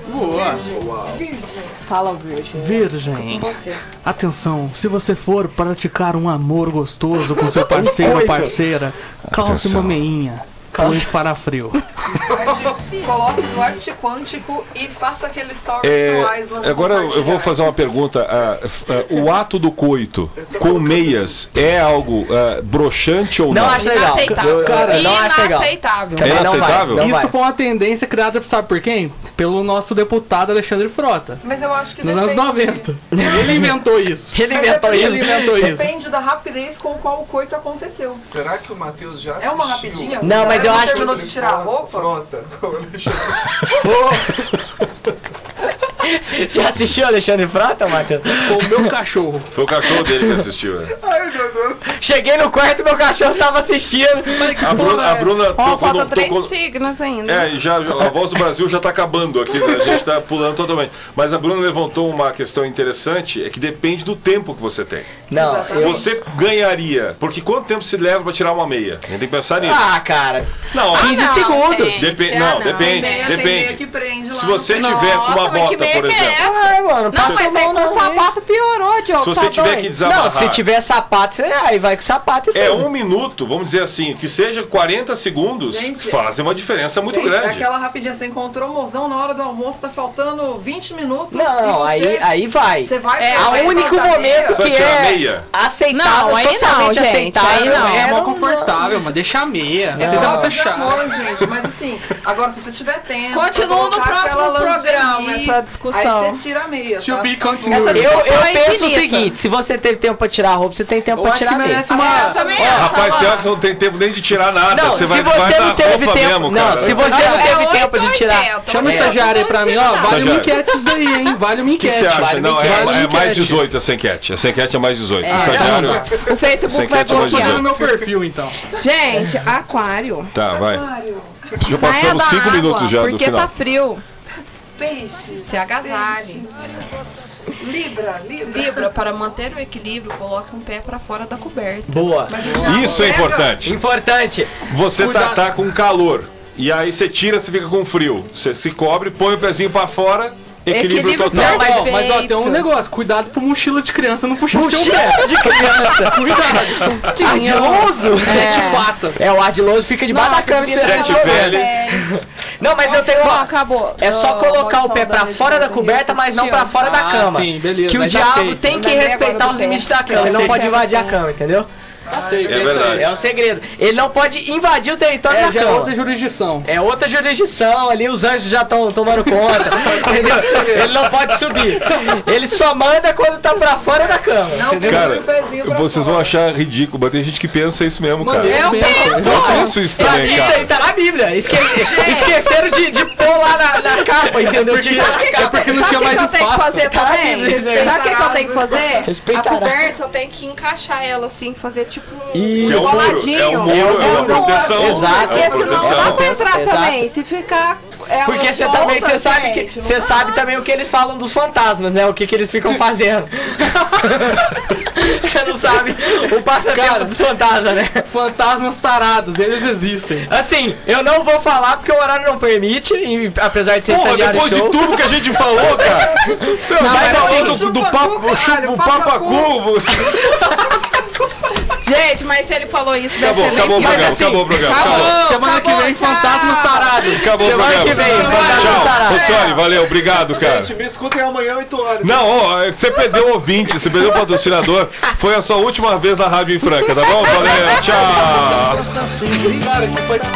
Speaker 5: Fala o virgem.
Speaker 7: Virgem.
Speaker 6: Você.
Speaker 7: Atenção, se você for praticar um amor gostoso com seu parceiro ou
Speaker 4: coito.
Speaker 7: parceira, calce
Speaker 3: Atenção.
Speaker 7: uma meinha. Pois fará frio.
Speaker 6: Arte- Coloque do arte quântico e faça aquele stories pro
Speaker 3: É,
Speaker 6: Island.
Speaker 3: agora eu vou
Speaker 6: compartilhar.
Speaker 3: fazer uma pergunta. ah, f- ah, o ato do coito com meias é algo ah, broxante ou não?
Speaker 4: Não acho legal.
Speaker 9: Inaceitável.
Speaker 4: Cara, não acho legal.
Speaker 9: Inaceitável.
Speaker 3: É
Speaker 4: Também não vai,
Speaker 3: inaceitável?
Speaker 4: não vai.
Speaker 7: Isso foi uma tendência criada, sabe por quem? Pelo nosso deputado Alexandre Frota.
Speaker 6: Mas eu acho que
Speaker 7: Nos anos
Speaker 6: depende.
Speaker 7: 90. Ele inventou isso.
Speaker 4: Ele
Speaker 6: Mas
Speaker 4: inventou
Speaker 6: é
Speaker 4: isso.
Speaker 7: Ele inventou isso.
Speaker 6: Depende da rapidez com qual o coito aconteceu.
Speaker 8: Será que o Matheus já
Speaker 6: É uma
Speaker 8: assistiu?
Speaker 6: rapidinha?
Speaker 4: Não, mas eu
Speaker 6: Ela
Speaker 4: acho
Speaker 6: terminou
Speaker 4: que-
Speaker 6: de tirar a roupa?
Speaker 8: Frota. O Alexandre
Speaker 4: Já assistiu Alexandre Frota, Matheus?
Speaker 7: Com o meu cachorro.
Speaker 3: Foi o cachorro dele que assistiu. é.
Speaker 4: Cheguei no quarto, meu cachorro tava assistindo.
Speaker 7: Falei, que
Speaker 3: A
Speaker 7: porra
Speaker 3: Bruna, a
Speaker 7: é?
Speaker 3: Bruna
Speaker 9: Ó,
Speaker 3: tocou
Speaker 9: falta
Speaker 3: no-
Speaker 9: três
Speaker 3: tocou-
Speaker 9: signos ainda.
Speaker 3: É, e já, já- a voz do Brasil já está acabando aqui, né? a gente está pulando totalmente. Mas a Bruna levantou uma questão interessante, é que depende do tempo que você tem.
Speaker 4: Não,
Speaker 6: Exatamente.
Speaker 4: eu...
Speaker 3: Você ganharia, porque quanto tempo se leva para tirar uma meia? A gente tem que pensar nisso.
Speaker 4: Ah, cara.
Speaker 3: não,
Speaker 4: 15
Speaker 9: não,
Speaker 4: segundos.
Speaker 9: gente.
Speaker 3: Depe-
Speaker 9: Ah,
Speaker 3: não,
Speaker 9: não.
Speaker 3: depende,
Speaker 6: Meia tem meia que
Speaker 3: depende.
Speaker 6: prende lá
Speaker 3: Se
Speaker 6: no-
Speaker 3: você
Speaker 9: Nossa,
Speaker 3: tiver com uma
Speaker 9: mas que
Speaker 3: bota,
Speaker 9: meia
Speaker 3: por
Speaker 9: que é
Speaker 3: exemplo,
Speaker 9: essa?
Speaker 4: Ai, mano,
Speaker 9: Não,
Speaker 4: passa a
Speaker 9: mas aí
Speaker 4: mão
Speaker 9: com
Speaker 4: na
Speaker 9: o sapato piorou, Diogo.
Speaker 3: se você
Speaker 9: tá
Speaker 3: tiver
Speaker 9: doido.
Speaker 3: que desamarrar...
Speaker 4: Não, se tiver sapato, você... aí vai com sapato e
Speaker 3: É
Speaker 4: tudo.
Speaker 3: um minuto, vamos dizer assim, que seja 40 segundos,
Speaker 6: Gente,
Speaker 3: fazem uma diferença é muito
Speaker 6: Gente,
Speaker 3: grande.
Speaker 6: aquela rapidinha, você encontrou o mozão na hora do almoço, tá faltando 20 minutos.
Speaker 4: Não,
Speaker 6: e
Speaker 4: não,
Speaker 6: você-
Speaker 4: aí, aí vai.
Speaker 6: Você vai
Speaker 9: É,
Speaker 6: pra
Speaker 4: A
Speaker 9: Mas
Speaker 6: três
Speaker 4: único
Speaker 6: horas da
Speaker 4: momento
Speaker 6: meia.
Speaker 3: Você
Speaker 4: que
Speaker 3: vai tirar
Speaker 4: é
Speaker 3: meia?
Speaker 4: aceitável,
Speaker 5: Não, aí não,
Speaker 4: socialmente
Speaker 5: gente,
Speaker 4: aceitável.
Speaker 5: aí não.
Speaker 7: É
Speaker 4: é
Speaker 7: mó
Speaker 4: não-
Speaker 7: confortável, mas deixa a meia. Você
Speaker 4: Não.
Speaker 7: tava
Speaker 6: Falta de
Speaker 7: fechado.
Speaker 6: amor, gente, mas assim, agora se você tiver tempo.
Speaker 9: Continua
Speaker 6: pra
Speaker 9: no
Speaker 6: colocar
Speaker 9: próximo
Speaker 6: aquela
Speaker 9: programa
Speaker 6: lingerie,
Speaker 9: essa discussão.
Speaker 6: Aí você tira a meia.
Speaker 7: To
Speaker 6: tá?
Speaker 7: be
Speaker 5: Essa
Speaker 7: continued.
Speaker 5: discussão
Speaker 4: Eu, eu
Speaker 5: é
Speaker 4: penso o
Speaker 5: infinita.
Speaker 4: seguinte, se você teve tempo pra tirar a roupa, você tem tempo
Speaker 7: Eu
Speaker 4: pra
Speaker 7: acho que
Speaker 4: tirar meia.
Speaker 7: merece uma...
Speaker 9: Eu também
Speaker 3: Ó,
Speaker 9: acho.
Speaker 3: rapaz, tem hora que você não tem tempo nem de tirar nada.
Speaker 4: Não,
Speaker 3: Ah, você
Speaker 4: se
Speaker 3: vai,
Speaker 4: você
Speaker 3: vai
Speaker 4: não
Speaker 3: dar
Speaker 4: teve
Speaker 3: roupa
Speaker 4: tempo-
Speaker 3: mesmo,
Speaker 4: não,
Speaker 3: cara.
Speaker 4: se você não
Speaker 9: É
Speaker 4: teve tempo de
Speaker 9: 8,80,
Speaker 4: tirar.
Speaker 9: tá
Speaker 7: Chama o
Speaker 9: bom?
Speaker 7: estagiário aí pra mim, ó. Vale uma
Speaker 3: Estagiário.
Speaker 7: enquete isso daí, hein? Vale uma
Speaker 3: O que, que
Speaker 7: enquete.
Speaker 3: você acha?
Speaker 7: Vale uma
Speaker 3: não, é,
Speaker 7: enquete.
Speaker 3: é mais
Speaker 7: enquete.
Speaker 3: 18 essa enquete. Essa enquete é mais 18. Estagiário.
Speaker 5: O
Speaker 3: Você
Speaker 5: Facebook
Speaker 3: quer
Speaker 5: vai
Speaker 3: te imaginar?
Speaker 7: Tá
Speaker 5: bloquear.
Speaker 7: no meu perfil, então.
Speaker 5: Gente, aquário.
Speaker 3: Tá, vai.
Speaker 6: Aquário,
Speaker 3: Já
Speaker 5: Saia
Speaker 3: passamos
Speaker 5: da
Speaker 3: 5
Speaker 5: água,
Speaker 3: minutos já do
Speaker 5: porque
Speaker 3: final.
Speaker 5: tá frio.
Speaker 6: peixes.
Speaker 9: Se agasalhe.
Speaker 6: peixes. Libra, Libra.
Speaker 9: Libra, para manter o equilíbrio, coloque um pé pra fora da coberta.
Speaker 4: Boa.
Speaker 3: Isso é importante.
Speaker 4: Importante.
Speaker 3: Você tá,
Speaker 7: Cuidado.
Speaker 3: tá com calor. E aí você tira, você fica com frio. Você se cobre, põe o pezinho pra fora, equilíbrio,
Speaker 5: Equilíbrio
Speaker 3: total.
Speaker 7: Não, mas, ó,
Speaker 5: Perfeito.
Speaker 7: mas ó, tem um negócio. Cuidado pro mochila de criança não puxar seu pé.
Speaker 4: Mochila Um de [laughs] criança.
Speaker 3: Ah,
Speaker 5: um
Speaker 4: Ardiloso.
Speaker 7: Sete patas.
Speaker 4: É, o ardiloso fica debaixo
Speaker 5: Não,
Speaker 4: da cama.
Speaker 5: precisa
Speaker 3: Sete pele.
Speaker 4: Não, mas eu tenho
Speaker 5: Ó,
Speaker 4: uma...
Speaker 5: acabou.
Speaker 4: É só
Speaker 5: Ó,
Speaker 4: colocar o
Speaker 5: maldição
Speaker 4: pé pra
Speaker 5: Disney,
Speaker 4: fora da
Speaker 5: Disney,
Speaker 4: coberta,
Speaker 5: você
Speaker 4: mas não pra
Speaker 5: assistiu?
Speaker 4: fora da
Speaker 7: Ah,
Speaker 4: cama.
Speaker 7: sim, beleza,
Speaker 4: Que o
Speaker 7: mas tá
Speaker 4: diabo
Speaker 7: aceito.
Speaker 4: tem que
Speaker 5: Lembrei
Speaker 4: respeitar
Speaker 5: agora
Speaker 4: os
Speaker 5: do
Speaker 4: limites
Speaker 5: pé.
Speaker 4: da cama. Ele não
Speaker 7: aceito.
Speaker 4: pode invadir a cama, entendeu?
Speaker 7: Tá certo,
Speaker 3: É
Speaker 7: isso aí.
Speaker 3: verdade.
Speaker 4: É o segredo. Ele não pode invadir o território
Speaker 7: É,
Speaker 4: da
Speaker 7: já é
Speaker 4: cama.
Speaker 7: outra jurisdição.
Speaker 4: É outra jurisdição ali, os anjos já estão tomando conta. entendeu? Ele não pode subir. Ele só manda quando tá pra fora da cama.
Speaker 6: Não
Speaker 4: entendeu?
Speaker 3: Cara,
Speaker 6: o pezinho pra
Speaker 3: vocês
Speaker 6: fora.
Speaker 3: vão achar ridículo, mas tem gente que pensa isso mesmo, cara.
Speaker 7: Mandei
Speaker 4: Eu
Speaker 7: um beijo.
Speaker 3: Eu penso isso
Speaker 4: Pra mim,
Speaker 3: também,
Speaker 4: isso
Speaker 3: cara.
Speaker 4: aí tá na Bíblia. Esque- Esqueceram de, de pôr lá na, na capa, entendeu? Tinha- Tá
Speaker 7: É porque não
Speaker 9: Sabe
Speaker 7: tinha
Speaker 9: o que
Speaker 7: mais
Speaker 9: que eu tenho que
Speaker 7: espaço.
Speaker 9: fazer também?
Speaker 4: Respeitarás
Speaker 9: Sabe o que, que eu tenho que fazer?
Speaker 4: Respeitarás.
Speaker 9: A coberta eu tenho que encaixar ela assim, fazer tipo um
Speaker 3: Que
Speaker 4: Isso.
Speaker 3: é um muro,
Speaker 9: coladinho.
Speaker 3: é um muro, é uma
Speaker 9: Não,
Speaker 3: proteção.
Speaker 4: Exato.
Speaker 9: Porque
Speaker 3: é uma
Speaker 9: senão
Speaker 3: proteção.
Speaker 9: dá pra entrar
Speaker 4: Exato.
Speaker 9: também. Se ficar. Ela
Speaker 4: Porque você
Speaker 9: solta,
Speaker 4: também, você sabe que
Speaker 9: gente, não
Speaker 4: você
Speaker 9: dá.
Speaker 4: sabe também o que eles falam dos fantasmas, né? O que que eles ficam fazendo? Você não sabe o passatempo
Speaker 7: Cara.
Speaker 4: dos fantasmas, né?
Speaker 7: Fantasmas tarados, eles existem.
Speaker 4: Assim, eu não vou falar porque o horário não permite, e, apesar de ser
Speaker 3: Porra,
Speaker 4: estagiário
Speaker 3: depois
Speaker 4: show.
Speaker 3: de tudo que a gente falou, cara. Não,
Speaker 4: mas
Speaker 3: mas
Speaker 4: assim,
Speaker 3: falou do, do papo,
Speaker 6: caralho,
Speaker 3: chupa o papacu.
Speaker 5: Gente, mas se ele falou isso, deve
Speaker 3: Acabou, acabou o
Speaker 5: ser bem
Speaker 3: programa,
Speaker 5: pior. Mas assim,
Speaker 3: acabou o programa. Acabou,
Speaker 7: Semana que vem, Fantasmas Tarados.
Speaker 3: acabou o
Speaker 4: Semana
Speaker 3: programa.
Speaker 4: que vem, vamos
Speaker 3: Tchau.
Speaker 4: parar.
Speaker 3: Rossoli, valeu, obrigado, cara.
Speaker 8: Gente, me escutem amanhã, 8 horas.
Speaker 3: Não, ó, você perdeu o ouvinte, você perdeu o patrocinador. Foi a sua última vez na Rádio em Franca, tá bom? Valeu, tchau.
Speaker 8: Cara, que foi